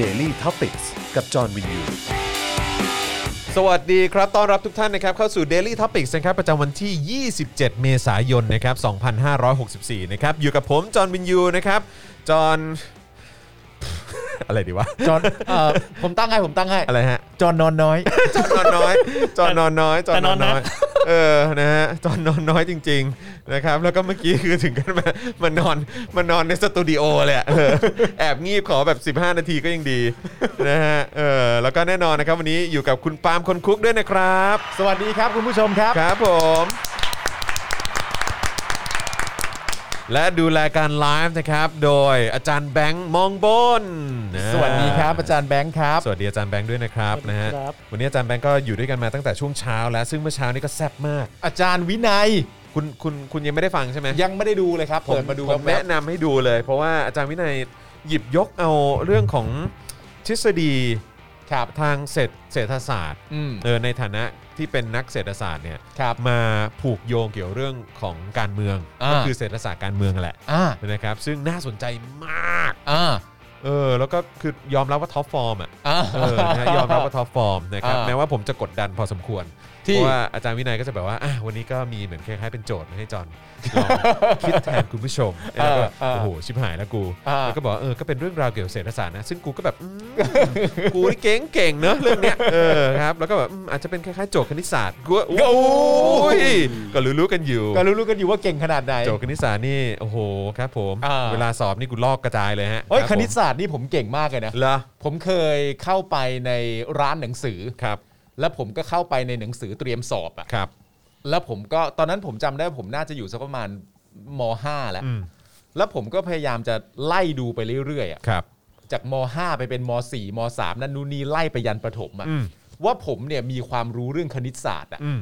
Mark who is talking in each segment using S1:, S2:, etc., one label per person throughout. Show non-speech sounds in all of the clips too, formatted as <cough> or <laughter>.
S1: Daily t o p i c กกับจอห์นวินยู
S2: สวัสดีครับ ต้อนรับทุกท่านนะครับ เข้าสู่ Daily Topics นะครับ ประจำวันที่ 27 เมษายน นะครับ 2564 นะครับ อยู่กับผม จอห์นวินยู นะครับ จอห์น อะไรดีวะ
S3: จอนเอ่อผมตั้งให้ผมตั้งให้
S2: อะไรฮะ
S3: จอนนอนน้อย
S2: จอห์นนอนน้อย จอห์นนอนน้อย จอห์นนอนน้อย เออ นะฮะ จอห์นนอนน้อยจริง ๆ นะครับ แล้วก็เมื่อกี้คือถึงกันมามานอนมานอนในสตูดิโอเลยอะเออแอบงีบขอแบบ 15 นาทีก็ยังดี นะฮะ เออ แล้วก็แน่นอนนะครับวันนี้อยู่กับคุณปาล์มคนคุกด้วยนะครับ
S3: สวัสดีครับคุณผู้ชมครับ
S2: ครับผม และดูแลการไลฟ์นะครับ โดยอาจารย์แบงค์มองบนนะ
S3: สวัสดีครับอาจารย์แบงค์ครับ
S2: สวัสดีอาจารย์แบงค์ด้วยนะครับนะฮะ
S4: สวัสดีครับ
S2: วันนี้อาจารย์แบงค์ก็อยู่ด้วยกันมาตั้งแต่ช่วงเช้าแล้ว ซึ่งเมื่อเช้านี้ก็แซ่บมาก
S3: อาจารย์วินัย
S2: คุณคุณคุณยังไม่ได้ฟังใช่ไหม
S3: ยังไม่ได้ดูเลยครับ
S2: ผม
S3: เปิดมาดู
S2: ผม
S3: แว๊
S2: แนะ
S3: บ
S2: นำให้ดูเลย เพราะว่าอาจารย์วินัยหยิบยกเอาเรื่องของทฤษฎี
S3: ๆครับ
S2: ทางเศรษฐเศรษฐศาสตร์
S3: อืม
S2: เออในฐานะที่เป็นนักเศรษฐศาสตร์เนี่ย
S3: ครับ
S2: มาผูกโยงเกี่ยวเรื่องของการเมือง
S3: อ่า
S2: ก็คือเศรษฐศาสตร์การเมืองแหละ
S3: อ่า
S2: นะครับ ซึ่งน่าสนใจมาก
S3: อ่า
S2: เออแล้วก็คือยอมรับว่าท็อปฟอร์มอ่ะ
S3: อ่า
S2: เออนะฮะยอมรับว่าท็อปฟอร์มนะครับ
S3: อ่า
S2: แม้ว่าผมจะกดดันพอสมควร
S3: ที่
S2: เพราะว่าอาจารย์วินัยก็จะแบบว่าอ่ะวันนี้ก็มีเหมือนคล้ายๆเป็นโจทย์มาให้จอนลองคิดแทนคุณผู้ชมแล้วก็โอ้โหชิบหายแล้วกู
S3: อ่า
S2: แล้วก็บอกว่าเออก็เป็นเรื่องราวเกี่ยวกับเศรษฐศาสตร์นะซึ่งกูก็แบบอืม <laughs> กูนี่เก่งๆเนอะเรื่องเนี้ย <laughs> เออครับแล้วก็แบบอืมอาจจะเป็นคล้ายๆโจทย์คณิตศาสตร์กูว่า
S3: โอ้
S2: โอ้
S3: ย
S2: ยก็รู้ๆกันอยู่
S3: ก็รู้ๆกันอยู่ว่าเก่งขนาดไหน
S2: โจทย์คณิตศาสตร์นี่โอ้โหครับผม
S3: อ่า
S2: เวลาสอบนี่กูลอกกระจายเลยฮะ
S3: เอ้ย
S2: รับ
S3: คณิตศาสตร์นี่ผมเก่งมากเลย
S2: ผ
S3: นะ
S2: มเหรอ
S3: ผมเคยเข้าไปในร้านหนังสือ
S2: ครับ
S3: แล้วผมก็เข้าไปในหนังสือเตรียมสอบอะ
S2: ครับ
S3: แล้วผมก็ตอนนั้นผมจำได้ว่าผมน่าจะอยู่สักประมาณมห้าแหละ
S2: อืม
S3: แล้วผมก็พยายามจะไล่ดูไปเรื่อยๆอะ
S2: ครับ
S3: จากม 5 ไปเป็นม 4ม 3 นั่นนู่นนี่ไล่ไปยันประถมอะ
S2: อืม
S3: ว่าผมเนี่ยมีความรู้เรื่องคณิตศาสตร์อะ
S2: อืม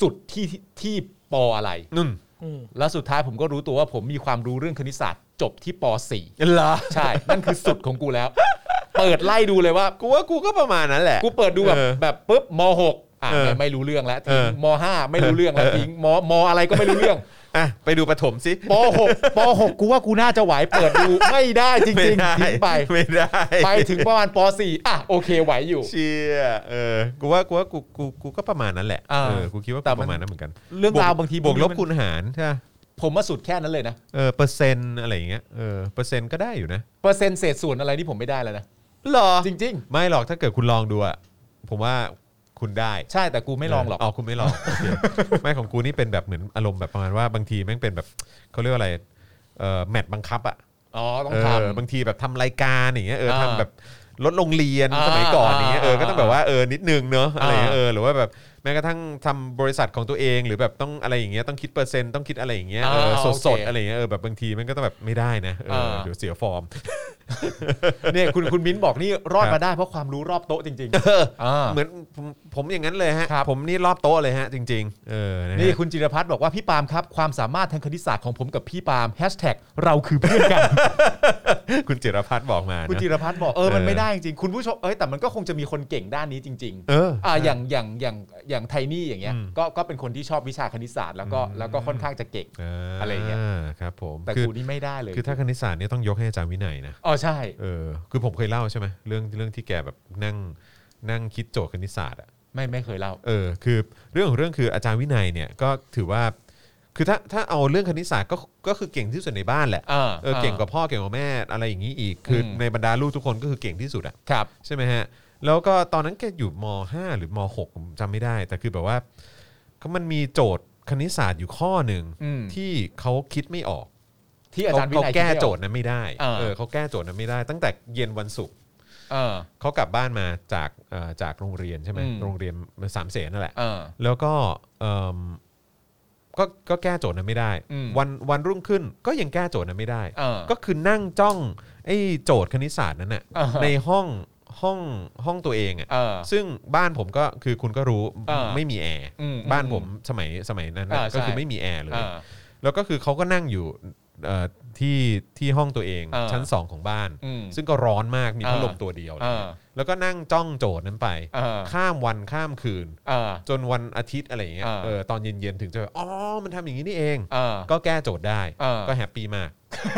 S3: สุดที่ที่ปออะไร
S2: นุ่น
S4: อืม
S3: แล้วสุดท้ายผมก็รู้ตัวว่าผมมีความรู้เรื่องคณิตศาสตร์จบที่ป
S2: <laughs> เหรอ
S3: .4 ใช่ นั่นคือสุดของกูแล้ว เปิดไล่ดูเลยว่า
S2: กูว่ากูก็ประมาณนั้นแหละ
S3: กูเปิดดูแบบ
S2: เออ
S3: แบบปุ๊บม .6 อ่ะ
S2: เออ
S3: ไม่ไม่รู้เรื่องแล้วทิ้ง
S2: เออ
S3: ม .5 ไม่รู้เรื่องแล้ว
S2: เออ
S3: ทิ้งมมอะไรก็ไม่รู้เรื่อง
S2: อ่ะไปดูปฐมสิ
S3: ป .6 ป .6 กูว่ากูน่าจะไหวเปิดดูไม่ได้จ
S2: ไม่
S3: ริง
S2: ได้
S3: ๆทิ้งไป
S2: ไม่ได้
S3: ไปถึงประมาณป .4 อ่ะโอเคไหวอยู่
S2: เชียเออกูว่ากูว่ากูกูกูก็ประมาณนั้นแหละ
S3: อ่า
S2: เออกูคิดว่า
S3: แต่
S2: กูป
S3: มัน
S2: ระมาณนั้นเหมือนกัน
S3: เรื่องราวบางที
S2: บวกลบ
S3: มัน
S2: คูณหารใช่ปะ
S3: ผมมาสุดแค่นั้นเลยนะ
S2: เออเปอร์เซ็นต์อะไรอย่างเงี้ยเออเปอร์เซ็นต์ก็ได้อยู่นะ
S3: เปอร์เซ็นต์เศษส่วนอะไรนี่ผมไม่ได้แล้วนะ
S2: หรอ
S3: จริง
S2: ไม่หรอกถ้าเกิดคุณลองดูอะผมว่าคุณได้
S3: ๆ ใช่แต่กูไม่ลองหรอก
S2: อ๋อคุณไม่
S3: <laughs>
S2: ลองโอเคไม่ของกูนี่เป็นแบบเหมือนอารมณ์แบบประมาณว่าบางทีแม่งเป็นแบบเขาเรียกว่าอะไรเอ่อแมตช์บังคับอ่ะ
S3: อ๋อ ต้อง
S2: เอ
S3: ท
S2: อบางทีแบบทำรายการอย่างเงี้ยเออ
S3: อ่า
S2: ทำแบบลดโรงเรียน
S3: อ่า
S2: สมัยก่อนอย่างเงี้ยเออ
S3: อ่า
S2: ก็ต้องแบบว่าเออนิดนึงเนอะอะไรอย่างเงี้ย
S3: อ่า
S2: เออหรือว่าแบบแม้กระทั่งทำบริษัทของตัวเองหรือแบบต้องอะไรอย่างเงี้ยต้องคิดเปอร์เซ็นต์ต้องคิดอะไรอย่างเงี้ยเออ
S3: อ่า
S2: สด
S3: โอเค
S2: สดอะไรอย่างเงี้ยเออแบบบางทีมันก็ต้องแบบไม่ได้นะเอออา เดี๋ยวเสียฟอร์ม
S3: ำเนี่ยคุณคุณมิ้นบอกนี่รอด
S2: ครั
S3: มา
S2: บ
S3: ได้เพราะความรู้รอบโต๊ะจริงๆา
S2: เหมือนผมผมอย่างนั้นเลยฮะ
S3: ครับ
S2: ผมนี่รอบโต๊ะเลยฮะจริง ๆ เออนะฮะ
S3: นี่คุณจิรพัฒน์บอกว่าพี่ปาล์มครับ ความสามารถทางคณิตศาสตร์ของผมกับพี่ปาล์มแฮชแท็กเราคือเพื่อนกัน
S2: คุณจิรพัฒน์บอกมานะ
S3: คุณจิรพัฒน์บอกเออมัน
S2: เออ
S3: ไม่ได้จริงๆคุณผู้ชมเอ้ยแต่มันก็คงจะมีคนเก่งด้านนี้จริง ๆ
S2: เออ
S3: อ่า
S2: อ
S3: อย่างอย่างอย่างอย่างไทนี่อย่างเงี้ย
S2: อืม
S3: ก็ก็เป็นคนที่ชอบวิชาคณิตศาสตร์แล้วก็แล้วก็ค่อนข้างจะเก่ง อะไรอย่างเงี้ย
S2: ครับผม
S3: แต่
S2: คือ
S3: กูนี่ไม่ได้เลย
S2: คือถ้าคณิตศาสตร์เนี่ยต้องยกให้อาจารย์วินัยนะ
S3: อ๋อใช่
S2: เออคือผมเคยเล่าใช่ไหมเรื่องเรื่องที่แกแบบนั่งนั่งคิดโจทย์คณิตศาสตร์อ่ะ
S3: ไม่ไม่เคยเล่า
S2: เออคือเรื่องของเรื่องคืออาจารย์วินัยเนี่ยก็ถือว่าคือถ้าถ้าเอาเรื่องคณิตศาสตร์ก็ก็คือเก่งที่สุดในบ้านแหละ
S3: เออ
S2: เออเก่งกว่าพ่อเก่งกว่าแม่อะไรอย่างนี้อีก คืออ
S3: ม
S2: ในบรรดาลูกทุกคนก็คือเก่งที่สุดอ่ะ
S3: ครับ
S2: ใช่ไหมฮะ แล้วก็ตอนนั้นแกอยู่ม 5 หรือม 6 ผมจำไม่ได้ แต่คือแบบว่าเขามันมีโจทย์คณิตศาสตร์อยู่ข้อหนึ่ง
S3: อืม
S2: ที่เขาคิดไม่ออก
S3: ที่อาจารย์วิ
S2: เขา
S3: นัย
S2: แก้
S3: คิดไม่ออ
S2: โจทย์นั้นไม่ได้
S3: อ่า
S2: เออเขาแก้โจทย์นั้นไม่ได้ ตั้งแต่เย็นวันศุกร์
S3: เออ
S2: เขากลับบ้านมาจากเอ่อจากโรงเรียนใช่ไหม
S3: อืม
S2: โรงเรียนสามเสนนั่นแหละ
S3: เออ
S2: แล้วก็เอิ่มก็ก็แก้โจทย์นั้นไม่ได้
S3: อืม
S2: วันวันรุ่งขึ้นก็ยังแก้โจทย์นั้นไม่ได้
S3: เออ
S2: ก็คือนั่งจ้องไอ้โจทย์คณิตศาสตร์นั้นน่ะ
S3: อ่าฮะ
S2: ในห้องห้องห้องตัวเองอ่ะ
S3: เออ
S2: ซึ่งบ้านผมก็คือคุณก็รู้
S3: อ่า
S2: ไม่มีแอร์
S3: อืม
S2: บ้านผมสมัยสมัยนั้นน่ะ
S3: อ่าใช่
S2: ก็คือไม่มีแอร์เลย
S3: เออ
S2: แล้วก็คือเขาก็นั่งอยู่เอ่อที่ที่ห้องตัวเอง
S3: อ่า
S2: ชั้น 2 ของบ้าน
S3: อืม
S2: ซึ่งก็ร้อนมากมี
S3: อ่า
S2: พัดลมตัวเดียวเล
S3: เอย อ
S2: แล้วก็นั่งจ้องโจทย์นั้นไป
S3: เออ
S2: ข้ามวันข้ามคืน
S3: เออ
S2: จนวันอาทิตย์อะไรอย่างเงี้ย
S3: อ่า
S2: เออตอนเย็นๆถึงจะแบบอ๋อมันทำอย่างนี้นี่เอง
S3: เออ
S2: ก็แก้โจทย์ได้
S3: เออ
S2: ก็แฮปปี้มาก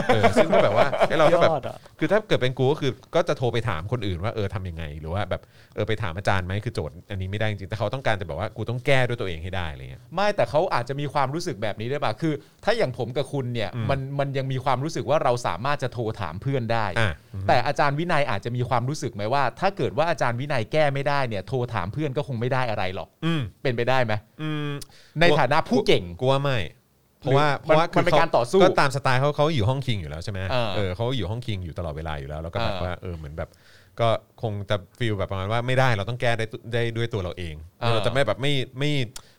S2: เออซึ่งก็แบบว่าเอ้ยเราก็แบบ
S5: ยอดอะ
S2: คือถ้าเกิดเป็นกูก็คือก็จะโทรไปถามคนอื่นว่าเออทำยังไง หรือว่าแบบเออไปถามอาจารย์ไหมคือโจทย์อันนี้ไม่ได้จริงแต่เขาต้องการแต่แบบว่ากูต้องแก้ด้วยตัวเองให้ได้อะไรเงี้ย
S3: ไม่แต่เขาอาจจะมีความรู้สึกแบบนี้ได้วยป่ะคือ ถ้าอย่างผมกับคุณเนี่ย
S2: อืม
S3: มันมันยังมีความรู้สึกว่าเราสามารถจะโทรถามเพื่อนได้
S2: อ่ะอืม
S3: แต่อาจารย์วินัยอาจจะมีความรู้สึกไหมว่า ถ้าเกิดว่าอาจารย์วินัยแก้ไม่ได้เนี่ยโทรถามเพื่อนก็คงไม่ได้อะไรหรอก
S2: อืม
S3: เป็นไปได้ไหม
S2: อืม
S3: ในฐานะผู้เก่ง
S2: กูว่าไม่เพราะว่า
S3: หรือ
S2: เพราะว่า
S3: มันเป็น
S2: คื
S3: การต่อสู้
S2: ก็ตามสไตล์เขาเขาอยู่ห้องคิงอยู่แล้วใช่ไหม
S3: เออ
S2: เออเขาอยู่ห้องคิงอยู่ตลอดเวลาอยู่แล้วแล้วก็แบบ
S3: เออ
S2: ว่าเออเหมือนแบบ ก็คงจะฟีลแบบประมาณว่าไม่ได้เราต้องแก้ได้ตัวได้ด้วยตัวเราเอง
S3: เออ
S2: เราจะไม่แบบไม่ไม่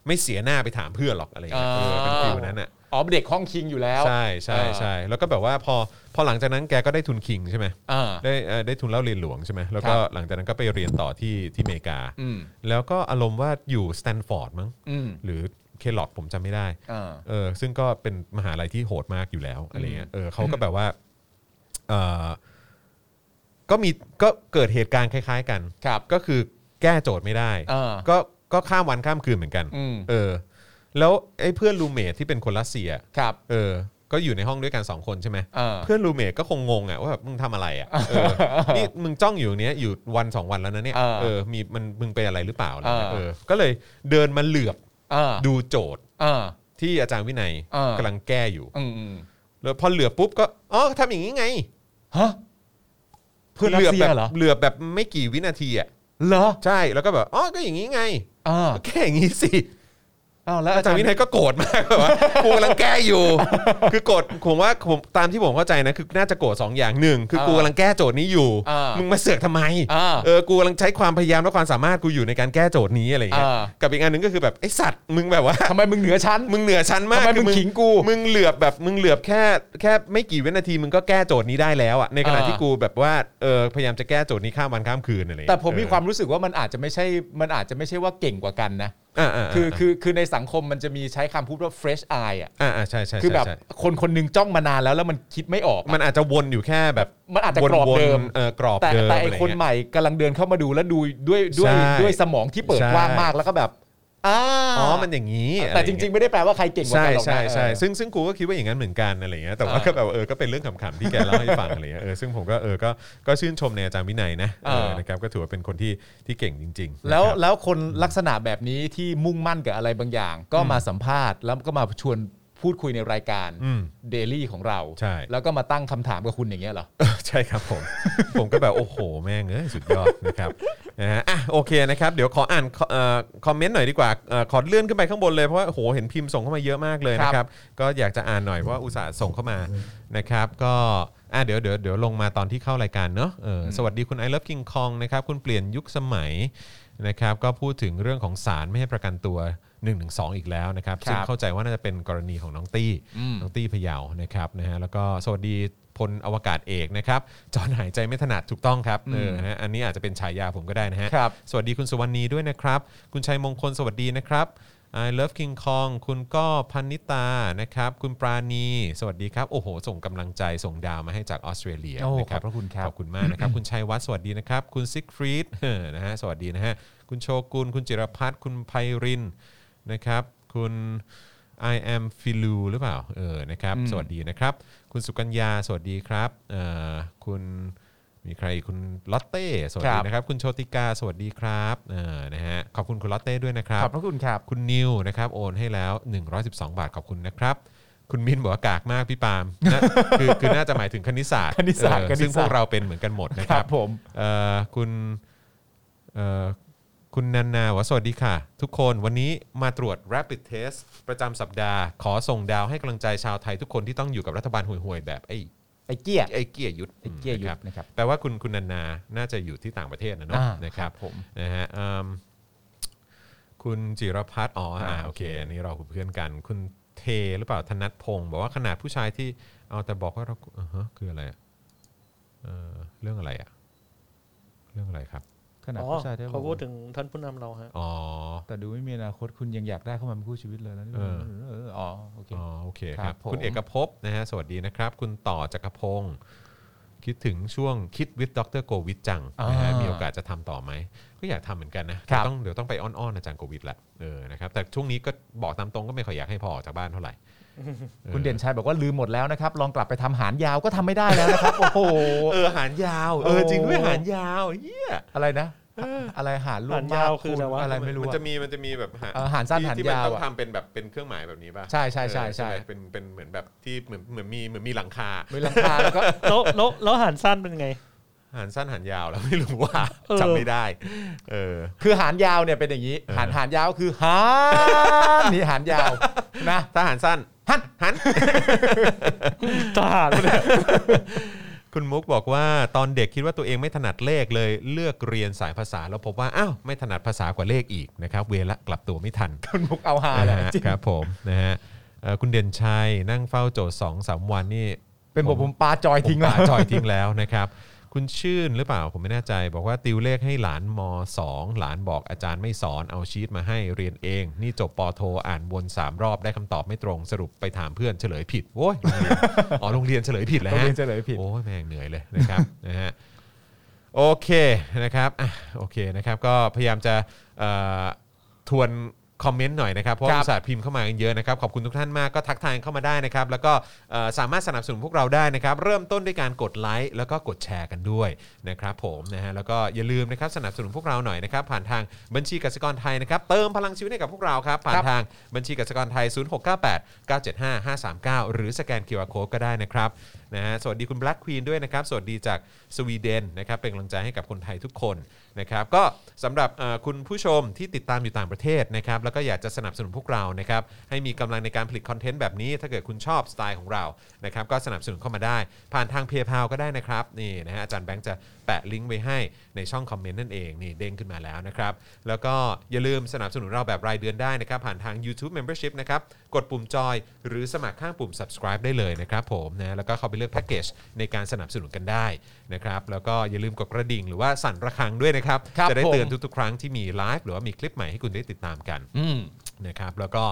S2: ไม่เสียหน้าไปถามเพื่อนหรอกอะไรเงี้ยเออเป็น
S3: เออ
S2: ฟีลนั้นอ่ะ
S3: อ๋อเด็กห้องคิงอยู่แล้ว
S2: ใช่ใช่
S3: เออ
S2: ใช่แล้วก็แบบว่าพอพอหลังจากนั้นแกก็ได้ทุนคิงใช่ไหม
S3: อ่า
S2: ได้เอ่อได้ทุนเล่าเรียนหลวงใช่ไหมแล้วก็
S3: ครับ
S2: หลังจากนั้นก็ไปเรียนต่อที่ที่อเมริกา
S3: อืม
S2: แล้วก็อารมณ์ว่าอยู่สแตนฟอร์ดมั้ง
S3: อืม
S2: หรือเคลอกผมจำไม่ได้
S3: อ่า
S2: เออซึ่งก็เป็นมหาลัยที่โหดมากอยู่แล้วอะไรเงี้ยเออเขาก็แบบว่าเออก็มีก็เกิดเหตุการณ์คล้าย ๆ กัน
S3: ครับ
S2: ก็คือแก้โจทย์ไม่ได้
S3: เออ
S2: ก็ก็ข้ามวันข้ามคืนเหมือนกัน
S3: อืม
S2: เออ แล้วไอ้เพื่อนรูเมทที่เป็นคนรัสเซีย
S3: ครับ
S2: เออ ก็อยู่ในห้องด้วยกัน 2 คนใช่ไหม
S3: อ่า
S2: เพื่อนรูเมทก็คงงงอ่ะว่าแบบมึงทำอะไรอ่ะเออ <laughs> นี่มึงจ้องอยู่เนี้ยอยู่วันสองวันแล้วนะเนี่ย เออ มีมันมึงเป็นอะไรหรือเปล่าอะไรเงี้ยเออ ก็เลยเดินมาเหลือบ
S3: อ่า
S2: ดูโจทย์
S3: อ่า
S2: ที่อาจารย์วินัย
S3: เออ
S2: กำลังแก้อยู่
S3: อืมอืม
S2: แล้วพอเหลือบปุ๊บก็อ๋อทำอย่างนี้ไง
S3: ฮะเพื่อนรัสเซียเหรอ
S2: เหลือบแบบไม่กี่วินาทีอ่ะ
S3: เหรอ
S2: ใช่ แล้วก็แบบอ๋อ ก็อย่างนี้ไง
S3: อ่า
S2: ก็แค่อย่างนี้สิ
S3: อ้าวแล้วอา
S2: อาจา
S3: จาร
S2: ร
S3: ย์
S2: ย์
S3: วิ
S2: วิ
S3: นัย
S2: นัยก็โกรธมากแบบว่า <laughs> กูกำลังแก้อยู่
S3: <laughs>
S2: คือโกรธผมว่าผมตามที่ผมเข้าใจนะคือน่าจะโกรธสองอย่างหนึ่งคือ
S3: เออ
S2: กูกำลังแก้โจทย์นี้อยู่
S3: เออ
S2: มึงมาเสือกทำไม
S3: เออ
S2: เออกูกำลังใช้ความพยายามและความสามารถกูอยู่ในการแก้โจทย์นี้อะไรอย่างเงี้ย
S3: เออ
S2: กับอีกอันหนึ่งก็คือแบบไอสัตว์มึงแบบว่า
S3: ทำไมมึงเหนือชั้น
S2: มึงเหนือชั้นมาก
S3: ทำไม
S2: คือ
S3: มึงขิงกู
S2: มึงเหลือบแบบมึงเหลือบแค่แค่ไม่กี่วินาทีมึงก็แก้โจทย์นี้ได้แล้วอ่ะในขณะ
S3: เออ
S2: ที่กูแบบว่าเออพยายามจะแก้โจทย์นี้ข้ามวันข้ามคืนอะไรอย่าง
S3: แต่
S2: เงี้ย
S3: ผมมี
S2: เออ
S3: ความรู้สึกว่ามันอาจจะไม่ใช่ มันอาจจะไม่ใช่ว่าเก่งกว่ากันนะ
S2: อ่าๆๆ
S3: คือคือคือในสังคมมันจะมีใช้คำพูดว่า fresh eye อ่ะ
S2: อ่าๆใช่ใช่ใช่
S3: คือแบบ
S2: ใช่
S3: คนคนหนึงจ้องมานานแล้วแล้วมันคิดไม่ออกอะ
S2: มันอาจจะวนอยู่แค่แบบ
S3: มันอาจจะกรอบเดิ
S2: ว
S3: ม
S2: นๆเออกรอบ
S3: แต่
S2: เดิม
S3: แต่ไอ
S2: ร
S3: คน
S2: เงี้ย
S3: ใหม่กำลังเดินเข้ามาดูแล้วดูด้วยด้วย
S2: ใช่
S3: ด้วยสมองที่เปิด
S2: ใช่
S3: กว้างมากแล้วก็แบบอ้า
S2: อ๋อมันอย่างนี้
S3: แต่จริง ๆ ไม่ได้แปลว่าใครเก่ง
S2: ๆ
S3: กว่า
S2: ใช่
S3: กันหรอกนะ
S2: ใช่ใช่
S3: เออ
S2: ซึ่งซึ่งกูก็คิดว่าอย่างนั้นเหมือนกันอะไรเงี้ยแต่ว่า
S3: เออ
S2: ก็แบบเออก็เป็นเรื่องขำๆที่แกเล่าให้ฟังอะไรเงี้ยเออซึ่งผมก็เออก็ก็ชื่นชมในอาจารย์วินัยนะ
S3: เออ
S2: เออนะครับก็ถือว่าเป็นคนที่ที่เก่งจริงๆ
S3: แล้ว
S2: นะครับ
S3: แล้วคนลักษณะแบบนี้ที่มุ่งมั่นกับอะไรบางอย่าง ก็มาสัมภาษณ์ แล้วก็มาชวนพูดคุยในรายการ
S2: อืม
S3: เดลี่ของเรา
S2: ใช่
S3: แล้วก็มาตั้งคำถามกับคุณอย่างเงี้ยเหรอ
S2: ใช่ครับผม ผมก็แบบโอ้โห แม่งเอ้ยสุดยอดนะครับนะฮะอ่ะโอเคนะครับ เดี๋ยวขออ่านคอเอ่อคอมเมนต์หน่อยดีกว่าเอ่อขอเลื่อนขึ้นไปข้างบนเลย เพราะว่าโอ้โหเห็นพิมพ์ส่งเข้ามาเยอะมากเลยนะครับ ก็อยากจะอ่านหน่อยเพราะว่าอุตส่าห์ส่งเข้ามานะครับ ก็อ่ะเดี๋ยวเดี๋ยวเดี๋ยวลงมาตอนที่เข้ารายการเนาะเออสวัสดีคุณ I love King Kong นะครับ คุณเปลี่ยนยุคสมัยนะครับ ก็พูดถึงเรื่องของศาลไม่ให้ประกันตัว1นึอีกแล้วนะครับ
S3: ครับ
S2: ซึ่งเข้าใจว่าน่าจะเป็นกรณีของน้องตี้ น้องตี้พะเยาวนะครับนะฮะแล้วก็สวัสดีพลอวกาศเอกนะครับ จอนหายใจไม่ถนัดถูกต้องครับเออนะฮะอันนี้อาจจะเป็นฉายาผมก็ได้นะฮะ
S3: ครับ
S2: สวัสดีคุณสุวรรณีด้วยนะครับ คุณชัยมงคลสวัสดีนะครับ I love King Kong คุณก็พันนิตานะครับ คุณปราณี สวัสดีครับ โอ้โห ส่งกำลังใจส่งดาวมาให้จากออสเตรเลีย
S3: โอ้
S2: นะ
S3: ขอบพระคุณครับ
S2: ขอบคุณมากนะครับ คุณชัยวัฒน์สวัสดีนะครับ คุณซิกฟรีด <laughs> นะฮะสวัสดีนะฮะ คุณโชกุลคุณจิรพัฒน์คุณไพรินนะครับ คุณ I am f i l u หรือเปล่าเออนะครับ สวัสดีนะครับ คุณสุกัญญาสวัสดีครับเอ่อคุณมีใครอีกคุณลอตเต้สวัส
S3: ครั
S2: ดี
S3: บ
S2: นะครับ คุณโชติกาสวัสดีครับเออนะฮะขอบคุณคุณลอตเต้ด้วยนะครับ
S3: ขอบพระคุณครับ
S2: คุณนิวนะครับโอนให้แล้ว 112 บาทขอบคุณนะครับ คุณมินบอกว่ากากมากพี่ปาล์ม <laughs> นะคือคือน่าจะหมายถึงคณิตศาสตร์
S3: คณิตศาสตร์
S2: เออ
S3: คณิตศาสตร์
S2: ซึ่งพวกเราเป็นเหมือนกันหมดนะ
S3: ค
S2: ค
S3: รั
S2: รั
S3: บบ ผม
S2: เอ่อคุณเอ่อคุณนันนาบอกว่าสวัสดีค่ะ ทุกคนวันนี้มาตรวจ rapid test ประจำสัปดาห์ ขอส่งดาวให้กำลังใจชาวไทยทุกคนที่ต้องอยู่กับรัฐบาลห่วยๆ แบบไอ้
S3: ไอ้เกียร์
S2: ไอ้เกียร์ยุทธ
S3: ไอ้เกียร์หยุ
S2: นะค
S3: ด
S2: บ
S3: นะครับ
S2: แปลว่าคุณคุณนันนา น่าจะอยู่ที่ต่างประเทศนะเนาะ
S3: อ่า
S2: นะครับ
S3: ครับผม
S2: นะฮะอืมคุณจิรพัฒน์อ๋ออ่า
S3: อ่า
S2: โอเค อันนี้เราคือเพื่อนกัน คุณเทหรือเปล่าธนัทพงศ์บอกว่าขนาดผู้ชายที่เอาแต่บอกว่าเราอ่าฮะคืออะไรอะเออเรื่องอะไรอะเรื่องอะไรครับ
S5: อ๋อเขาพูดถึงท่านผู้นำเราฮะ
S2: อ๋อ
S3: แต่ดูไม่มีอนาคตคุณยังอยากได้เข้ามาเป็นคู่ชีวิตเลยแล้วนี่
S2: เออ
S3: เอออ๋อโอเค
S2: อ๋อโอเค
S3: ค
S2: ค
S3: รั
S2: รั
S3: บบ ผม
S2: คุณเอกภพนะฮะสวัสดีนะครับ คุณต่อจักรพงศ์ คิดถึงช่วงคิดวิ t ดรโกวิทจัง
S6: อ่าน
S2: นะฮะ
S6: มี
S2: มีโอกาสจะทำต่อไหม ก็อยากทำเหมือนกันนะครับ ต้องเดี๋ยวต้องไปอ้อนๆอาจารย์โกวิทละเออนะครับแต่ช่วงนี้ก็บอกตามตรงก็ไม่ค่อยอยากให้พอออกจากบ้านเท่าไหร่
S6: <laughs>
S2: ออ
S6: คุณเด่นชัยบอกว่าลืมหมดแล้วนะครับ ลองกลับไปทำหารยาวก็ทำไม่ได้แล้วนะครับ โอ้โห
S2: เออหารยาวเออจริงด้วย
S6: โอ้
S2: หารยาวเยี่ย
S6: อะไรนะ อะไรหารรว
S5: หา
S6: ม
S5: ร
S6: มาย
S5: าก วคืออะไรวะ
S6: อะไรไม่รู้
S2: มั
S6: อะ
S2: จะมีมันจะมีแบบหาร
S6: เออหารสั้น
S2: ที่
S6: หาร
S2: ที่มัน
S6: ยาว
S2: ต้อง
S6: อะ
S2: ทำเป็นแบบเป็นเครื่องหมายแบบนี้ป่ะ
S6: ใช่ใช่ใช่
S2: เออ
S6: ใช่
S2: ไหมเป็นเป็นเหมือนแบบที่เหมือนเหมือนมีเหมือนมีหลังคา
S6: มีหลังคาแล้วก็ <laughs>
S5: แล้วแล้วแล้วหารสั้นเป็นไง <laughs>
S2: หารสั้นหารยาวแล้วไม่รู้ว่า
S5: เออ
S2: จำไม่ได้ เออ
S6: คือหารยาวเนี่ยเป็นอย่างนี้
S2: เออ
S6: หารหารยาวคือหารนี่หารยาวนะ
S2: ถ้าหารสั้นหันหัน
S5: ทหารเนี่ย
S2: คุณมุกบอกว่าตอนเด็กคิดว่าตัวเองไม่ถนัดเลขเลย เลือกเรียนสายภาษาแล้วพบว่าอ้าวไม่ถนัดภาษากว่าเลขอีกนะครับเวละกลับตัวไม่ทัน
S6: คุณมุกเอาหาแหละ
S2: นะฮะ
S6: จริง
S2: ครับผมนะฮะเอ่อคุณเด่นชัยนั่งเฝ้าโจทย์สองสามวันนี่
S6: เป็นผมผมปลาจอยทิ้ง
S2: ผ
S6: แล้
S2: ม
S6: ว
S2: ปาจอยทิ้งแล้วนะครับ คุณชื่นหรือเปล่าผมไม่แน่ใจ บอกว่าติวเลขให้หลานม .2 หลานบอกอาจารย์ไม่สอนเอาชีตมาให้เรียนเอง นี่จบปอโทอ่านวนสามรอบได้คำตอบไม่ตรงสรุปไปถามเพื่อนเฉลยผิดโอ้ยโรงเรียนอ๋อโรงเรียนเฉลยผิดแล้ว
S6: โรงเรียนเฉลยผิด
S2: โอ้ยแม่งเหนื่อยเลยนะครับ <laughs> นะฮะโอเคนะครับอ่ะโอเคนะครับก็พยายามจะเอ่อทวนคอมเมนต์หน่อยนะครับเพราะ
S6: ครับ
S2: อุตส่าห์พิมพ์เข้ามากันเยอะนะครับขอบคุณทุกท่านมากก็ทักทายเข้ามาได้นะครับแล้วก็เอ่อสามารถสนับสนุนพวกเราได้นะครับ เริ่มต้นด้วยการกดไลค์แล้วก็กดแชร์กันด้วยนะครับผมนะฮะแล้วก็อย่าลืมนะครับสนับสนุนพวกเราหน่อยนะครับผ่านทางบัญชีกสิกรไทยนะครับเติมพลังชีวิตให้กับพวกเราครับผ่านทางบัญชีกสิกรไทย 0698975539 หรือสแกน QR Code ก็ได้นะครับ นะฮะสวัสดีคุณ Black Queen ด้วยนะครับ สวัสดีจากสวีเดนนะครับ เป็นกำลังใจให้กับคนไทยทุกคนนะครับ ก็สำหรับเอ่อคุณผู้ชมที่ติดตามอยู่ต่างประเทศนะครับ แล้วก็อยากจะสนับสนุนพวกเรานะครับ ให้มีกำลังในการผลิตคอนเทนต์แบบนี้ ถ้าเกิดคุณชอบสไตล์ของเรานะครับ ก็สนับสนุนเข้ามาได้ ผ่านทางเพย์พาก็ได้นะครับ นี่นะฮะอาจารย์แบงค์จะแปะลิงก์ไว้ให้ในช่องคอมเมนต์นั่นเองนี่เด้งขึ้นมาแล้วนะครับ แล้วก็อย่าลืมสนับสนุนเราแบบรายเดือนได้นะครับ ผ่านทาง YouTube Membership นะครับ กดปุ่มจอย หรือสมัครข้างปุ่ม subscribe ได้เลยนะครับผมนะแล้วก็เข้าไปเลือกแพ็กเกจในการสนับสนุนกันได้นะครับ แล้วก็อย่าลืมกดกระดิ่งหรือว่าสั่นระฆังด้วยนะครับ
S6: ครับ
S2: จะได้
S6: ผม
S2: เตือนทุกๆ ครั้งที่มีไลฟ์หรือว่ามีคลิปใหม่ให้คุณได้ติดตามกัน
S6: อืม
S2: นะครับแล้วก็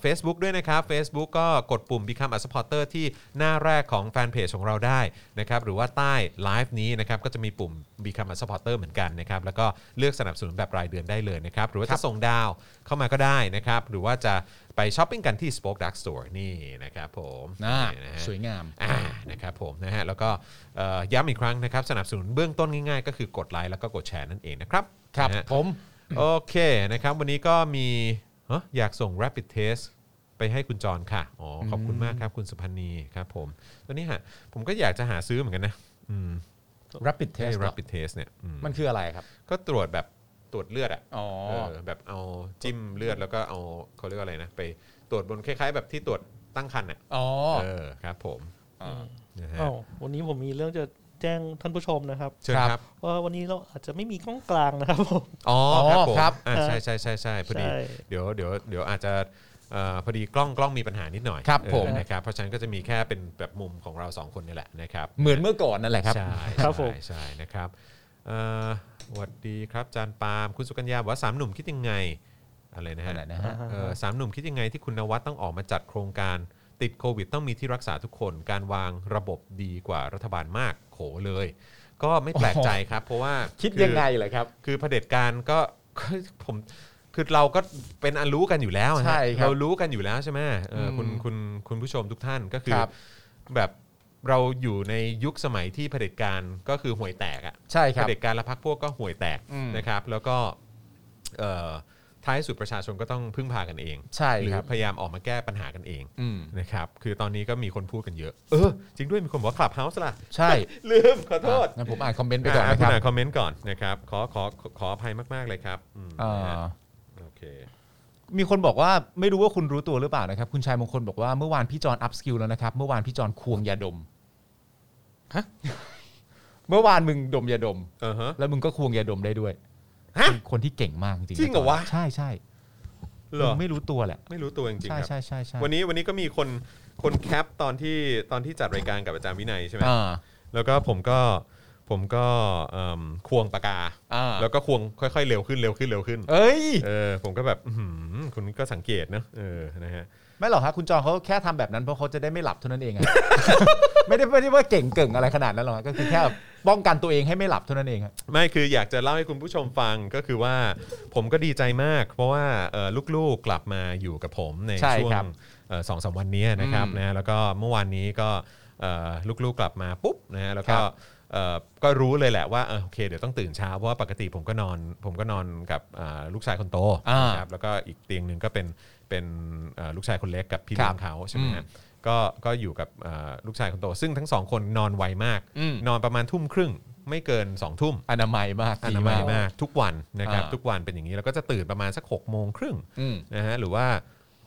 S2: เฟซบุ๊กด้วยนะครับ Facebook ก็กดปุ่ม Become a supporter ที่หน้าแรกของแฟนเพจของเราได้นะครับหรือว่าใต้ไลฟ์นี้นะครับก็จะมีปุ่ม Become a supporter เหมือนกันนะครับแล้วก็เลือกสนับสนุนแบบรายเดือนได้เลยนะครับหรือว่า
S6: ครั
S2: จะ
S6: บ
S2: ส่งดาวเข้ามาก็ได้นะครับหรือว่าจะไปช้อปปิ้งกันที่ Spoke Dark Store นี่นะครับผม
S6: อ่า
S2: นี่นะฮะ
S6: สวยงาม
S2: อ่านะครับผมนะฮะแล้วก็เอ่อย้ำอีกครั้งนะครับสนับสนุนเบื้องต้นง่ายๆ ก็คือกดไลค์แล้วก็กดแชร์นั่นเองนะครับ
S6: ครับ
S2: นะฮะ
S6: ผม
S2: โอเคนะครับวันนี้ก็มีฮะอยากส่ง rapid test ไปให้คุณจรค่ะอ๋อขอบคุณมากครับคุณสุพันธ์นีครับผมตอนนี้ฮะผมก็อยากจะหาซื้อเหมือนกันนะอืม
S6: rapid
S2: ให้
S6: test เหรอ
S2: rapid test เนี่ยอืม
S6: มันคืออะไรครับ
S2: ก็ตรวจแบบตรวจเลือดอ่ะ
S6: อ๋อ
S2: เออแบบเอาจิ้มเลือดแล้วก็เอาเขาเรียกว่าอะไรนะไปตรวจบนคล้าย ๆ แบบที่ตรวจตั้งครรภ์อ่ะ
S6: อ๋อ
S2: เออครับผมนะฮะ
S5: อ้าววันนี้ผมมีเรื่องจะแจ้งท่านผู้ชมนะครับ
S2: เชิญ
S6: ครับ
S2: ครับ
S5: ว่าวันนี้เราอาจจะไม่มีกล้องกลางนะครับผม
S2: <laughs> อ๋อ
S6: อ๋อ
S2: ค
S6: ครั
S2: รับบ ผมอ่าใช่ใช่ใช่ใช่พอดี
S5: ใช่
S2: เดี๋ยวเดี๋ยวเดี๋ยวอาจจะเอ่อพอดีกล้องกล้องมีปัญหานิดหน่อย
S6: ครับ
S2: เออ
S6: ผม
S2: นะครับเพราะฉะนั้นก็จะมีแค่เป็นแบบมุมของเราสองคนนี่แหละนะครับ
S6: เหมือนเมื่อก่อนนั่นแหละครับ
S2: ใช่
S5: ครับผม
S2: ใช่ใช่นะครับเอ่อสวัสดีครับจานปาล์มคุณสุกัญญาบอกว่าสามหนุ่มคิดยังไงอะไรนะฮะ
S6: อะไรนะฮะ
S2: เอ่อสามหนุ่มคิดยังไงที่คุณนวัดต้องออกมาจัดโครงการติดโควิด ต้องมีที่รักษาทุกคน การวางระบบดีกว่ารัฐบาลมากโขเลย ก็ไม่แปลกใจครับเพราะว่า
S6: คิดยังไงเหรอครับ
S2: คือเผด็จการก็ ผมคือเราก็เป็นอันรู้กันอยู่แล้วอะฮะ
S6: ใช่ครับ
S2: เรารู้กันอยู่แล้วใช่ไหมเอออ
S6: ม
S2: คุณคุณคุณผู้ชมทุกท่านก็คือ
S6: ครับ
S2: แบบเราอยู่ในยุคสมัยที่เผด็จการก็คือห่วยแตกอะ
S6: ใช่ค
S2: เผ
S6: รับ
S2: ด็จการและพรรคพวกก็ห่วยแตก
S6: อืม
S2: นะครับ แล้วก็เอ่อท้ายสุดประชาชนก็ต้องพึ่งพากันเอง
S6: ใช่
S2: หรื
S6: ค
S2: อ
S6: รับ
S2: พยายามออกมาแก้ปัญหากันเอง
S6: อืม
S2: นะครับคือตอนนี้ก็มีคนพูดกันเยอะ เออ จริงด้วยมีคนบอกว่าคลับเฮาส์ล่ะ
S6: ใช่
S2: ลืมขอโทษ
S6: อ่ะงั้นผมอ่านคอมเมนต์ไปก่อนนะ
S2: ณ
S6: ครับ
S2: อ่านคอมเมนต์ก่อนนะครับขอขอขอขออภัยมาก ๆ เลยครับอืม
S6: เอ่อ
S2: โอเค
S6: มีคนบอกว่าไม่รู้ว่าคุณรู้ตัวหรือเปล่านะครับ คุณชายมงคลบอกว่าเมื่อวานพี่จอนอัพสกิลแล้วนะครับ เมื่อวานพี่จอนควงยาดม
S3: <laughs>
S2: ฮะ
S6: เมื่อวานมึงดมยาดม
S2: เออฮะ
S6: แล้วมึงก็ควงยาดมได้ด้วย
S2: ฮะ
S6: เป็นคนที่เก่งมากจริงๆ
S2: จริงเหรอวะ
S6: ใช่ใช่
S2: เหรอ
S6: มึง
S2: ไม่
S6: ไม่รู้ตัวแหละ
S2: ไม่รู้ตัวจริงๆค
S6: ใช่
S2: รับ
S6: ใช่ใช่ใช่
S2: วันนี้วันนี้ก็มีคนคนแคปตอนที่ตอนที่จัดรายการกับอาจารย์วินัยใช่ไหม
S6: อ่า
S2: แล้วก็ผมก็ผมก็เอิ่มควงปากกา
S6: อ่า
S2: แล้วก็ควงค่อย ๆ เร็วขึ้นเร็วขึ้นเร็วขึ้น
S6: เอ้ย
S2: เออผมก็แบบอื้อหือคุณก็สังเกตเนอะเออนะฮะ
S3: ไม่หรอกฮะคุณจอนเขาแค่ทำแบบนั้นเพราะเขาจะได้ไม่หลับเท่านั้นเองฮะ
S6: <laughs>
S3: ไม่ได้ไม่ได้ว่าเก่งเก่งอะไรขนาดนั้นหรอกฮะก็คือแค่ป้องกันตัวเองให้ไม่หลับเท่านั้นเองฮะ
S2: ไม่คืออยากจะเล่าให้คุณผู้ชมฟังก็คือว่าผมก็ดีใจมาก เพราะว่าเอ่อลูกๆกลับมาอยู่กับผมใน
S3: ใช่
S2: ช่วง
S3: ครับ
S2: เอ่อสองสามวันนี้นะครับ
S3: อืม
S2: นะแล้วก็เมื่อวานนี้ก็เอ่อลูกๆกลับมาปุ๊บนะฮะแล้วก็
S3: ครับ
S2: เอ่อก็รู้เลยแหละว่าเออโอเคเดี๋ยวต้องตื่นเช้าเพราะว่าปกติผมก็นอนผมก็นอนกับอ่าลูกชายคนโต
S3: อ่า
S2: นะครับแล้วก็อีกเตียงหนึ่งก็เป็นเป็นเอ่อลูกชายคนเล็กกับพี่
S3: ครั
S2: เลี้
S3: บ
S2: ยงเขาใช่ไหมฮะ
S3: อืม
S2: ก็ก็อยู่กับอ่าลูกชายคนโต ซึ่งทั้งสองคนนอนไวมาก
S3: อืม
S2: นอนประมาณทุ่มครึ่งไม่เกินสองทุ่ม
S3: อนามัยมาก
S2: อ
S3: ดี
S2: นามัยมากทุกวันนะครับ
S3: อ่า
S2: ทุกวันเป็นอย่างนี้ แล้วก็จะตื่นประมาณสัก6กโมงครึ่ง
S3: อืม
S2: นะฮะหรือว่า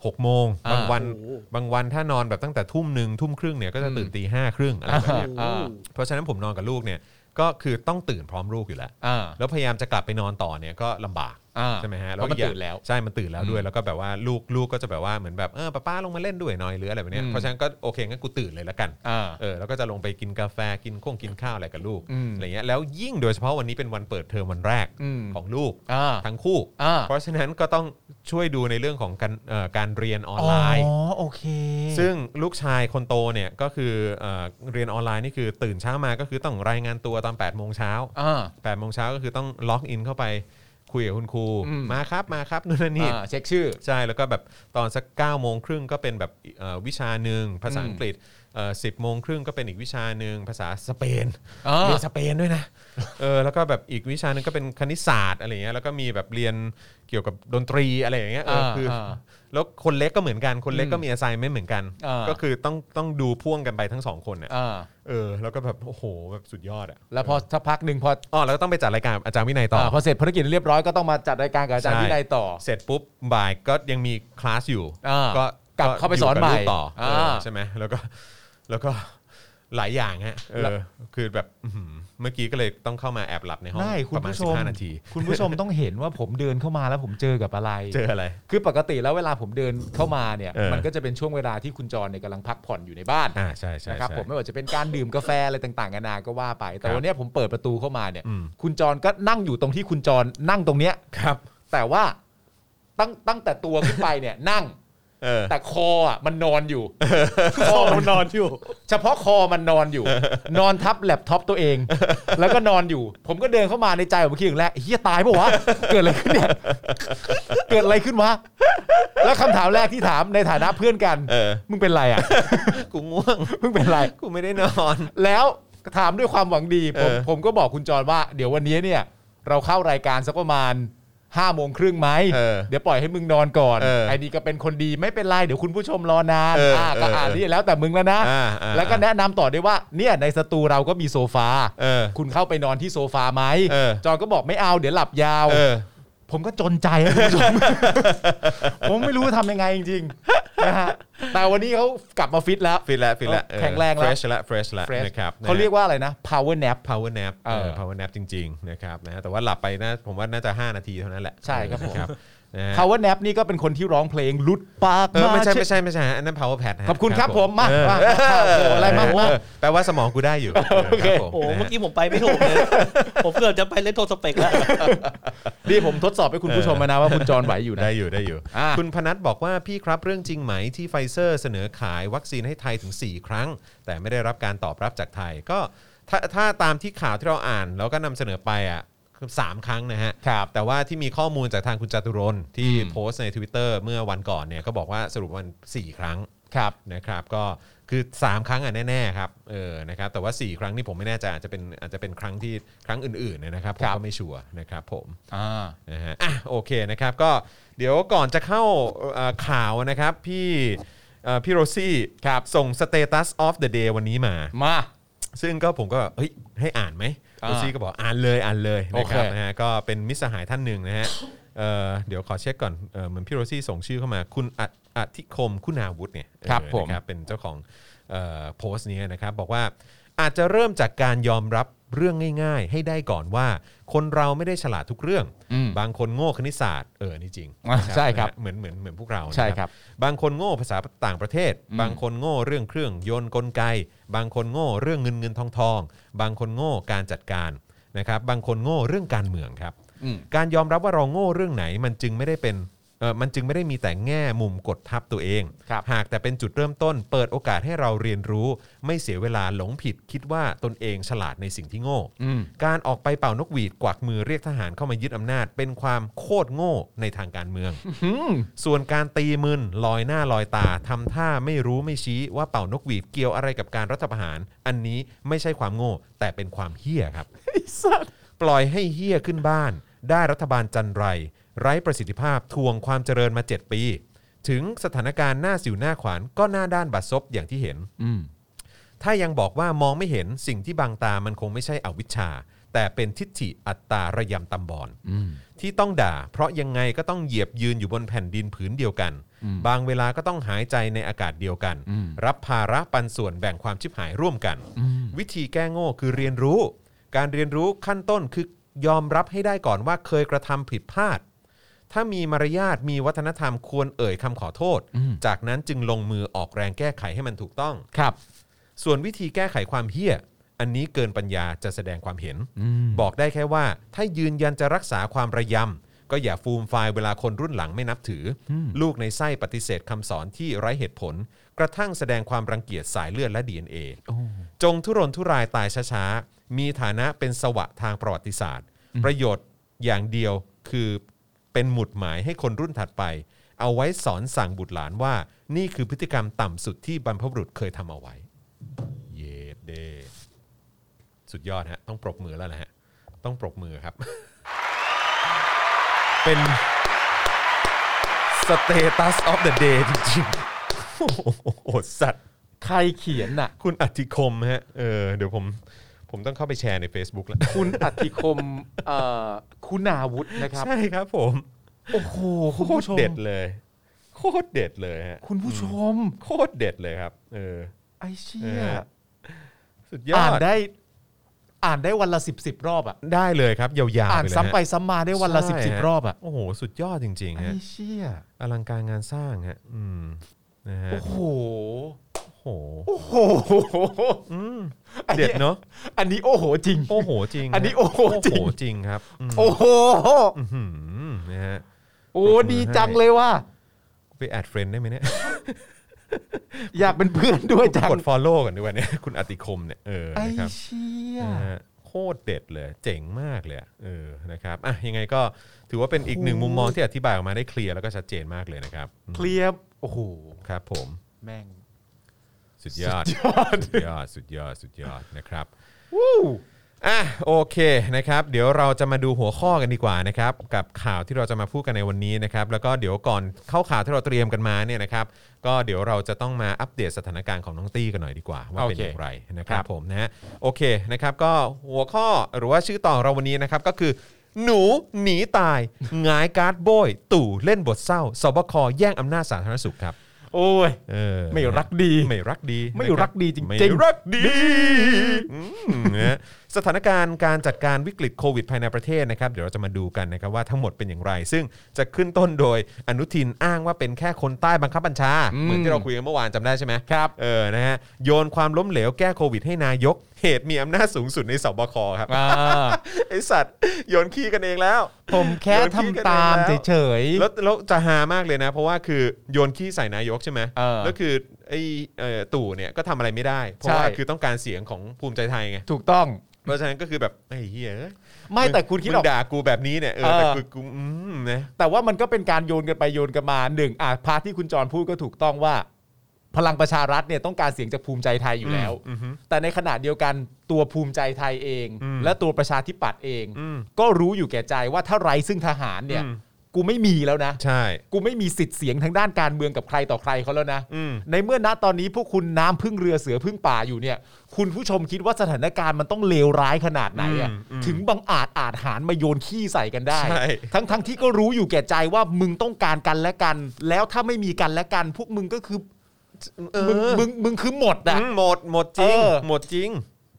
S2: 6กโมง
S3: อ่า
S2: บางวัน
S5: โอ้โห
S2: บางวันถ้านอนแบบตั้งแต่ทุ่มหนึ่งทุ่มครึ่งเนี่ยก็จะตื่น
S3: อืม
S2: ตีห้าครึ่งอะไรแบบเนี้ย
S5: โอ้โห
S2: เพราะฉะนั้นผมนอนกับลูกเนี่ยก็คือต้องตื่นพร้อมลูกอยู่แล้ว
S3: อ่า
S2: แล้วพยายามจะกลับไปนอนต่อเนี่ยก็ลำบาก
S3: อ่า
S2: ใช่ไหมฮะ
S3: เพราะมัน
S2: อีกอย่ง
S3: ตื่นแล้ว
S2: ใช่มันตื่นแล้วด้วย
S3: อืม
S2: แล้วก็แบบว่าลูกลูกก็จะแบบว่าเหมือนแบบเออป้าป้าลงมาเล่นด้วยหน่อยหรืออะไรแบบเนี้ย
S3: อืม
S2: เพราะฉะนั้นก็โอเคงั้นกูตื่นเลยละกัน
S3: อ่า
S2: เออแล้วก็จะลงไปกินกาแฟกินข้งกินข้าวอะไรกับลูก
S3: อืม
S2: อะไรเงี้ยแล้วยิ่งโดยเฉพาะวันนี้เป็นวันเปิดเทอมวันแรก
S3: อืม
S2: ของลูก
S3: อ่า
S2: ทั้งคู่
S3: อ่า
S2: เพราะฉะนั้นก็ต้องช่วยดูในเรื่องของการเอ่อการเรียนออนไลน์
S3: อ๋อโอเค
S2: ซึ่งลูกชายคนโตเนี่ยก็คือเอ่อเรียนออนไลน์นี่คือตื่นเช้ามาก็คือต้องรายงานตัวตอน8ปดโมงเช้า
S3: อ่า
S2: 8ปดโมงเช้าก็คือต้องล็อกอินเข้าไปคุยกับคุณครู
S3: อืม
S2: มาครับมาครับนู่นนั่นนี่
S3: อ่าเช็คชื่อ
S2: ใช่แล้วก็แบบตอนสัก9ก้าโมงครึ่งก็เป็นแบบเอ่อวิชาหนึ่งภาษาอังกฤษสิบโมงครึ่งก็เป็นอีกวิชาหนึ่งภาษาสเปน
S3: อ่า
S2: เรียนสเปนด้วยนะเออแล้วก็แบบอีกวิชาหนึ่งก็เป็นคณิตศาสตร์อะไรเงี้ยแล้วก็มีแบบเรียนเกี่ยวกับดนตรีอะไรอย่างเงี้ยเอออา คืออา แล้วคนเล็กก็เหมือนกันคนเล็กก็มี assignment เหมือนกัน
S3: อ่า
S2: ก็คือต้องต้องดูพ่วงกันไปทั้งสองคนเนี่ย
S3: อ่า
S2: เออแล้วก็แบบโอ้โหแบบสุดยอดอ่ะ
S3: แล้วพอสักพักหนึ่งพอ
S2: อ๋อแล้วก็ต้องไปจัดรายการอาจารย์วินัยต่อ
S3: าพอเสร็จภารกิจเรียบร้อยก็ต้องมาจัดรายการกับอาจารย์
S2: ใช่
S3: วินัยต่อ
S2: เสร็จปุ๊บบ่ายก็ยังมีคลาสอยู่
S3: อ่า
S2: ก็
S3: กลับเข้าไปสอน
S2: ยู่
S3: ใหม่
S2: ลูกต่ออา เออใช่ไหมแล้วก็แล้วก็หลายอย่างฮะเอ
S3: แล้ว
S2: อคือแบบอื้อหือเมื่อกี้ก็เลยต้องเข้ามาแอบหลับในห้อง
S3: ไม่คุ
S2: ป
S3: ณ
S2: ระมาณ
S3: ผู้ชม
S2: 15นาที
S3: คุณผู้ชมต้องเห็นว่าผมเดินเข้ามาแล้วผมเจอกับอะไร
S2: เจออะไร
S3: คือปกติแล้วเวลาผมเดินเข้ามาเนี่ย
S2: เออ
S3: มันก็จะเป็นช่วงเวลาที่คุณจรเนี่ยกำลังพักผ่อนอยู่ในบ้าน
S2: อ่าใช่ใช่
S3: นะครับ
S2: ใช่
S3: ผมไม่ว่าจะเป็นการดื่มกาแฟอะไรต่างๆนานาก็ว่าไป แต่
S2: ครับ
S3: วันเนี้ยผมเปิดประตูเข้ามาเนี่ย
S2: อืม
S3: คุณจรก็นั่งอยู่ตรงที่คุณจรนั่งตรงเนี้ย
S2: ครับ
S3: แต่ว่าตั้งตั้งแต่ตัวขึ้นไป
S2: <laughs>
S3: เนี่ย นั่ง
S2: เออ
S3: แต่คออ่ะมันนอนอยู่
S5: คอมันนอนอยู่
S3: เฉพาะคอมันนอน
S2: <laughs>
S3: อยู่ นอนทับแล็ปท็อปตัวเอง แล้วก็นอนอยู่ ผมก็เดินเข้ามาในใจผมคิดอย่างแรกเฮียตายปะวะ เกิดอะไรขึ้น
S2: <laughs>
S3: เนี่ยเกิดอะไรขึ้นวะแล้วคำถามแรกที่ถามในฐานะเพื่อนกัน
S2: เออ
S3: มึงเป็นไรอ่ะ
S2: กูง่วง
S3: มึงเป็นไร
S2: กูไม่ได้นอน
S3: แล้วถามด้วยความหวังดีผม
S2: เออ
S3: ผมก็บอกคุณจรว่า เดี๋ยววันนี้เนี่ย เราเข้ารายการสักประมาณห้าโมงครึ่งไหม
S2: เออ
S3: เดี๋ยวปล่อยให้มึงนอนก่อน
S2: เออ
S3: ไอ้นี่ก็เป็นคนดีไม่เป็นไร เดี๋ยวคุณผู้ชมรอนาน
S2: เอออ่
S3: ะก็
S2: เอออ่
S3: อ่านนี่แล้วแต่มึงแล้วนะ
S2: อ่าอ่า
S3: แล้วก็แนะนำต่อด้วยว่าเนี่ยในสตูเราก็มีโซฟา
S2: เออ
S3: คุณเข้าไปนอนที่โซฟาไหม
S2: เออ
S3: จอนก็บอกไม่เอาเดี๋ยวหลับยาว
S2: เออ
S3: ผมก็จนใจนะคุณผู้ช
S2: <laughs>
S3: ม ผมไม่รู้จะทำยังไงจริงๆนะฮะแต่วันนี้เขากลับมาฟิตแล้ว
S2: ฟิตแล้วฟิตแล้ว
S3: แข็งแรงแล้ว
S2: เฟรชแล้วเฟรชแล้ว
S3: Fresh
S2: นะครับนะฮะ
S3: เขาเรียกว่าอะไรนะ power nap
S2: power nap เอ
S3: เออ
S2: อ power nap จริงๆนะครับนะฮะแต่ว่าหลับไปนะผมว่าน่าจะ 5 นาทีเท่านั้นแหละ
S3: ใช่ครับผม
S2: นะนะฮะ
S3: power nap นี่ก็เป็นคนที่ร้องเพลงลุดปาก
S2: เออไม่ใช่
S3: า
S2: ไม่ใช่ไม่ใช่ฮะอันนั้น power pad ฮะ
S3: ขอบคุณครับผมมา
S2: เออ
S3: มามาโอ้โหอะไรมาก
S2: เอ
S3: มาก
S2: อแปลว่าสมองกูได้อยู่
S3: โอเค
S2: รับผ
S5: โอ้โห
S2: นะฮะ
S5: เมื่อกี้ผมไปไม่ถูกเลย
S2: <laughs>
S5: ผมเกือบจะไปเล่นโทรสเปกแล้ว
S3: นี่ผมทดสอบให้คุณผู้ชมมานะว่าคุณจรไหวอยู่นะ
S2: ได้อยู่ได้อยู่
S3: อ่ะ
S2: คุณพนัทบอกว่าพี่ครับเรื่องจริงไหมที่ไฟเซอร์เสนอขายวัคซีนให้ไทยถึง 4 ครั้ง แต่ไม่ได้รับการตอบรับจากไทย ก็ถ้าถ้าตามที่ข่าวที่เราอ่านแล้วก็นำเสนอไปอ่ะคือสามครั้งนะฮะ
S3: ครับ
S2: แต่ว่าที่มีข้อมูลจากทางคุณจตุรนต์ที่
S3: อืม
S2: โพสต์ใน Twitter เมื่อวันก่อนเนี่ยก็บอกว่าสรุปวัน 4 ครั้ง
S3: ครับ
S2: นะครับก็คือ 3 ครั้งอ่ะแน่ๆครับเออนะครับแต่ว่า 4 ครั้งนี่ผมไม่แน่ใจอาจจะเป็นอาจจะเป็นครั้งที่ครั้งอื่นๆเนยนะครับผม
S3: ครับ
S2: ก็ไม่ชัวร์นะครับผม
S3: อ่า
S2: นะฮะอ่ะโอเคนะครับก็เดี๋ยวก่อนจะเข้าเอ่อข่าวนะครับพี่เอ่อพี่โรซี่ครับส่งสเตตัสออฟเดอะเดย์วันนี้มา
S3: มา
S2: ซึ่งก็ผมก็เฮ้ยให้อ่านไหม
S3: อ่า
S2: โรซี่ก็บอกอ่านเลยอ่านเลย
S3: โอ
S2: นะ
S3: เค
S2: ครับนะฮะก็เป็นมิตรสหายท่านหนึ่งนะฮะเอ่อเดี๋ยวขอเช็คก่อนเอ่อเหมือนพี่โรซี่ส่งชื่อเข้ามาคุณออธิคมคุณาวุฒิเนี่ย
S3: ครับ
S2: เออ
S3: ผม
S2: นะครับเป็นเจ้าของเออโพสต์นี้นะครับ บอกว่าอาจจะเริ่มจากการยอมรับเรื่องง่าย ๆ ให้ได้ก่อนว่า คนเราไม่ได้ฉลาดทุกเรื่อง
S3: อืม
S2: บางคนโง่คณิตศาสตร์เออนี่จริง
S3: อ่ะใช่ครับ
S2: นะฮะเหมือนเหมือนเหมือนพวกเรานะ
S3: ใช่ครับ
S2: บางคนโง่ภาษาต่างประเทศ
S3: อืม
S2: บางคนโง่เรื่องเครื่องยนต์กลไก บางคนโง่เรื่องเงินเงินทองทองบางคนโง่การจัดการนะครับบางคนโง่เรื่องการเมืองครับ
S3: อืม
S2: การยอมรับว่าเราโง่เรื่องไหนมันจึงไม่ได้เป็น เอ่อมันจึงไม่ได้มีแต่แง่มุมกดทับตัวเอง
S6: ครับ
S2: หากแต่เป็นจุดเริ่มต้น เปิดโอกาสให้เราเรียนรู้ ไม่เสียเวลาหลงผิดคิดว่าตนเองฉลาดในสิ่งที่โง่
S6: อืม
S2: การออกไปเป่านกหวีดกวักมือเรียกทหารเข้ามายึดอำนาจ เป็นความโคตรโง่ในทางการเมือง ส่วนการตีมึนลอยหน้าลอยตาทำท่าไม่รู้ไม่ชี้ว่าเป่านกหวีดเกี่ยวอะไรกับการรัฐประหาร อันนี้ไม่ใช่ความโง่ แต่เป็นความเฮี้ยครับ ปล่อยให้เฮี้ยขึ้นบ้าน ได้รัฐบาลจันไร ไร้ประสิทธิภาพทวงความเจริญมา 7 ปี ถึงสถานการณ์หน้าสิวหน้าขวานก็หน้าด้านบัดซบอย่างที่เห็น
S6: อืม
S2: ถ้ายังบอกว่ามองไม่เห็นสิ่งที่บังตามันคงไม่ใช่อวิชชา แต่เป็นทิฏฐิอัตตาระยำตำบอล
S6: อืม
S2: ที่ต้องด่า เพราะยังไงก็ต้องเหยียบยืนอยู่บนแผ่นดินผืนเดียวกัน
S6: อืม
S2: บางเวลาก็ต้องหายใจในอากาศเดียวกัน
S6: อืม
S2: รับภาระปันส่วนแบ่งความชิบหายร่วมกัน วิธีแก้โง่คือเรียนรู้ การเรียนรู้ขั้นต้นคือยอมรับให้ได้ก่อนว่าเคยกระทำผิดพลาด ถ้ามีมารยาทมีวัฒนธรรมควรเอ่ยคำขอโทษ
S6: อืม
S2: จากนั้นจึงลงมือออกแรงแก้ไขให้มันถูกต้อง
S6: ครับ
S2: ส่วนวิธีแก้ไขความเฮี้ย อันนี้เกินปัญญาจะแสดงความเห็น
S6: อืม
S2: บอกได้แค่ว่า ถ้ายืนยันจะรักษาความระยำ ก็อย่าฟูมไฟายเวลาคนรุ่นหลังไม่นับถืออลูกในไส้ปฏิเสธคำสอนที่ไร้เหตุผล กระทั่งแสดงความรังเกียจสายเลือดและ DNA จงทุรนทุรายตายช้าๆ มีฐานะเป็นสวะทางประวัติศาสตร์ ประโยชน์อย่างเดียวคือเป็นหมุดหมายให้คนรุ่นถัดไป เอาไว้สอนสั่งบุตรหลานว่า นี่คือพฤติกรรมต่ำสุดที่บรรพบุรุษเคยทำเอาไว้ เยดเดสุดยอดฮะ ต้องปรบมือแล้วนะฮะ ต้องปรบมือครับ <laughs> เป็นสเตตัสออฟเดอะเดย์จริงๆโอ้โหสัตว์
S6: ใครเขียนน่ะ
S2: คุณอธิคมฮะ เออ เดี๋ยวผม ผมต้องเข้าไปแชร์ใน Facebook แล้ว
S6: คุณอธิคมเอ่อคุณาวุธนะครับ
S2: ใช่ครับผม
S6: โอ้โห
S2: โค
S6: คุณ
S2: ต
S6: ผู้ช
S2: ร
S6: ม
S2: เด็ดเลย โคตรเด็ดเลยฮะ
S6: คุณผู้ชม
S2: โคตรเด็ดเลยครับ เออ
S6: ไอ้เชี่
S2: เอย อ สุดยอ
S6: อ่าน
S2: ด
S6: ได้ อ่านได้วันละสิบสิบรอบอ่ะ
S2: ได้เลยครับ ยาวๆ
S6: อ่าน
S2: เลยฮะ
S6: ซ้ำไปซ้ำมาได้วันละสิบ
S2: ใช่
S6: สิบ
S2: ฮ
S6: รอบอ่ะ
S2: โอ้โห สุดยอดจริงๆ
S6: ไอ้
S2: ฮะ
S6: เชี่ย
S2: อลังการงานสร้างฮะ อืม นะฮะ
S6: โอ้โห
S2: โอ้โห
S6: โอ้โห
S2: อืม เด็ดเนาะ
S6: อันนี้โอ้โหจริง
S2: โอ้โหจริง
S6: อันนี้โอ้โหจริง
S2: โอ้โหจริงครับอืม
S6: โอ้โห
S2: อื้อหือนะฮะ
S6: โอ้ดีจังเลยว่ะ
S2: ไปแอดเฟรนได้ไหมเนี่ย
S6: อยากเป็นเพื่อนด้วยจัง
S2: กด follow กันด้วยเนี่ย คุณอติคมเนี่ย เออ
S6: ไอ้
S2: นะครับ
S6: เชี่ย
S2: นะฮะโคตรเด็ดเลย เจ๋งมากเลยอะเออนะครับอ่ะยังไงก็ถือว่าเป็นอีกหนึ่งมุมมองที่อธิบายออกมาได้เคลียร์แล้วก็ชัดเจนมากเลยนะครับอืม
S6: เคลียร์โอ้โห
S2: ครับผม
S6: แม่ง
S2: สุดยอดสุดยอดสุดยอดสุดยอดนะครับ
S6: วู้
S2: อ่ะโอเคนะครับ เดี๋ยวเราจะมาดูหัวข้อกันดีกว่านะครับ กับข่าวที่เราจะมาพูดกันในวันนี้นะครับ แล้วก็เดี๋ยวก่อนเข้าข่าวที่เราเตรียมกันมาเนี่ยนะครับ ก็เดี๋ยวเราจะต้องมาอัปเดตสถานการณ์ของน้องตี้กันหน่อยดีกว่าว่าเป็น
S6: โอ
S2: อ
S6: เค
S2: ย่างไรนะครับ
S6: ครับ
S2: ผมนะฮะโอเคนะครับก็หัวข้อหรือว่าชื่อต่อนเราวันนี้นะครับก็คือ หนูหนีตายหงายการ์ดโบย ตู่เล่นบทเศร้าสบคแย่งอำนาจสาธารณสุขครับ
S6: โอ้ย
S2: เออ
S6: ไม่รักดี
S2: ไม่รักดี
S6: ไม่
S2: นะคบ
S6: รักดีจริงๆ
S2: ไม่รักดีอืมนะฮะสถานการณ์การจัดการวิกฤตโควิดภายในประเทศนะครับเดี๋ยวเราจะมาดูกันนะครับว่าทั้งหมดเป็นอย่างไร ซึ่งจะขึ้นต้นโดยอนุทินอ้างว่าเป็นแค่คนใต้บังคับบัญชา เหมือนที่เราคุยกันเมื่อวานจำได้ใช่ไหม
S6: ครับ
S2: เออ นะฮะ โยนความล้มเหลวแก้โควิดให้นายก เหตุมีอำนาจสูงสุดในสบคครับ ไอสัตว์ โยนขี้กันเองแล้ว
S6: ผมแค่
S2: โยนขี้กัน
S6: ทำตาม
S2: เองแล้ว
S6: เฉย
S2: แล้วแล้วจะหามากเลยนะ เพราะว่าคือโยนขี้ใส่นายกใช่ไหม
S6: เออ
S2: แล้วคือไอเอ่อตู่เนี่ยก็ทำอะไรไม่ได้ เพราะว่า
S6: ใช่
S2: คือต้องการเสียงของภูมิใจไทยไง
S6: ๆ ถูกต้อง
S2: เพราะฉะนั้นก็คือแบบไอ้เฮียเอ้ย
S6: ไม่แต่คุณคิด
S2: มึ
S6: ออง ก
S2: ด่ากูแบบนี้เนี่ย เออ แต่
S6: เออ
S2: คือกูอืมนะ
S6: แต่ว่ามันก็เป็นการโยนกันไปโยนกันมาหนึ่งอ่ะพาร์ทที่คุณจรพูดก็ถูกต้องว่า พลังประชารัฐเนี่ยต้องการเสียงจากภูมิใจไทยอยู่แล้ว
S2: อืมอืม
S6: แต่ในขณะเดียวกันตัวภูมิใจไทยเอง
S2: อืม
S6: และตัวประชาธิปัตย์เอง
S2: อืม
S6: ก็รู้อยู่แก่ใจว่าถ้าไร้ซึ่งทหารเนี่ย
S2: อืม
S6: กูไม่มีแล้วนะ
S2: ใช่
S6: กูไม่มีสิทธิ์เสียงทางด้านการเมืองกับใครต่อใครเขาแล้วนะ
S2: อืม
S6: ในเมื่อณตอนนี้พวกคุณน้ำพึ่งเรือเสือพึ่งป่าอยู่เนี่ย คุณผู้ชมคิดว่าสถานการณ์มันต้องเลวร้ายขนาดไหนอะ
S2: อืมอืม
S6: ถึงบังอาจอาจหารมาโยนขี้ใส่กันได้
S2: ใช่
S6: ทั้งทั้งที่ก็รู้อยู่แก่ใจว่ามึงต้องการกันและกัน แล้วถ้าไม่มีกันและกัน พวกมึงก็คือ
S2: เอ
S6: มึง
S2: อ
S6: มึงมึงคือหมดอะ
S2: อืมหมดหมดจริง
S6: เออ
S2: หมดจริง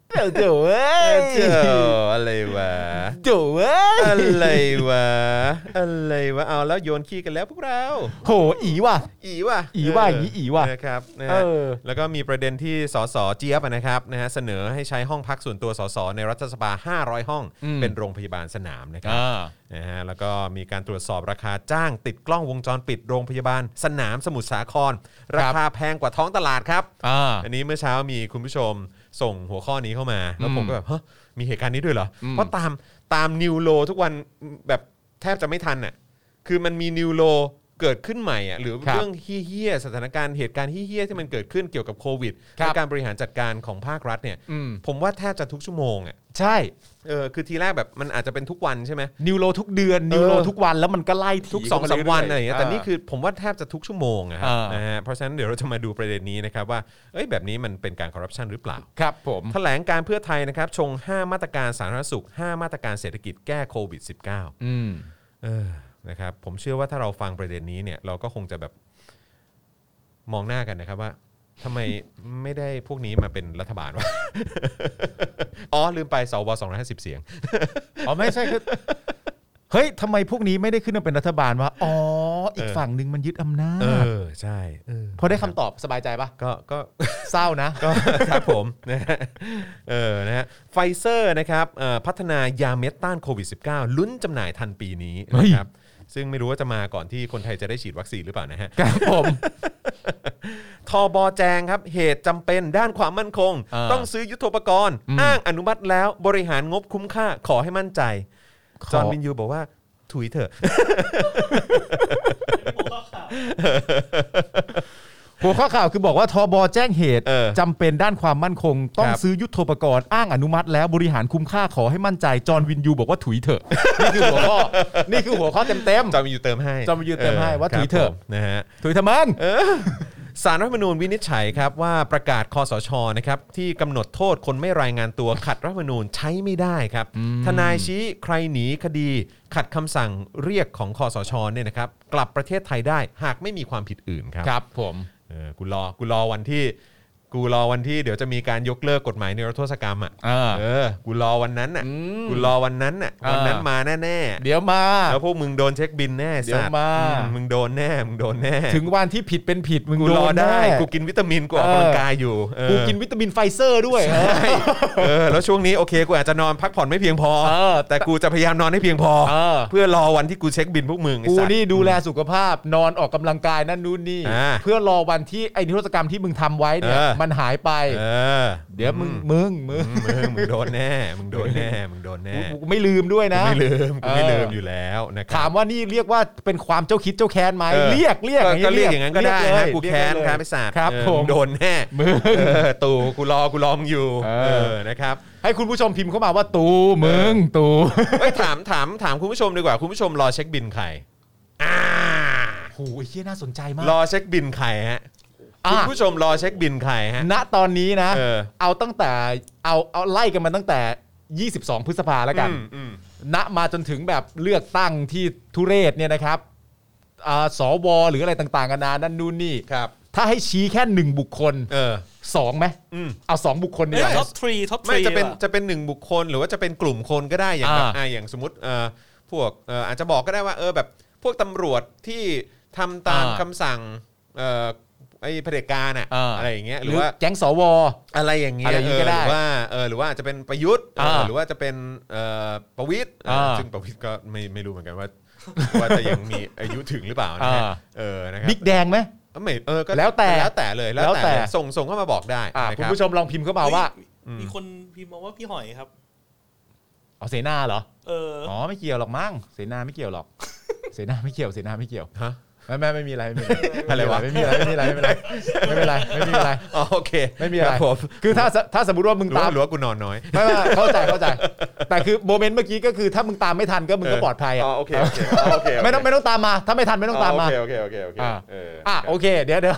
S3: เจ๋อเว้ย
S2: เจ้าอะไรวะ
S3: เจ๋อเว้ย
S2: อะไรวะ อะไรวะ เอาแล้วโยนขี้กันแล้วพวกเรา
S3: โหอีว่ะ
S2: อีว่ะ
S3: อีว่ะ
S2: เ
S3: ย่างนี้อีว่ะ
S2: นะครับนะ
S3: เอ
S2: ฮะ
S3: อ
S2: แล้วก็มีประเด็นที่สสเจี๊ยบอะนะครับนะฮะเสนอให้ใช้ห้องพักส่วนตัวสสในรัฐสภา 500 ห้อง เป็นโรงพยาบาลสนามนะครับ
S3: อ่า
S2: นะฮะแล้วก็มีการตรวจสอบราคาจ้างติดกล้องวงจรปิดโรงพยาบาล สนามสมุทรสาคร ราคาแพงกว่าท้องตลาดครับ
S3: อ่า
S2: อันนี้เมื่อเช้ามีคุณผู้ชมส่งหัวข้อนี้เข้ามา แล้ว
S3: อืม
S2: ผมก็แบบฮะมีเหตุการณ์นี้ด้วยเหรอ
S3: อืม
S2: เพราะตามตามนิวโลทุกวันแบบแทบจะไม่ทันน่ะคือมันมีนิวโลเกิดขึ้นใหม่อ่ะหรือ
S3: ครับ
S2: เรื่องเฮี้ยๆสถานการณ์เหตุการณ์เฮี้ยๆที่มันเกิดขึ้นเกี่ยวกับโควิด
S3: ครั
S2: และ
S3: บ
S2: การบริหารจัดการของภาครัฐเนี่ย
S3: อืม
S2: ผมว่าแทบจะทุกชั่วโมงอ่ะ
S3: ใช่
S2: เออคือทีแรกแบบมันอาจจะเป็นทุกวันใช่ไหม
S3: นิวโรทุกเดือนนิวโร
S2: เออ
S3: ทุกวันแล้วมันก็ไล่ถี่
S2: ทุกสองสาม
S3: เข้
S2: วัน
S3: เยๆ
S2: อะไรอย่างเงี้ยแต่นี่
S3: า
S2: คือผมว่าแทบจะทุกชั่วโมงอะครับ
S3: อ่าน
S2: นะฮะเพราะฉะนั้นเดี๋ยวเราจะมาดูประเด็นนี้นะครับว่าเอ้ยแบบนี้มันเป็นการคอร์รัปชันหรือเปล่า
S3: ครับผม
S2: แถลงการเพื่อไทยนะครับ ชง 5 มาตรการสาธารณสุข 5 มาตรการเศรษฐกิจแก้โควิด -19
S3: อืม
S2: เออนะครับผมเชื่อว่าถ้าเราฟังประเด็นนี้เนี่ย เราก็คงจะแบบมองหน้ากันนะครับว่าทำไมไม่ได้พวกนี้มาเป็นรัฐบาลวะ <laughs> อ๋อ ลืมไปสว250 เสียง
S3: อ๋อไม่ใช่คือ <laughs> เฮ้ยทำไมพวกนี้ไม่ได้ขึ้นมาเป็นรัฐบาลวะอ๋อ อีกฝั่งหนึ่งมันยึดอำนาจ
S2: เออ ใช่เออ
S3: พอได้คำตอบสบายใจปะ
S2: ก็ก็
S3: เศร้านะ
S2: ก็ ครับผม <laughs> นะฮะเออนะฮะไฟเซอร์นะครับเอ่อพัฒนายาเม็ดต้านโควิด -19 ลุ้นจำหน่ายทันปีนี้
S3: เฮ้ย
S2: นะครับซึ่งไม่รู้ว่าจะมาก่อนที่คนไทยจะได้ฉีดวัคซีนหรือเปล่านะฮะ
S3: ครับผม
S2: ทอบอแจงครับ เหตุจำเป็นด้านความมั่นคง
S3: อ่า
S2: ต้องซื้อยุทโธปกรณ์
S3: อืม
S2: อ้างอนุมัติแล้วบริหารงบคุ้มค่าขอให้มั่นใจ จอห์นวินยูบอกว่า ถุยเถอะ
S3: หัวข้อข่าวคือบอกว่าทบแจ้งเหตุ
S2: เออ
S3: จำเป็นด้านความมั่นคง ต้อง
S2: ครับ
S3: ซื้อยุทโธปกรณ์อ้างอนุมัติแล้วบริหารคุ้มค่าขอให้มั่นใจ จอห์นวินยูบอกว่าถุยเถอะ นี่คือหัวข้อ <laughs> นี่คือหัวข้อเต็ม
S2: จอห์นวินยูเติมให้
S3: จอห์นวินยูเติมให้ว่า
S2: ครับ
S3: ถุยเถอะ
S2: ผมนะฮะ
S3: ๆถุยทำมัน
S2: สารรัฐธรรมนูญวินิจฉัยครับว่าประกาศคอสชนะครับที่กำหนดโทษคนไม่รายงานตัวขัดรัฐธรรมนูญใช้ไม่ได้ครับ ทนายชี้ใครหนีคดี ขัดคำสั่งเรียกของคอสชเนี่ยนะครับกลับประเทศไทยได้หากไม่มีความผิดอื่นครับ
S3: ครับผม
S2: เออกูรอกูรอวันที่ กูรอวันที่เดี๋ยวจะมีการยกเลิกกฎหมายนิรโทษกรรมอ่ะ
S3: อ่า
S2: เออกูรอวันนั้นอ่ะ
S3: อืม
S2: กูรอวันนั้นอ่ะวันนั้น
S3: อ่าม
S2: มาแน่
S3: <laughs> เดี๋ยวมา
S2: ๆแล้วพวกมึงโดนเช็คบินแน่
S3: เดี๋ยว
S2: สัตว์
S3: มา
S2: อืมมึงโดนแน่มึงโดนแน่
S3: ถึงวันที่ผิดเป็นผิดมึง
S2: กู
S3: โด
S2: รอน
S3: แน่
S2: ได้ กูกินวิตามิน กูออกกำลังกายอยู่เออ
S3: กูกินวิตามินไฟเซอร์ด้วย
S2: เออแล้วช่วงนี้โอเค กูอาจจะนอนพักผ่อนไม่เพียงพอ
S3: เออ
S2: แต่กูจะพยายามนอนให้เพียงพอ
S3: เออ
S2: เพื่อรอวันที่กูเช็คบินพวกมึงไอ้
S3: กู
S2: สัตว์
S3: นี่ดูแลสุขภาพนอนออกกำลังกายนั่นนู่นนี่
S2: อ่า
S3: เพื่อรอวันที่ไอ้นิรโทษกรรมที่มึงทำไว้เนี่ย
S2: เออ
S3: มันหายไป
S2: เออ
S3: เดี๋ยวมึงมึงมึง
S2: อืมมึงมึงโดนแน่ มึงโดนแน่ มึงโดนแน่
S3: กูกูไม่ลืมด้วย
S2: กู
S3: นะ
S2: ไม่ลืมกูไม่
S3: เออ
S2: ลืมอยู่แล้วนะค
S3: ถา
S2: รับ
S3: มว่านี่เรียกว่าเป็นความเจ้าคิดเจ้าแค้นไหม
S2: เออ
S3: เรียกเรียก
S2: ก็ก็เรียกอย่
S3: อา
S2: ย่าง งนั้
S3: นี้
S2: นก็ได้
S3: เรีย
S2: นะ
S3: เลย
S2: กูแค้นค
S3: เรียกเลย
S2: รับไอ้สัตว์
S3: ครับ
S2: เออ
S3: ผม
S2: งโดนแน่
S3: มึง
S2: เออตู่กูรอกูรอมึงอยู่
S3: เออ
S2: เออนะครับ
S3: ให้คุณผู้ชมพิมพ์เข้ามาว่าตูมึงตู
S2: เอ้ยถามถามถามคุณผู้ชมดีกว่าคุณผู้ชมรอเช็คบินใครอ่า
S3: โอ้โหไอ้เหี้ยน่าสนใจมาก
S2: รอเช็คบินใครฮะ
S3: อ่ะ
S2: คุณผู้ชมรอเช็คบินใครฮะ
S3: ณตอนนี้นะ
S2: เออ
S3: เอาตั้งแต่เอาเอาไล่กันมาตั้งแต่ 22 พฤษภาแล้วกัน
S2: อืมอืม
S3: ณมาจนถึงแบบเลือกตั้งที่ทุเรศเนี่ยนะครับอ่าสวหรืออะไรต่างๆกันานานั่นนู่นนี่
S2: ครับ
S3: ถ้าให้ชี้แค่หนึ่งบุคคล
S2: เออ
S3: สองไหม
S2: อืม
S3: เอาสองบุคคลดี
S5: เอ้ย
S3: กว่า
S5: ท็อปทรีท็อปท
S2: ไม่
S5: รี
S2: จะเป็น
S5: ว่ะ
S2: จะเป็นหนึ่งบุคคลหรือว่าจะเป็นกลุ่มคนก็ได้อย่างแบบ
S3: อ่า
S2: อ่าอย่างสมมติเอ่อพวกเอ่ออาจจะบอกก็ได้ว่าเออแบบพวกตำรวจที่ทำตาม
S3: อ่า
S2: คำสั่งเอ่อไอ้เผด็จการอะ
S3: อ่า
S2: อะไรอย่างเงี้ย
S3: ห
S2: ห
S3: รื
S2: รือ อว่า
S3: แก๊งสว
S2: อะไรอย่างเงี้ย
S3: อะไรอย่างงี้
S2: เออ
S3: ก็ได้
S2: หรือว่าเออหรือว่าจะเป็นประยุทธ์เอออา หรือว่าจะเป็นเอ่อประวิทย์เอออา ซึ่งประวิทย์ก็ไม่ไม่รู้เหมือนกันว่า ว่าจะยังมีอายุถึงหรือเปล่านะฮะ
S3: อ่า
S2: เออนะครับ
S3: บิ๊กแดงไหม
S2: ไม่เออก็
S3: แล้วแต่
S2: แล้วแต่เลย
S3: แล้วแต่
S2: เลยส่งส่งเข้ามาบอกได้
S3: อ่า
S2: นะ
S3: คุ
S2: ค
S3: ณ
S2: รับ
S3: ผู้ชมลองพิมพ์เข้ามา
S5: เฮ้ย
S3: ว่า
S5: มีคนพิมพ์มาว่าพี่หอยครับ
S3: อ๋อเสนาเหรอ
S5: เอออ
S3: อ๋อไม่เกี่ยวหรอกมั้งเสนาไม่เกี่ยวหรอก <laughs> เสนาไม่เกี่ยวเสนาไม่เกี่ยว
S2: ฮะ
S3: ไม่ไม่ไม่มีอะไรไม่มี
S2: อะไรวะ
S3: ไม่มีอะไรไม่มีอะไรไม่มีอะไรไม่มีอะไรไม่มีอะไร
S2: อ๋อโอเค
S3: ไม่มีอะไร
S2: ครับผม
S3: คือถ้าถ้าสมมติว่ามึง
S2: หรือ
S3: ตา
S2: ว่าม หรือว่ากูนอนน้อย
S3: ไม่ไม่เข้าใจเข้าใจ แต่คือโมเมนต์เมื่อกี้ก็คือถ้ามึงตามไม่ทันก็มึงก็ปลอดภัย
S2: อ๋อ
S3: อ่ะ
S2: โอเคโอเคอ๋อโอเคโเค
S3: ไม่ต้องไม่ต้องตามมา ถ้าไม่ทันไม่ต้องตามมา
S2: โอเคโอเคโอเคโอเค
S3: อ่า
S2: เออ
S3: อ่ะ
S2: อ่ะ
S3: โอเคเดี๋ยวเดี๋ยว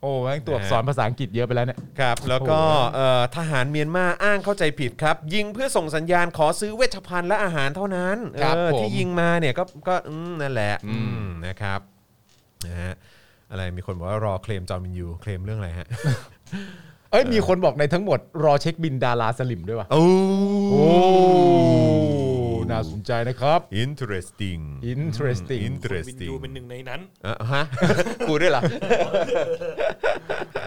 S3: โอ้แม่งตัวอักษรภาษาอังกฤษเยอะไปแล้วเนี่ย
S2: ครับ แล้วก็
S3: โอ้โห
S2: เอ่อทหารเมียนมาอ้างเข้าใจผิดครับ ยิงเพื่อส่งสัญญาณขอซื้อเวชภัณฑ์และอาหารเท่านั้น
S3: ครับ
S2: เออ
S3: ผม
S2: ที่ยิงมาเนี่ยก็ก็อืมนั่นแหละ
S3: อื
S2: อื
S3: ม
S2: มนะครับนะฮะอะไรมีคนบอกว่ารอเคลมจอมินยูเคลมเรื่องอะไรฮะ
S3: เอ้ยมีคนบอกในทั้งหมดรอเช็คบินดาราสลิมด้วยว่ะ
S2: โอ้
S3: โอ้น่าสนใจนะครับ
S2: อินเทอร์สติ้ง
S3: interesting
S5: วินยูเป็นหนึ่งในนั้น
S2: ฮะ <laughs> กูด้วยเหรอ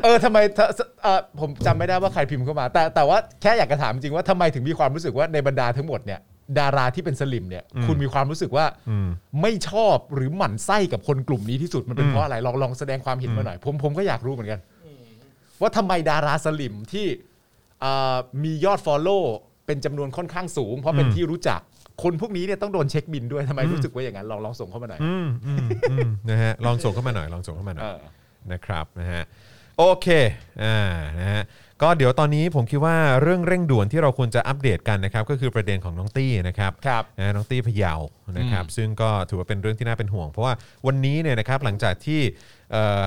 S3: เออทำไมถ้าเอ่อผมจำไม่ได้ว่าใครพิมพ์เข้ามา แต่แต่ว่าแค่อยากจะถามจริงว่าทำไมถึงมีความรู้สึกว่าในบรรดาทั้งหมดเนี่ย ดาราที่เป็นสลิมเนี่ย คุณมีความรู้สึกว่า
S2: อืม
S3: ไม่ชอบหรือหมั่นไส้กับคนกลุ่มนี้ที่สุดมันเป็นเพราะอะไรลองลองแสดงความเห็นมาหน่อย ผมผมก็อยากรู้เหมือนกัน ว่าทำไมดาราสลิมที่เอ่อมียอด Follow เป็นจำนวนค่อนข้างสูง เพราะเป็นที่รู้จักคนพวกนี้เนี่ยต้องโดนเช็คบินด้วยทำไมรู้สึกว่าอย่างนั้นลองลองส่งเข้ามาหน่อย
S2: อืมอืมอืมนะฮะลองส่งเข้ามาหน่อยลองส่งเข้ามาหน่
S3: เอ
S2: อย
S3: อ
S2: นะครับนะฮะโอเคอ่านะฮะก็เดี๋ยวตอนนี้ผมคิดว่าเรื่องเร่งด่วนที่เราควรจะอัปเดตกันนะครับ ก็คือประเด็นของน้องตี้นะครับ
S3: ครับ
S2: นะน้องตี้พะเยาวนะครับ ซึ่งก็ถือว่าเป็นเรื่องที่น่าเป็นห่วง เพราะว่าวันนี้เนี่ยนะครับหลังจากที่เอ่อ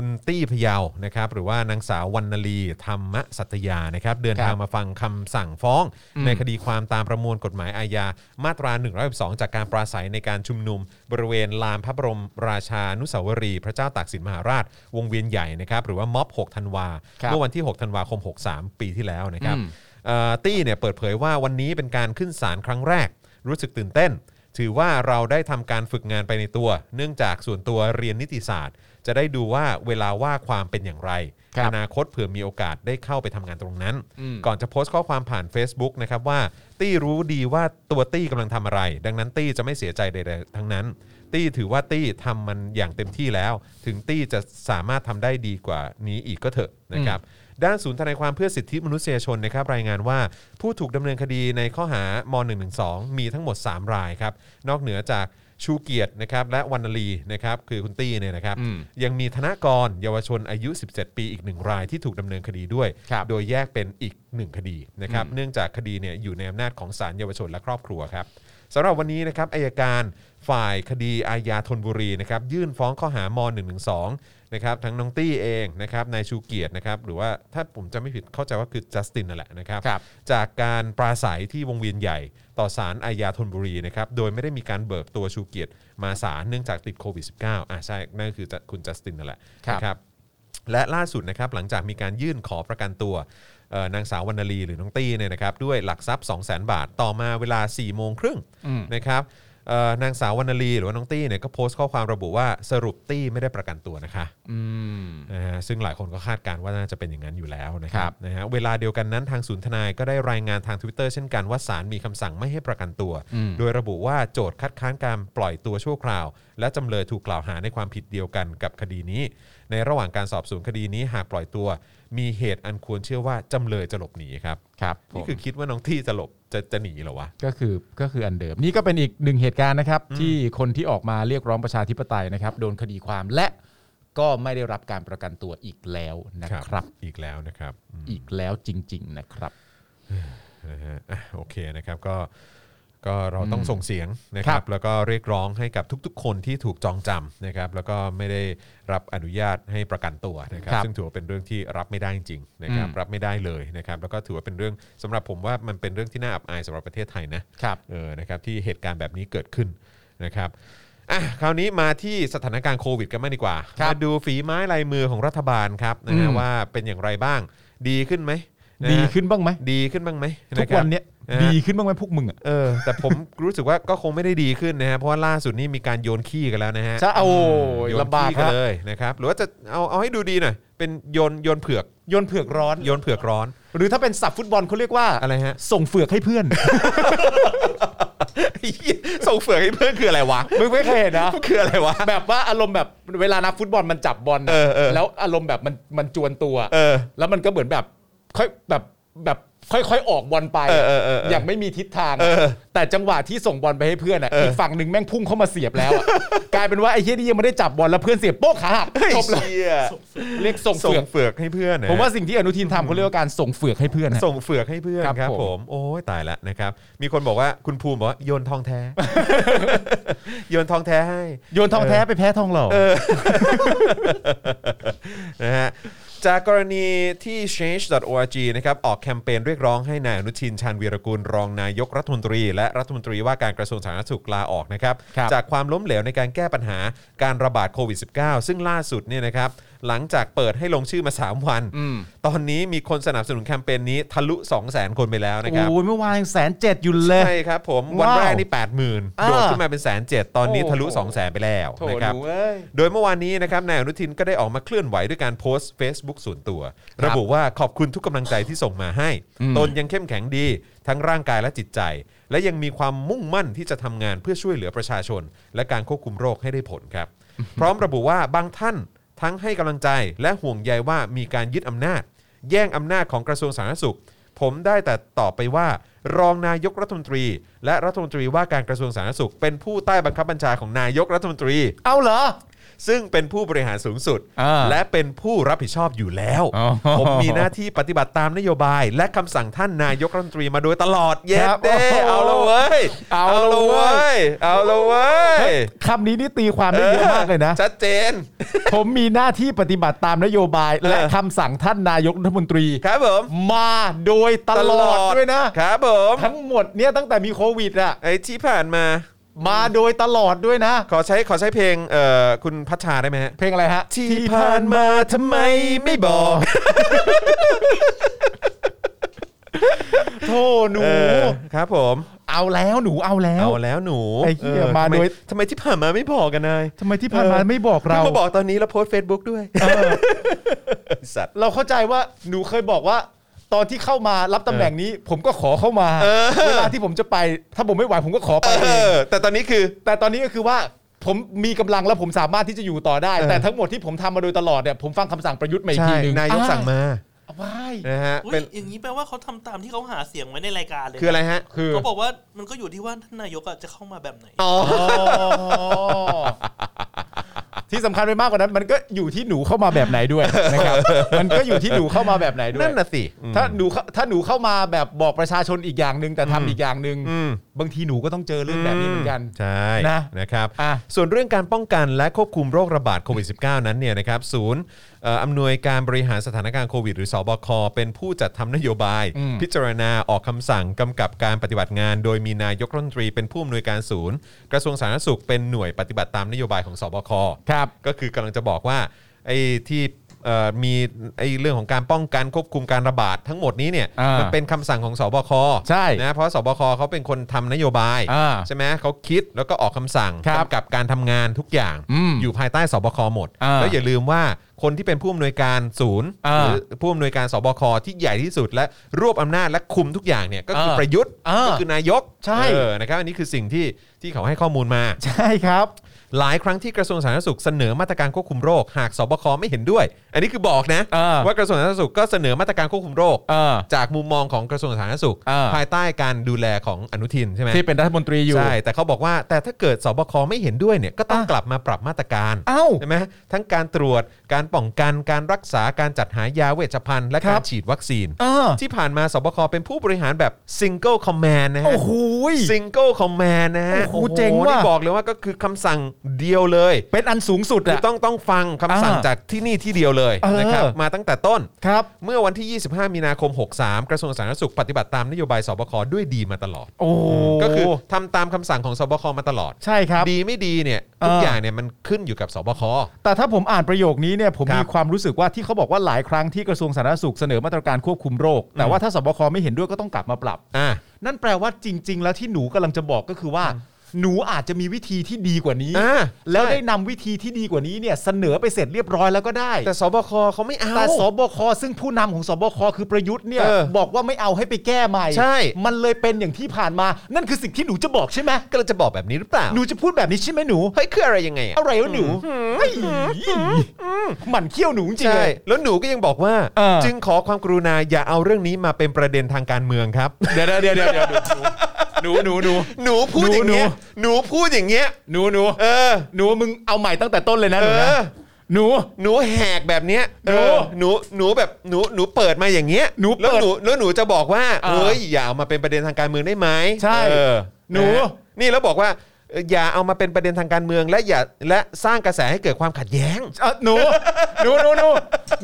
S2: คุณตี้พะเยาวนะครับ หรือว่านางสาววรรณลีธรรมสัตยานะครับ เดิน
S3: ครับ
S2: ทางมาฟังคำสั่งฟ้อง ในคดีความตามประมวลกฎหมายอาญามาตรา 112 จากการปราศัยในการชุมนุม บริเวณลานพระบรมราชานุสาวรีย์พระเจ้าตากสินมหาราช วงเวียนใหญ่นะครับหรือว่าม็อบ6ธันวา
S3: ครับ
S2: เมื่อวันที่ 6 ธันวาคม 63 ปีที่แล้วนะครับ
S3: อืม
S2: เอ่อตี้เนี่ยเปิดเผยว่าวันนี้เป็นการขึ้นศาลครั้งแรก รู้สึกตื่นเต้น ถือว่าเราได้ทำการฝึกงานไปในตัว เนื่องจากส่วนตัวเรียนนิติศาสตร์ จะได้ดูว่าเวลาว่าความเป็นอย่างไร
S3: ครับ
S2: อนาคตเผื่อมีโอกาสได้เข้าไปทำงานตรงนั้น
S3: อืม
S2: ก่อนจะโพสต์ข้อความผ่าน Facebook นะครับว่า ตี้รู้ดีว่าตัวตี้กำลังทำอะไร ดังนั้นตี้จะไม่เสียใจใดๆทั้งนั้น ตี้ถือว่าตี้ทำมันอย่างเต็มที่แล้ว ถึงตี้จะสามารถทำได้ดีกว่านี้อีกก็เถอะนะครับด้านศูนย์ทนายความเพื่อสิทธิมนุษยชนนะครับรายงานว่าผู้ถูกดำเนินคดีในข้อหาม112 มีทั้งหมด 3 รายครับนอกเหนือจากชูเกียรตินะครับและวรรณลีนะครับคือคุณตี้เนี่ยนะครับ
S3: อืม
S2: ยังมีธนากรเยาวชนอายุ 17 ปีอีกหนึ่งรายที่ถูกดำเนินคดีด้วย
S3: ครับ
S2: โดยแยกเป็นอีกหนึ่งคดีนะครับ
S3: อืม
S2: เนื่องจากคดีเนี่ยอยู่ในอำนาจของศาลเยาวชนและครอบครัวครับสำหรับวันนี้นะครับอายการฝ่ายคดีอาญาธนบุรีนะครับยื่นฟ้องข้อหาม112นะครับทั้งน้องตี้เองนะครับนายชูเกียรตินะครับหรือว่าถ้าผมจะไม่ผิดเข้าใจว่าคือจัสตินนั่นแหละนะครับ
S3: ครับ
S2: จากการปราศัยที่วงเวียนใหญ่ต่อศาลอาญาธนบุรีนะครับ โดยไม่ได้มีการเบิกตัวชูเกียรติมาศาลเนื่องจากติดโควิด -19 อ่าใช่ นั่นก็คือจะคุณจัสตินนั่นแหละ
S3: ครับ
S2: นะครับ และล่าสุดนะครับหลังจากมีการยื่นขอประกันตัวเอ่อนางสาววรรณลีหรือน้องตี้เนี่ยนะครับด้วยหลักทรัพย์ 2 0 0 0 0 0 บาท ต่อมาเวลา4ี่โมงครึ่งนะครับเอ่อนางสาววรรณลีหรือว่าน้องตี้เนี่ยก็โพสต์ข้อความระบุว่าสรุปตี้ไม่ได้ประกันตัวนะคะ
S3: อืม
S2: นะฮะซึ่งหลายคนก็คาดการณ์ว่าน่าจะเป็นอย่างนั้นอยู่แล้วนะค
S3: ครั
S2: รับบ นะฮะเวลาเดียวกันนั้นทางศูนย์ทนายก็ได้รายงานทาง Twitter เช่นกันว่าศาลมีคำสั่งไม่ให้ประกันตัว
S3: อืม
S2: โดยระบุว่าโจทย์คัดค้านการปล่อยตัวชั่วคราว และจำเลยถูกกล่าวหาในความผิดเดียวกันกับคดีนี้ ในระหว่างการสอบสวนคดีนี้หากปล่อยตัว มีเหตุอันควรเชื่อว่าจำเลยจะหลบหนีครับ
S3: ครับผม
S2: นี่คือคิดว่าน้องที่จะหลบจะจะหนีเหรอวะ
S3: ก็คือก็คืออันเดิมนี่ก็เป็นอีกหนึ่งเหตุการณ์นะครับ ที่คนที่ออกมาเรียกร้องประชาธิปไตยนะครับ โดนคดีความและก็ไม่ได้รับการประกันตัวอีกแล้วนะครับ
S2: อีกแล้วนะครับอืม
S3: อีกแล้วจริง ๆ นะครับ
S2: นะฮ <laughs> ะอ่ะโอเคนะครับก็ก็เราต้องส่งเสียงนะค
S3: ครั
S2: รับ
S3: บ
S2: แล้วก็เรียกร้องให้กับทุกๆ คนที่ถูกจองจำนะครับแล้วก็ไม่ได้รับอนุญาตให้ประกันตัวนะครับ
S3: ครับ
S2: ซึ่งถือว่าเป็นเรื่องที่รับไม่ได้จริงๆนะครับ
S3: อืม
S2: รับไม่ได้เลยนะครับแล้วก็ถือว่าเป็นเรื่องสำหรับผมว่ามันเป็นเรื่องที่น่าอับอายสำหรับประเทศไทยนะ
S3: ครับ
S2: เออ นะครับ ที่เหตุการณ์แบบนี้เกิดขึ้นนะครับ อ่ะ คราวนี้มาที่สถานการณ์โควิดกันมางดีกว่า
S3: ครับ
S2: มาดูฝีไม้ลายมือของรัฐบาลครับนะฮะ
S3: อืม
S2: ว่าเป็นอย่างไรบ้าง ดีขึ้นไหมะฮะ
S3: ดีขึ้นบ้างไหม
S2: ดีขึ้นบ้างไหม
S3: ทุกวันะ
S2: ครั
S3: เนี้ย
S2: ะฮะ
S3: ดีขึ้นบ้างไหมพวกมึงอ่ะ
S2: บเออ แต่ผม รู้สึกว่าก็คงไม่ได้ดีขึ้นนะฮะ เพราะว่าล่าสุดนี่มีการโยนขี้กันแล้วนะฮะ
S3: จะเอา
S2: โยน
S3: ลำบาก
S2: ขี้กัน
S3: ฮะ
S2: เลยนะครับ หรือว่าจะเอาเอาให้ดูดีหน่อย เป็นโยนโยนเผือก
S3: โยนเผือกร้อน
S2: โยนเผือกร้อน
S3: หรือถ้าเป็นสับฟุตบอลเขาเรียกว่า
S2: อะไรฮะ
S3: ส่งเฟือกให้เพื่อน
S2: ส่งเผือกให้เพื่อนคืออะไรวะ
S3: มึงไม่เคยเห็นนะ
S2: คืออะไรวะ
S3: แบบว่าอารมณ์แบบเวลานักฟุตบอลมันจับบอลน่ะ
S2: เออเออ
S3: แล้วอารมณ์แบบมันมันจวนตัว
S2: เออ
S3: แล้วมันก็เหมือนแบบค่อยแบบแบบค่อยๆออกบอลไป
S2: เออเออเออเออ
S3: อย่างไม่มีทิศทาง
S2: เออ
S3: แต่จังหวะที่ส่งบอลไปให้เพื่อนอ่ะ
S2: เอออี
S3: อีกฝั่งหนึ่งแม่งพุ่งเข้ามาเสียบแล้วอะ กลายเป็นว่าไอ้เฮียนี่ยังไม่ได้จับบอลแล้วเพื่อนเสียบโป๊กขาหักจบเลย
S2: เชี่ย
S3: เรียกส่ง
S2: ส่
S3: เฟื
S2: ง
S3: อก
S2: เฟือกให้เพื่อนนะ
S3: ผมว่าสิ่งที่อนุทินทำเขาเรียกว่าการส่งเฟือกให้เพื่อนฮะ
S2: ส่งเฟือกให้เพื่อน
S3: ครับ
S2: ครับ
S3: ผม
S2: ผมโอ้ยตายละนะครับ มีคนบอกว่าคุณภูมิบอกว่าโยนทอง
S3: <laughs>
S2: แท้ โยนทองแท้ให้
S3: โยนทองแท้ไปแพ้ทองหล่อ
S2: นะฮะ จากกรณีที่ change.org นะครับออกแคมเปญเรียกร้องให้นายอนุทินชาญวีรกุลรองนายกรัฐมนตรี และรัฐมนตรีว่าการกระทรวงสาธารณสุขลาออกนะครับ
S3: ครับ
S2: จากความล้มเหลวในการแก้ปัญหาการระบาดโควิด -19 ซึ่งล่าสุดเนี่ยนะครับหลังจากเปิดให้ลงชื่อมา 3 วัน
S3: อืม
S2: ตอนนี้มีคนสนับสนุนแคมเปญนี้ทะลุ 200,000 คนไปแล้วนะครับ
S3: โอ้ยเมื่อวานยังแสนเจ็ดอยู่เลย
S2: ใช่ครับผม วัน
S3: ว้าว
S2: แรกนี่ 8 0,000ื่น
S3: อ่า
S2: โดดขึ้นมาเป็นแสนเจ็ดตอนนี้
S3: โอ้โห
S2: ทะลุ 2 0 0แสนไปแล้ว
S3: โถ
S2: นะ
S3: ห
S2: ครับ
S3: นูเอ้ย
S2: โดยเมื่อวานนี้นะครับนายอนุทินก็ได้ออกมาเคลื่อนไหวด้วยการโพสต์ Facebook ส่วนตัว
S3: ครับ
S2: ระบุว่าขอบคุณทุกกำลังใจที่ส่งมาให้
S3: อืม
S2: ตนยังเข้มแข็งดี ทั้งร่างกายและจิตใจ และยังมีความมุ่งมั่นที่จะทำงานเพื่อช่วยเหลือประชาชน และการควบคุมโรคให้ได้ผลครับ พร้อมระบุว่าบางท่านทั้งให้กำลังใจและห่วงใยว่ามีการยึดอำนาจ แย่งอำนาจของกระทรวงสาธารณสุข ผมได้แต่ตอบไปว่า รองนายกรัฐมนตรี และรัฐมนตรีว่าการกระทรวงสาธารณสุข เป็นผู้ใต้บังคับบัญชาของนายกรัฐมนตรี
S3: เอาเหรอ
S2: ซึ่งเป็นผู้บริหารสูงสุด
S3: อ่า
S2: และเป็นผู้รับผิดชอบอยู่แล้ว
S3: อ๋อ
S2: ผมมีหน้าที่ปฏิบัติตามนโยบาย และคำสั่งท่านนายกรัฐมนตรีมาโดยตลอดเย็ด
S3: ครับ
S2: เด้
S3: โอ้โห
S2: เอาละเว้ย
S3: เอาละ
S2: ละเว้ย เอาละเว้ย
S3: คำนี้นี่ตีความได้เยอะมากเลยนะ
S2: ชัดเจน
S3: ผมมีหน้าที่ปฏิบัติตามนโยบาย และ
S2: เออ
S3: คำสั่งท่านนายกรัฐมนตรี
S2: ครับผม
S3: มาโดยตลอดด้วยนะ
S2: ครับผม
S3: ทั้งหมดเนี่ยตั้งแต่มีโควิดอะ
S2: ไอ้ที่ผ่านมา
S3: มาโดยตลอดด้วยนะ
S2: ขอใช้ขอใช้เพลงเอ่อคุณพัชชาได้ไหมฮะ
S3: เพลงอะไรฮะ
S2: ที่ผ่านมาทำไมไม่บอก
S3: โทหนู
S2: เออครับผม
S3: เอาแล้วหนูเอาแล้ว
S2: เอาแล้วหนู
S3: ไอ้เหี้ย
S2: ออ
S3: มา
S2: ทำไ
S3: โดย
S2: ทำไมที่ผ่านมาไม่บอกกันนาย
S3: ทำไมที่ผ่านมาไม่บอกเรา
S2: เพิ่งมาบอกตอนนี้แล้วโพสต์ Facebook ด้วยสัตว์
S3: เราเข้าใจว่าหนูเคยบอกว่า ตอนที่เข้ามารับตำแหน่งนี้ ผมก็ขอเข้ามา
S2: เออ
S3: เวลาที่ผมจะไป ถ้าผมไม่ไหวผมก็ขอไป
S2: เอ
S3: เอง
S2: อ แต่ตอนนี้คือ
S3: แต่ตอนนี้ก็คือว่าผมมีกำลังและผมสามารถที่จะอยู่ต่อได้
S2: เออ
S3: แต่ทั้งหมดที่ผมทำมาโดยตลอดเนี่ยผมฟังคำสั่งประยุทธ์มาอีก
S2: ใช่
S3: ทีหนึง
S2: นายกสั่งมา
S3: อ่ะว้าย
S2: นะฮะ
S5: อุ๊ย
S2: เป็น
S5: อย่างนี้แปลว่าเขาทำตามที่เขาหาเสียงไว้ในรายการเลย
S2: คืออะไรฮะ
S3: คือ
S5: เขาบอกว่ามันก็อยู่ที่ว่าท่านนายกอะจะเข้ามาแบบไหน
S2: อ๋อ
S3: อ๋อที่สำคัญไปมากกว่านั้น มันก็อยู่ที่หนูเข้ามาแบบไหน <laughs> ด้วยนะครับ มันก็อยู่ที่หนูเข้ามาแบบไหนด้วย
S2: นั่นน่ะสิ
S3: ถ้าหนูเข้าถ้าหนูเข้ามาแบบบอกประชาชนอีกอย่างหนึ่งแต่ทำ
S2: อืม
S3: อีกอย่างหนึ่ง
S2: อืม
S3: บางทีหนูก็ต้องเจอเรื่องแบบนี้เหมือนกัน
S2: ใช่
S3: นะ
S2: นะครับ
S3: อ่ะ
S2: ส่วนเรื่องการป้องกันและควบคุมโรคระบาดโควิด -19 นั้นเนี่ยนะครับศูนย์เอ่ออำนวยการบริหารสถานการณ์โควิด หรือสบค เป็นผู้จัดทำนโยบาย
S3: อืม
S2: พิจารณาออกคำสั่งกำกับการปฏิบัติงาน โดยมีนายกรัฐมนตรีเป็นผู้อำนวยการศูนย์ กระทรวงสาธารณสุขเป็นหน่วยปฏิบัติตามนโยบายของสบค
S3: ครับ
S2: ก็คือกำลังจะบอกว่าไอ้ที่เอ่อมีไอ้เรื่องของการป้องกันควบคุมการระบาดทั้งหมดนี้เนี่ย
S3: อ่ามั
S2: มันเป็นคำสั่งของสบค
S3: ใช่
S2: นะเพราะสบคเขาเป็นคนทำนโยบาย
S3: อ่า
S2: ใช่ไหมเขาคิดแล้วก็ออกคำสั่ง
S3: ครับ
S2: กำกับการทำงานทุกอย่าง
S3: อืม
S2: ยู่ภายใต้สบคหมด
S3: อ่า
S2: แล้วอย่าลืมว่าคนที่เป็นผู้อำนวยการศูนย์
S3: อ่า
S2: หรือผู้อำนวยการสบคที่ใหญ่ที่สุด และรวบอำนาจและคุมทุกอย่างเนี่ยก็คืออา ประยุทธ์
S3: อ่า
S2: ก็คือนายก
S3: ใช่
S2: เออนะครับอันนี้คือสิ่งที่ที่เขาให้ข้อมูลมา
S3: ใช่ครับ
S2: หลายครั้งที่กระทรวงสาธารณสุขเสนอมาตรการควบคุมโรค หากสบคไม่เห็นด้วย อันนี้คือบอกนะ
S3: เออ
S2: ว่ากระทรวงสาธารณสุขก็เสนอมาตรการควบคุมโรค
S3: เออ
S2: จากมุมมองของกระทรวงสาธารณสุข
S3: เออ
S2: ภายใต้การดูแลของอนุทินใช่ไหม
S3: ที่เป็นรัฐมนตรีอยู่
S2: ใช่แต่เขาบอกว่าแต่ถ้าเกิดสบคไม่เห็นด้วยเนี่ยก็ต้อง
S3: อ่ะ
S2: กลับมาปรับมาตรการ
S3: เอ้า
S2: ใช่ไหมทั้งการตรวจการป้องกันการรักษาการจัดหายาเวชภัณฑ์และ
S3: ครั
S2: การ
S3: บ
S2: ฉีดวัคซีน
S3: เออ
S2: ที่ผ่านมาสบคเป็นผู้บริหารแบบ single command นะฮะ
S3: โอ้โห
S2: ซิงเกิลคอมแมนนะฮะ
S3: โอ้โหเจ๋งว่ะ
S2: นี่บอกเลยว่าก็คือคำสั่งเดียวเลย
S3: เป็นอันสูงสุด
S2: คือ
S3: อะ
S2: ต้องต้องฟังคำสั่ง
S3: อ่า
S2: จากที่นี่ที่เดียวเลย
S3: เออ
S2: นะครับมาตั้งแต่ต้น
S3: ครับ
S2: เมื่อวันที่ 25 มีนาคม 63 กระทรวงสาธารณสุขปฏิบัติตามนโยบายสบคด้วยดีมาตลอด
S3: โอ้
S2: ก็คือทำตามคำสั่งของสบคมาตลอด
S3: ใช่ครับ
S2: ดีไม่ดีเนี่ยทุก
S3: เออ
S2: อ
S3: อ
S2: ย่างเนี่ยมันขึ้นอยู่กับสบค
S3: แต่ถ้าผมอ่านประโยคนี้เนี่ยผม
S2: ครับ
S3: มีความรู้สึกว่าที่เขาบอกว่าหลายครั้งที่กระทรวงสาธารณสุขเสนอมาตรการควบคุมโรค แต่
S2: อืม
S3: ว่าถ้าสบคไม่เห็นด้วยก็ต้องกลับมาปรับ
S2: อ่ะ
S3: นั่นแปลว่าจริง ๆ แล้วที่หนูกำลังจะบอกก็คือว่า หนูอาจจะมีวิธีที่ดีกว่านี้
S2: อ่า
S3: แล้ว
S2: ใช่
S3: ได้นำวิธีที่ดีกว่านี้เนี่ยเสนอไปเสร็จเรียบร้อยแล้วก็ได้
S2: แต่สบคเขาไม่เอา
S3: แต่สบคซึ่งผู้นำของสบคคือประยุทธ์เนี่ย
S2: เออ
S3: บอกว่าไม่เอาให้ไปแก้ใหม่
S2: ใช่
S3: มันเลยเป็นอย่างที่ผ่านมา นั่นคือสิ่งที่หนูจะบอกใช่ไหม
S2: ก็เลยจะบอกแบบนี้หรือเปล่า
S3: หนูจะพูดแบบนี้ใช่ไหมหนู
S2: เฮ้ยคืออะไรยังไงอะ
S3: อะไรวะหนูเฮ้ยหมันเขี้ยวหนูจริงๆ
S2: ใช่
S3: เลย
S2: แล้วหนูก็ยังบอกว่า
S3: เออ
S2: จึงขอความกรุณาอย่าเอาเรื่องนี้มาเป็นประเด็นทางการเมืองครับ
S3: เดี๋ยวเดี๋ยวเดี๋ยวเดี๋ยวหนูหนูหนู
S2: หนูพูดอย่างเงี้ย หนูพูดอย่างเงี้ย
S3: หนูหนู
S2: เออ
S3: หนูมึงเอาใหม่ตั้งแต่ต้นเลยนะหนู
S2: เอ
S3: นะ
S2: อ
S3: หนู
S2: หนูแหกแบบเนี้ย
S3: หนู
S2: เออหนู หนูแบบ หนู หนูเปิดมาอย่างเงี้ย
S3: หนูเปิด
S2: แล้วหนู แล้วหนูจะบอกว่า
S3: อ่า
S2: เอ้ย อย่าเอามาเป็นประเด็นทางการเมืองได้ไหม
S3: ใช่
S2: เออ
S3: หนู
S2: ะนี่แล้วบอกว่า อย่าเอามาเป็นประเด็นทางการเมือง และอย่าและสร้างกระแสให้เกิดความขัดแย้ง
S6: เอ่อหนูหนูหนูหนู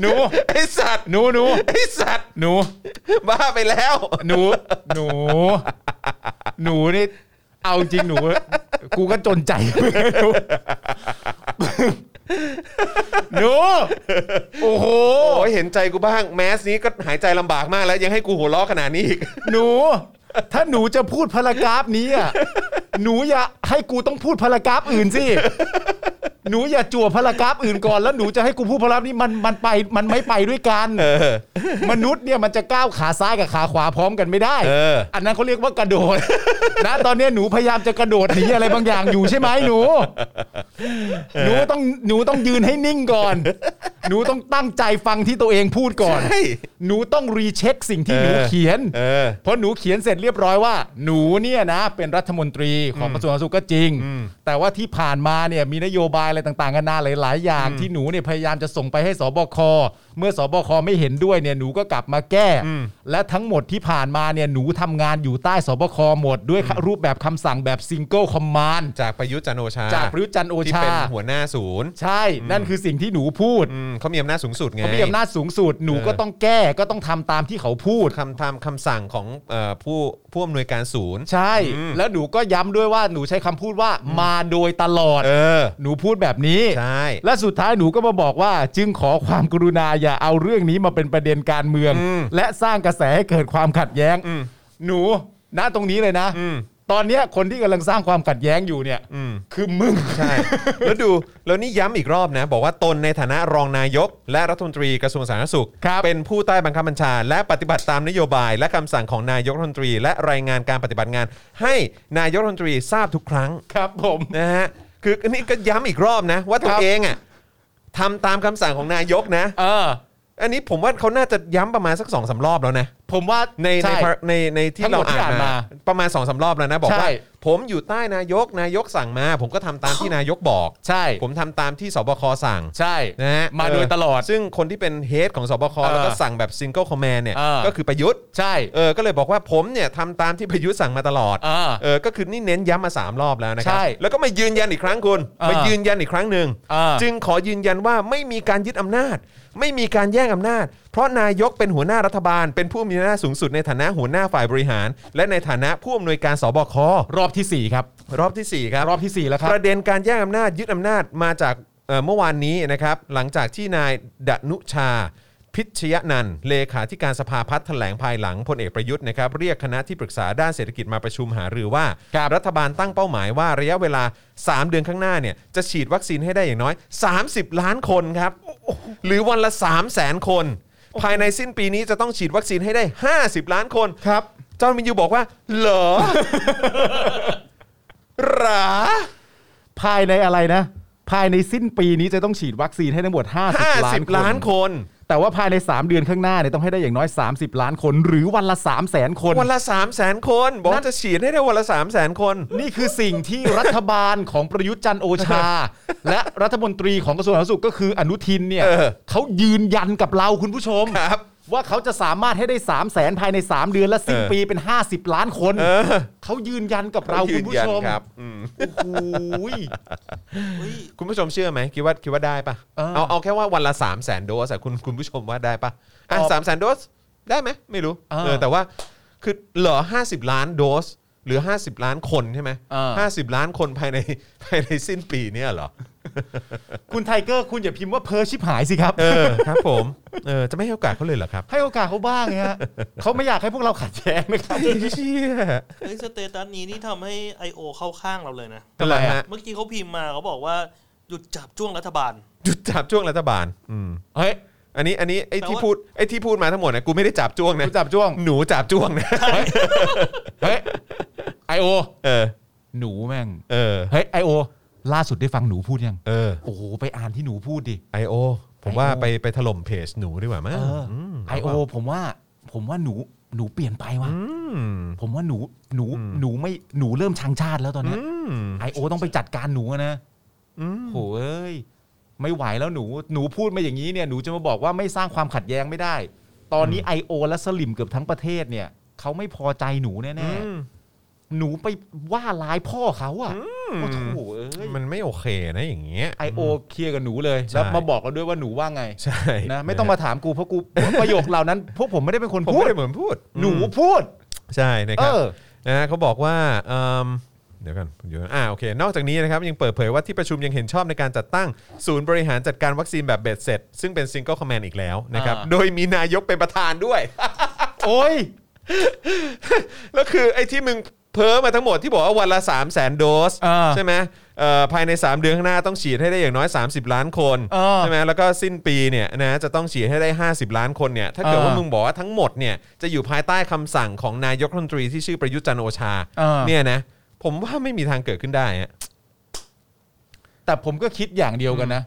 S6: หนู
S2: ไอสัตว์
S6: หนูหนู
S2: ไอสัตว์
S6: หนู
S2: <laughs> บ้าไปแล้ว
S6: หนูหนูหนูนี่เอาจริงหนู กูก็จน <laughs> ใจ
S2: <laughs>
S6: หนูโอ้โห
S2: โอ้ยเห็นใจกูบ้างแมสนี้ก็หายใจลำบากมากแล้วยังให้กูหัวล้อขนาดนี้อีก
S6: หนู ถ้าหนูจะพูดพารากราฟนี้อ่ะหนูอย่าให้กูต้องพูดพารากราฟอื่นสิหนูอย่าจั่วพารากราฟอื่นก่อนแล้วหนูจะให้กูพูดพารากราฟนี้มันมันไปมันไม่ไปด้วยกัน
S2: เออ
S6: มนุษย์เนี่ยมันจะก้าวขาซ้ายกับขาขวาพร้อมกันไม่ได้
S2: เออ
S6: อันนั้นเขาเรียกว่ากระโดด <laughs> นะตอนเนี้ยหนูพยายามจะกระโดดหนีอะไรบางอย่างอยู่ใช่ไหมหนู หนูต้องหนูต้องยืนให้นิ่งก่อน หนูต้องตั้งใจฟังที่ตัวเองพูดก่อน
S2: ใช่
S6: หนูต้องรีเช็คสิ่งที่หนูเขียน
S2: เออ
S6: เพราะหนูเขียนเสร็จเรียบร้อยว่า หนูเนี่ยนะ เป็นรัฐมนตรีของกระทรวงสาธารณสุขก็จริง แต่ว่าที่ผ่านมาเนี่ยมีนโยบายอะไรต่างๆกันานาหลายๆอย่าง ที่หนูเนี่ยพยายามจะส่งไปให้สบคเมื่อสบคไม่เห็นด้วยเนี่ยหนูก็กลับมาแก้ และทั้งหมดที่ผ่านมาเนี่ยหนูทำงานอยู่ใต้สบคหมดด้วยรูปแบบคำสั่งแบบซิงเกิลคอมมานด์
S2: จากประยุทธ์จันทร์โอชา
S6: จากประยุทธ์จันทร์โอ
S2: ที่
S6: ชา
S2: เป็นหัวหน้าศูนย์
S6: ใช่ นั่นคือสิ่งที่หนูพูด
S2: อืมเขามีอำนาจสูงสุดไง
S6: เขามีอำนาจสูงสุดหนูก็ต้องแก้ก็ต้องทำตามที่เขาพูด
S2: คำตามคำสั่งของเอ่อผู้ผู้อำนวยการศูนย์
S6: ใช่
S2: อืม
S6: แล้วหนูก็ย้ำด้วยว่าหนูใช้คำพูดว่ามาโดยตลอด
S2: เออ
S6: หนูพูดแบบนี้
S2: ใช่
S6: และสุดท้ายหนูก็มาบอกว่า จึงขอความกรุณาอย่าเอาเรื่องนี้มาเป็นประเด็นการเมือง
S2: อืม
S6: และสร้างกระแสให้เกิดความขัดแย้ง หนูณตรงนี้เลยนะ
S2: อืม
S6: ตอนเนี้ยคนที่กำลังสร้างความขัดแย้งอยู่เนี่ย
S2: อืม
S6: คือมึง
S2: ใช่ แล้วดู แล้วนี่ย้ำอีกรอบนะ บอกว่าตนในฐานะรองนายก และรัฐมนตรีกระทรวงสาธารณสุข
S6: ครับ
S2: เป็นผู้ใต้บังคับบัญชา และปฏิบัติตามนโยบาย และคำสั่งของนายกรัฐมนตรี และรายงานการปฏิบัติงาน ให้นายกรัฐมนตรีทราบทุกครั้ง
S6: ครับผม
S2: นะฮะ คืออันนี้ก็ย้ำอีกรอบนะ ว่าตัว
S6: ครับ
S2: เองอ่ะทำตามคำสั่งของนายกนะ
S6: เออ
S2: อันนี้ผมว่าเขาน่าจะย้ำประมาณสักสองสารอบแล้วนะ
S6: ผมว่า
S2: ในใน
S6: ช่
S2: พาในในที่
S6: ทั้งห
S2: เรา
S6: มดที่
S2: อ่าน
S6: อ่าน
S2: มา
S6: มา
S2: ประมาณสองสารอบแล้วนะ บอก
S6: ใช่
S2: ว่า ผมอยู่ใต้นายกนายกสั่งมา ผมก็ทำตามที่นายกบอก
S6: ใช่
S2: ผมทำตามที่สบคสั่ง
S6: ใช่
S2: นะฮะ
S6: มาโดย
S2: เ
S6: ตลอด
S2: ซึ่งคนที่เป็นเฮดของสบค
S6: เออ
S2: แล้วก็สั่งแบบซิงเกิลคอมแมนเนี่ย
S6: เออ
S2: ก็คือประยุทธ์
S6: ใช่
S2: เออก็เลยบอกว่าผมเนี่ยทำตามที่ประยุทธ์สั่งมาตลอด
S6: เออ
S2: เออก็คือนี่เน้นย้ำมาสามรอบแล้วนะครั
S6: ใช่
S2: แล้วก็มายืนยันอีกครั้งคุณ
S6: เออ
S2: มายืนยันอีกครั้งหนึ่ง
S6: เออ
S2: จึงขอยืนยันว่าไม่มีการยึดอำนาจ ไม่มีการแย่งอำนาจ เพราะนายกเป็นหัวหน้ารัฐบาล เป็นผู้มีอำนาจสูงสุดในฐานะหัวหน้าฝ่ายบริหาร และในฐานะผู้อำนวยการสบค
S6: รอบที่สี่ครับ
S2: รอบที่สี่ครับ
S6: รอบที่สี่แล้วค
S2: ป
S6: รับ
S2: ระเด็นการแย่งอำนาจยึดอำนาจมาจากเอ่อเมื่อวานนี้นะครับหลังจากที่นายดนุชา พิชยนันท์เลขาธิการสภาพัฒน์แถลงภายหลังพลเอกประยุทธ์นะครับเรียกคณะที่ปรึกษาด้านเศรษฐกิจมาประชุมหารือว่า
S6: ครับ
S2: รัฐบาลตั้งเป้าหมายว่าระยะเวลา 3 เดือนข้างหน้าเนี่ยจะฉีดวัคซีนให้ได้อย่างน้อย 30 ล้านคนครับหรือวันละ 3 0 0 0 0 0 คน ภายในสิ้นปีนี้จะต้องฉีดวัคซีนให้ได้ 50 ล้านคน
S6: ครับ
S2: เจ้ามินยูบอกว่าเหรอ <laughs> หรา
S6: ภายในอะไรนะ ภายในสิ้นปีนี้จะต้องฉีดวัคซีนให้ทั้งหมด 50 ล้าน
S2: 50 ล้านคน
S6: แต่ว่าภายใน 3 เดือนข้างหน้าเนี่ยต้องให้ได้อย่างน้อย 30 ล้านคน หรือวันละ 3 0 0 0 0 0 คน
S2: วันละ 3 0 0 0 0 0 คน บอกว่าจะฉีดให้ได้วันละ 3 0 0 0 0 0 คน
S6: นี่คือสิ่งที่ รัฐบาลของประยุทธ์จันทร์โอ
S2: <laughs>
S6: ชา และรัฐมนตรีของกระทรวงสาธารณสุขก็คืออนุทินเนี่ย
S2: เออ
S6: เขายืนยันกับเราคุณผู้ชม
S2: ครับ
S6: ว่าเขาจะสามารถให้ได้ 3 0 0แสนภายใน 3 เดือนและสิ้น
S2: เออ
S6: ปีเป็น 50 ล้านคน
S2: เออ
S6: เขายืนยันกับเรา
S2: ยื
S6: คุณ
S2: น
S6: ผู้
S2: ยัน
S6: ชม
S2: ครับอืม
S6: โอ้โห
S5: เฮ้ย
S2: คุณผู้ชมเชื่อไหมคิดว่าคิดว่าได้ปะ
S6: เออ
S2: เอาเอาแค่ว่าวันละ 3 0 0 0 0 0 โดสอะคุณคุณผู้ชมว่าได้ปะอ่ะ
S6: ตอบ
S2: สามแสนโดส ได้ไหมไม่รู้
S6: เออ
S2: เออแต่ว่าคือเหลือ 50 ล้านโดส หรือ 50 ล้านคนใช่ไหม
S6: เออ
S2: ห้าสิบล้านคนภายในภายในสิ้นปีเนี่ยเหรอ
S6: คุณไทเกอร์คุณอย่าพิมพ์ว่าเพอชิบหายสิครับ
S2: เออครับผมเออจะไม่ให้โอกาสเขาเลยเหรอครับ
S6: ให้โอกาสเขาบ้างไงฮะ เขาไม่อยากให้พวกเราขัดแย้งนะครับ
S2: เชี่ย
S5: เฮ้ยสเตตัสนี้นี่ทำให้ I.O. เข้าข้างเราเลยนะ
S6: ทำไมอะ
S2: เหอฮ
S5: เมื่อกี้เขาพิมพ์มาเขาบอกว่าหยุดจับจ้วงรัฐบาล
S2: หยุด <laughs> จับช่วงรัฐบาลอืม
S6: เฮ้ย
S2: อันนี้อันนี้ไอ้
S5: แต่
S2: ที่
S5: ว่า
S2: พูดไอ้ที่พูดมาทั้งหมดนะกูไม่ได้จับจ้วงนะ
S6: กูจับจ้วง
S2: หนูจับจ้วง
S6: <laughs>
S2: นะ
S6: เฮ้ยเฮ้ยไอโอ
S2: เออ
S6: หนูแม่ง
S2: เออ
S6: เฮ้ยไอโอ ล่าสุดได้ฟังหนูพูดยัง
S2: เออ
S6: โอ้โห ไปอ่านที่หนูพูดดิ
S2: ไอโอผมว่า
S6: IO
S2: ไปไปถล่มเพจหนูดีกว่ามั้ง
S6: เอออ
S2: ม
S6: ไอโอ ผมว่า ผมว่าหนู หนูเปลี่ยนไปว่ะ
S2: อืม
S6: ผมว่าหนู หนู หนูไม่ หนูเริ่มชังชาติแล้วตอนเนี้
S2: อืม
S6: ไอโอต้องไปจัดการหนูอะนะ
S2: อืม
S6: โหเอ้ยไม่ไหวแล้วหนูหนูพูดมาอย่างนี้เนี่ยหนูจะมาบอกว่าไม่สร้างความขัดแย้งไม่ได้ ตอนนี้ I.O. และสลิมเกือบทั้งประเทศเนี่ยเขาไม่พอใจหนู
S2: อื
S6: แน่
S2: ม
S6: ๆหนูไปว่าร้ายพ่อเขาอะ
S2: อืม
S6: โอ้โหเอ้ย
S2: มันไม่โอเคนะอย่างเงี้ย
S6: ไอโอเคลียร์กับหนูเลย
S2: ใช่
S6: แล้วมาบอกเราด้วยว่าหนูว่าไง
S2: ใช่
S6: นะไม่ต้องมาถามกูเพราะกูประโยคเหล่านั้น <laughs> พวกผมไม่ได้เป็นคน
S2: ผม
S6: พูด
S2: ไม่ได้เหมือนพูด
S6: หนู
S2: อืม
S6: พูด
S2: ใช่นะ
S6: เอ
S2: ครับ
S6: อ
S2: นะฮะเขาบอกว่าเอิ่มเดี๋ยวกันเดี๋ยวก่อนอ่าโอเคนอกจากนี้นะครับยังเปิดเผยว่าที่ประชุมยังเห็นชอบในการจัดตั้ง ศูนย์บริหารจัดการวัคซีนแบบเบ็ดเสร็จ ซึ่งเป็นซิงเกิลคอมแมนอีกแล้วนะครับ
S6: อ่า
S2: โดยมีนายกเป็นประธานด้วย
S6: โอ้ย
S2: <laughs> แล้วคือไอ้ที่มึงเพ้อมาทั้งหมดที่บอกว่าวันละ 3 0 0 0 0 0 โดส
S6: อ่า
S2: ใช่ไหมเอ่อภายใน 3 เดือนข้างหน้าต้องฉีดให้ได้อย่างน้อย 30 ล้านคน
S6: อ่า
S2: ใช่ไหมแล้วก็สิ้นปีเนี่ยนะจะต้องฉีดให้ได้ 50 ล้านคนเนี่ยถ้าเกิดว่า
S6: อ่ามึ
S2: มึงบอกว่าทั้งหมดเนี่ยจะอยู่ภายใต้คำสั่งของนายกรัฐมนตรีที่ชื่อประยุทธ์จันทร์โอชา
S6: อ่า
S2: เนี่ยนะผมว่าไม่มีทางเกิดขึ้นได้อะ
S6: แต่ผมก็คิดอย่างเดียวกันนะ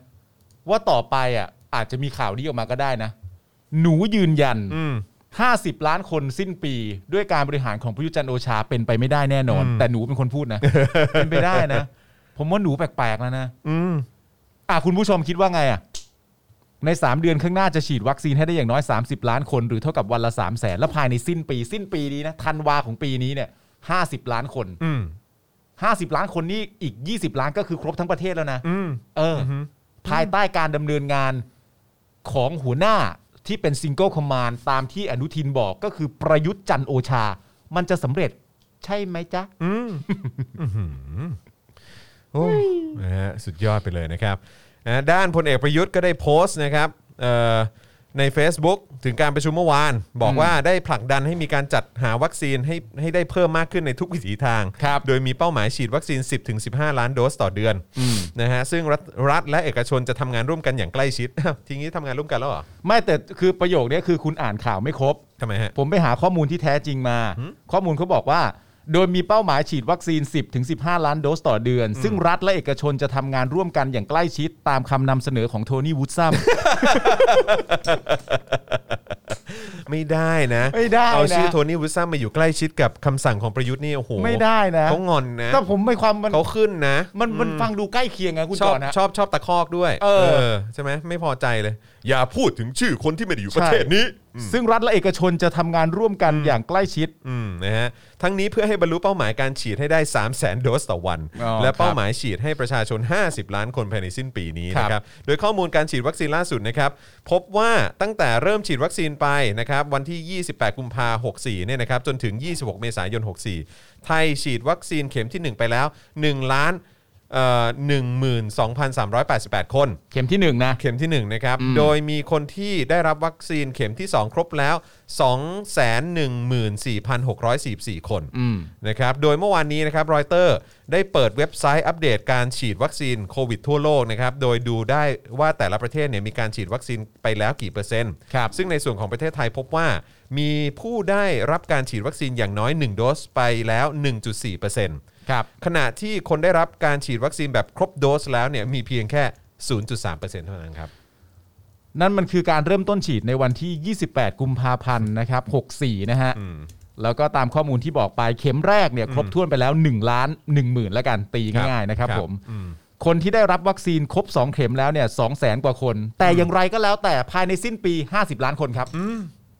S6: ว่าต่อไปอ่ะ อาจจะมีข่าวดีออกมาก็ได้นะ หนูยืนยัน
S2: อืม
S6: 50 ล้านคนสิ้นปี ด้วยการบริหารของประยุทธ์จันทร์โอชาเป็นไปไม่ได้แน่นอน
S2: อืม
S6: แต่หนูเป็นคนพูด
S2: <laughs>
S6: นะ เป็นไปได้นะ ผมว่าหนูแปลกๆแล้วนะ
S2: อืม
S6: อ่ะคุณผู้ชมคิดว่าไงอ่ะใน 3 เดือนข้างหน้าจะฉีดวัคซีนให้ได้อย่างน้อย 30 ล้านคนหรือเท่ากับวันละ 3 0 0แสนและภายในสิ้นปี สิ้นปีนี้นะธันวาของปีนี้เนี่ย50 ล้านคน
S2: อืม
S6: 50 ล้านคนนี่อีก 20 ล้านก็คือครบทั้งประเทศแล้วนะ
S2: อืม
S6: เอออ
S2: อืม
S6: ภายใต้การดำเนินงานของหัวหน้าที่เป็นซิงเกิลคอมมานด์ตามที่อนุทินบอกก็คือประยุทธ์จันทร์โอชา มันจะสำเร็จใช่ไหมจ๊ะ
S2: อืม <laughs> อื้อหือโอ้นะฮะสุดยอดไปเลยนะครับนะด้านพลเอกประยุทธ์ก็ได้โพสต์นะครับเอ่อใน Facebook ถึงการประชุมเมื่อวาน บอกว่าได้ผลักดันให้มีการจัดหาวัคซีนให้ให้ได้เพิ่มมากขึ้นในทุกวิถีทาง
S6: ครับ
S2: โดยมีเป้าหมายฉีดวัคซีน 10-15 ล้านโดสต่อเดือน
S6: อืม
S2: นะฮะซึ่งรัฐรัฐและเอกชนจะทำงานร่วมกันอย่างใกล้ชิด ทีนี้ทำงานร่วมกันแล้วเหรอ
S6: ไม่แต่คือประโยคเนี้ยคือคุณอ่านข่าวไม่ครบ
S2: ทำไมฮะ
S6: ผมไปหาข้อมูลที่แท้จริงมา ข้อมูลเขาบอกว่า โดยมีเป้าหมายฉีดวัคซีน 10-15 ล้านโดสต่อเดือน ซึ่งรัฐและเอกชนจะทำงานร่วมกันอย่างใกล้ชิดตามคำนำเสนอของโทนี่วูดซัม
S2: ไม่ได้นะ
S6: <laughs> ไม่ได้นะ
S2: เอาชื่อโทนี่วูดซัมมาอยู่ใกล้ชิดกับคำสั่งของประยุทธ์นี่โอ้โห
S6: ไม่ได้นะ
S2: เขางอนนะ
S6: แต่ผมไม่ความมัน
S2: เขาขึ้นนะ
S6: มันมันฟังดูใกล้เคียงไงคุณ
S2: ช
S6: จ
S2: อบ
S6: อนนะ
S2: ชอบชอบตะคอกด้วย
S6: เออ
S2: ใช่ไหมไม่พอใจเลย อย่าพูดถึงชื่อคนที่ไม่ได้อยู่ประเทศนี้
S6: ซึ่งรัฐและเอกชนจะทำงานร่วมกันอย่างใกล้ชิด
S2: อืมนะฮะทั้งนี้เพื่อให้บรรลุเป้าหมายการฉีดให้ได้ 3 0 0 0 0 0 โดสต่อวัน
S6: อ๋อ
S2: และเป้า
S6: ครับ
S2: หมายฉีดให้ประชาชน 50 ล้านคนภายในสิ้นปีนี้
S6: ครับ
S2: นะครับโดยข้อมูลการฉีดวัคซีนล่าสุดนะครับพบว่าตั้งแต่เริ่มฉีดวัคซีนไปนะครับวันที่ 28 กุมภาพันธ์64เนี่ยนะครับจนถึง 26 เมษายน 64 ไทยฉีดวัคซีนเข็มที่ 1 ไปแล้ว1ล้านเอ่อ12,388 คน
S6: เข็มที่หนึ่งนะ
S2: เข็มที่1นะครับ
S6: อืม
S2: โดยมีคนที่ได้รับวัคซีนเข็มที่ 2 ครบแล้ว 214,644 คน
S6: อืม
S2: นะครับ โดยเมื่อวานนี้นะครับรอยเตอร์ได้เปิดเว็บไซต์อัปเดตการฉีดวัคซีนโควิดทั่วโลกนะครับ โดยดูได้ว่าแต่ละประเทศเนี่ยมีการฉีดวัคซีนไปแล้วกี่เปอร์เซ็นต์
S6: ครับ
S2: ซึ่งในส่วนของประเทศไทยพบว่า มีผู้ได้รับการฉีดวัคซีนอย่างน้อย 1 โดสไปแล้ว 1.4%
S6: ครับ
S2: ขณะที่คนได้รับการฉีดวัคซีนแบบครบโดสแล้วเนี่ยมีเพียงแค่ 0.3%เท่านั้นครับ
S6: นั่นมันคือการเริ่มต้นฉีดในวันที่ 28 กุมภาพันธ์นะครับ 64 นะฮะ แล้วก็ตามข้อมูลที่บอกไปเข็มแรกเนี่ยครบถ้วนไปแล้ว1ล้าน1หมื่นละกันตี
S2: ครับ
S6: ง่ายๆนะครับ
S2: ครับ
S6: ผม
S2: อืม
S6: คนที่ได้รับวัคซีนครบ 2 เข็มแล้วเนี่ย2แสนกว่าคน แต่อย่างไรก็แล้วแต่ภายในสิ้นปี 50 ล้านคนครับ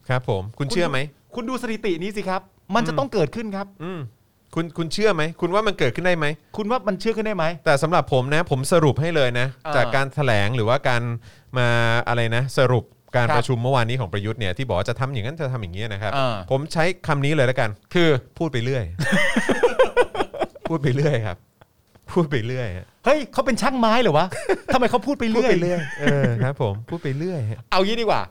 S2: ครับผม คุณเชื่อไหม
S6: คุณดูสถิตินี้สิครับ มันจะต้องเกิดขึ้นครับ
S2: อืมคุณคุณเชื่อไหม คุณว่ามันเกิดขึ้นได้ไหม
S6: คุณว่ามันเชื่อขึ้นได้ไหม
S2: แต่สำหรับผมนะ ผมสรุปให้เลยนะ
S6: อ่า
S2: จากการแถลงหรือว่าการมาอะไรนะ สรุปการ
S6: ครับ
S2: ประชุมเมื่อวานนี้ของประยุทธ์เนี่ยที่บอกว่าจะทำอย่างนั้นจะทำอย่างนี้นะครับ
S6: อ่า
S2: ผมใช้คำนี้เลยแล้วกัน
S6: คือ
S2: พูดไปเรื่อย <laughs> พูดไปเรื่อยครับ พูดไปเรื่อยฮะ
S6: เฮ้ยเขาเป็นช่างไม้เหรอวะ
S2: <laughs>
S6: ทำไมเขาพูดไป
S2: พูด
S6: เรื่อ
S2: ไป
S6: ย
S2: เรื่อยเออครับ ผมพูดไปเรื่อยฮะ
S6: เอางี้ดีกว่า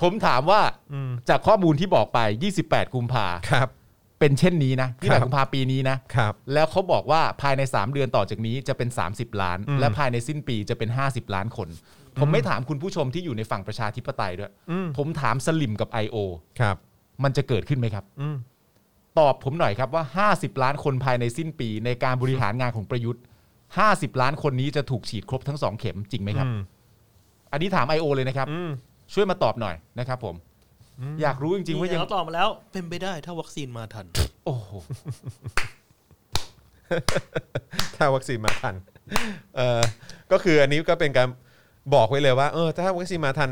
S6: ผมถามว่า
S2: อืม
S6: จากข้อมูลที่บอกไป 28 กุมภา
S2: ครับ
S6: เป็นเช่นนี้นะ
S2: ครับ
S6: 28กุมภาปีนี้นะ
S2: ครับ
S6: แล้วเขาบอกว่าภายใน 3 เดือนต่อจากนี้จะเป็น 30 ล้าน
S2: อืม
S6: และภายในสิ้นปีจะเป็น 50 ล้านคน ผมไม่ถามคุณผู้ชมที่อยู่ในฝั่งประชาธิปไตยด้วย
S2: อืม
S6: ผมถามสลิมกับ I.O.
S2: ครับ
S6: มันจะเกิดขึ้นไหมครับ
S2: อืม
S6: ตอบผมหน่อยครับว่า 50 ล้านคนภายในสิ้นปี ในการบริหารงานของประยุทธ์ 50 ล้านคนนี้จะถูกฉีดครบทั้งสองเข็มจริงไหมครับ
S2: อืม
S6: อันนี้ถาม I.O. เลยนะครับ
S2: อืม
S6: ช่วยมาตอบหน่อยนะครับผม อยากรู้จริงๆว่ายัง
S5: เขาตอบมาแล้ว เป็นไปได้ถ้าวัคซีนมาทัน
S6: โอ้โห
S2: ถ้าวัคซีนมาทัน <laughs> เออก็คืออันนี้ก็เป็นการบอกไว้เลยว่า เออ ถ้าวัคซีนมาทัน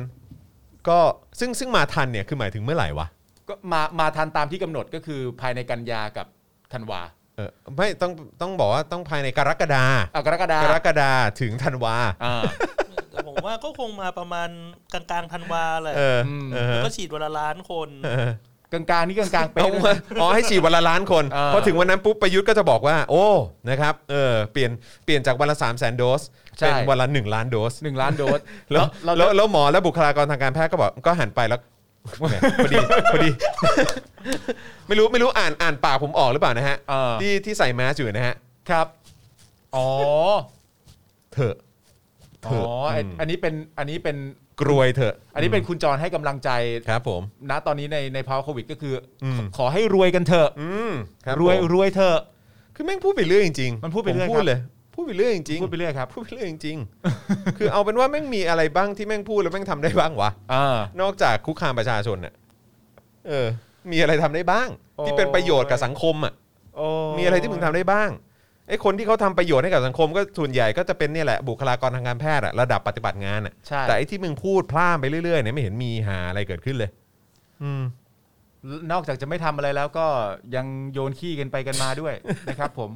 S2: ก็ซึ่งซึ่งมาทันเนี่ยคือหมายถึงเมื่อไหร่วะ
S6: ก็มามาทันตามที่กำหนดก็คือภายในกันยากับธันวา
S2: เออไม่ต้องต้องบอกว่าต้องภายในกรกฎา
S6: อ่ะกรกฎาก
S2: รกฎาถึงธันวา
S6: อ่า
S5: แต่ผมว่าก็คงมาประมาณกลางๆธันวาแหละ
S2: เอออ
S6: ม
S2: เออฮะ
S5: ก็ฉีดวันละล้านคน
S2: เออก
S6: ลางๆนี่กลางๆเป๊ะ
S2: เอา
S6: เลย
S2: มา <laughs>
S6: นะ
S2: อ๋อให้ฉีดวันละล้านคน
S6: อ่า
S2: พอถึงวันนั้นปุ๊บประยุทธ์ก็จะบอกว่า โอ้นะครับเออเปลี่ยนเปลี่ยนจากวันละ3 0 0 0 0 0โดส
S6: ใช่
S2: เป็นวันละ1ล้านโดส
S6: หนึ่งล้านโดส
S2: แล้ว
S6: เรา
S2: แล้วแล้วหมอและบุคลากรทางการแพทย์ก็บอกก็หันไปแล้วแหมพอดีพอดี ไม่รู้ไม่รู้อ่านอ่านปากผมออกหรือเปล่านะฮะ
S6: เออ
S2: ที่ที่ใส่แมสอยู่นะฮะ
S6: ครับอ๋อ
S2: เถอะ เถ
S6: อ๋อ
S2: อะ
S6: ไอ้
S2: ม
S6: อันนี้เป็นอันนี้เป็น
S2: กรวยเถอะ
S6: อันนี้เป็นคุณจรให้กำลังใจ
S2: ครับผม
S6: ณตอนนี้ในในภาวะโควิดก็คืออ
S2: ม
S6: ขอให้รวยกันเถอะ
S2: อืมคบ
S6: รวย
S2: ผม
S6: รวยเถอะ
S2: คือแม่งพูดไปเรื่อยจริงๆ
S6: มันพูดไปเรื่อย
S2: ผ
S6: ค
S2: พู
S6: รั
S2: ด
S6: บ
S2: เลยพูดไปเรื่อยจริง
S6: พูดไปเรื่อยครับ
S2: พูดไปเรื่อยจริงๆ คือเอาเป็นว่าแม่งมีอะไรบ้างที่แม่งพูดแล้วแม่งทำได้บ้างวะ
S6: อ่าน
S2: อกจากคุกคามประชาชนน่ะเออ มีอะไรทำได้บ้าง ที่เป็นประโยชน์กับสังคมอ่ะ
S6: โอ้
S2: มีอะไรที่มึงทำได้บ้างไอ้คนที่เขาทำประโยชน์ให้กับสังคมก็ส่วนใหญ่ก็จะเป็นเนี่ยแหละบุคลากรทางการแพทย์อะระดับปฏิบัติงานอะ
S6: ใช่
S2: แต่ไอ้ที่มึงพูดพล่ามไปเรื่อยๆเนี่ยไม่เห็นมีหาอะไรเกิดขึ้นเลย อืม
S6: นอกจากจะไม่ทำอะไรแล้วก็ยังโยนขี้กันไปกันมาด้วย <laughs> นะครับผม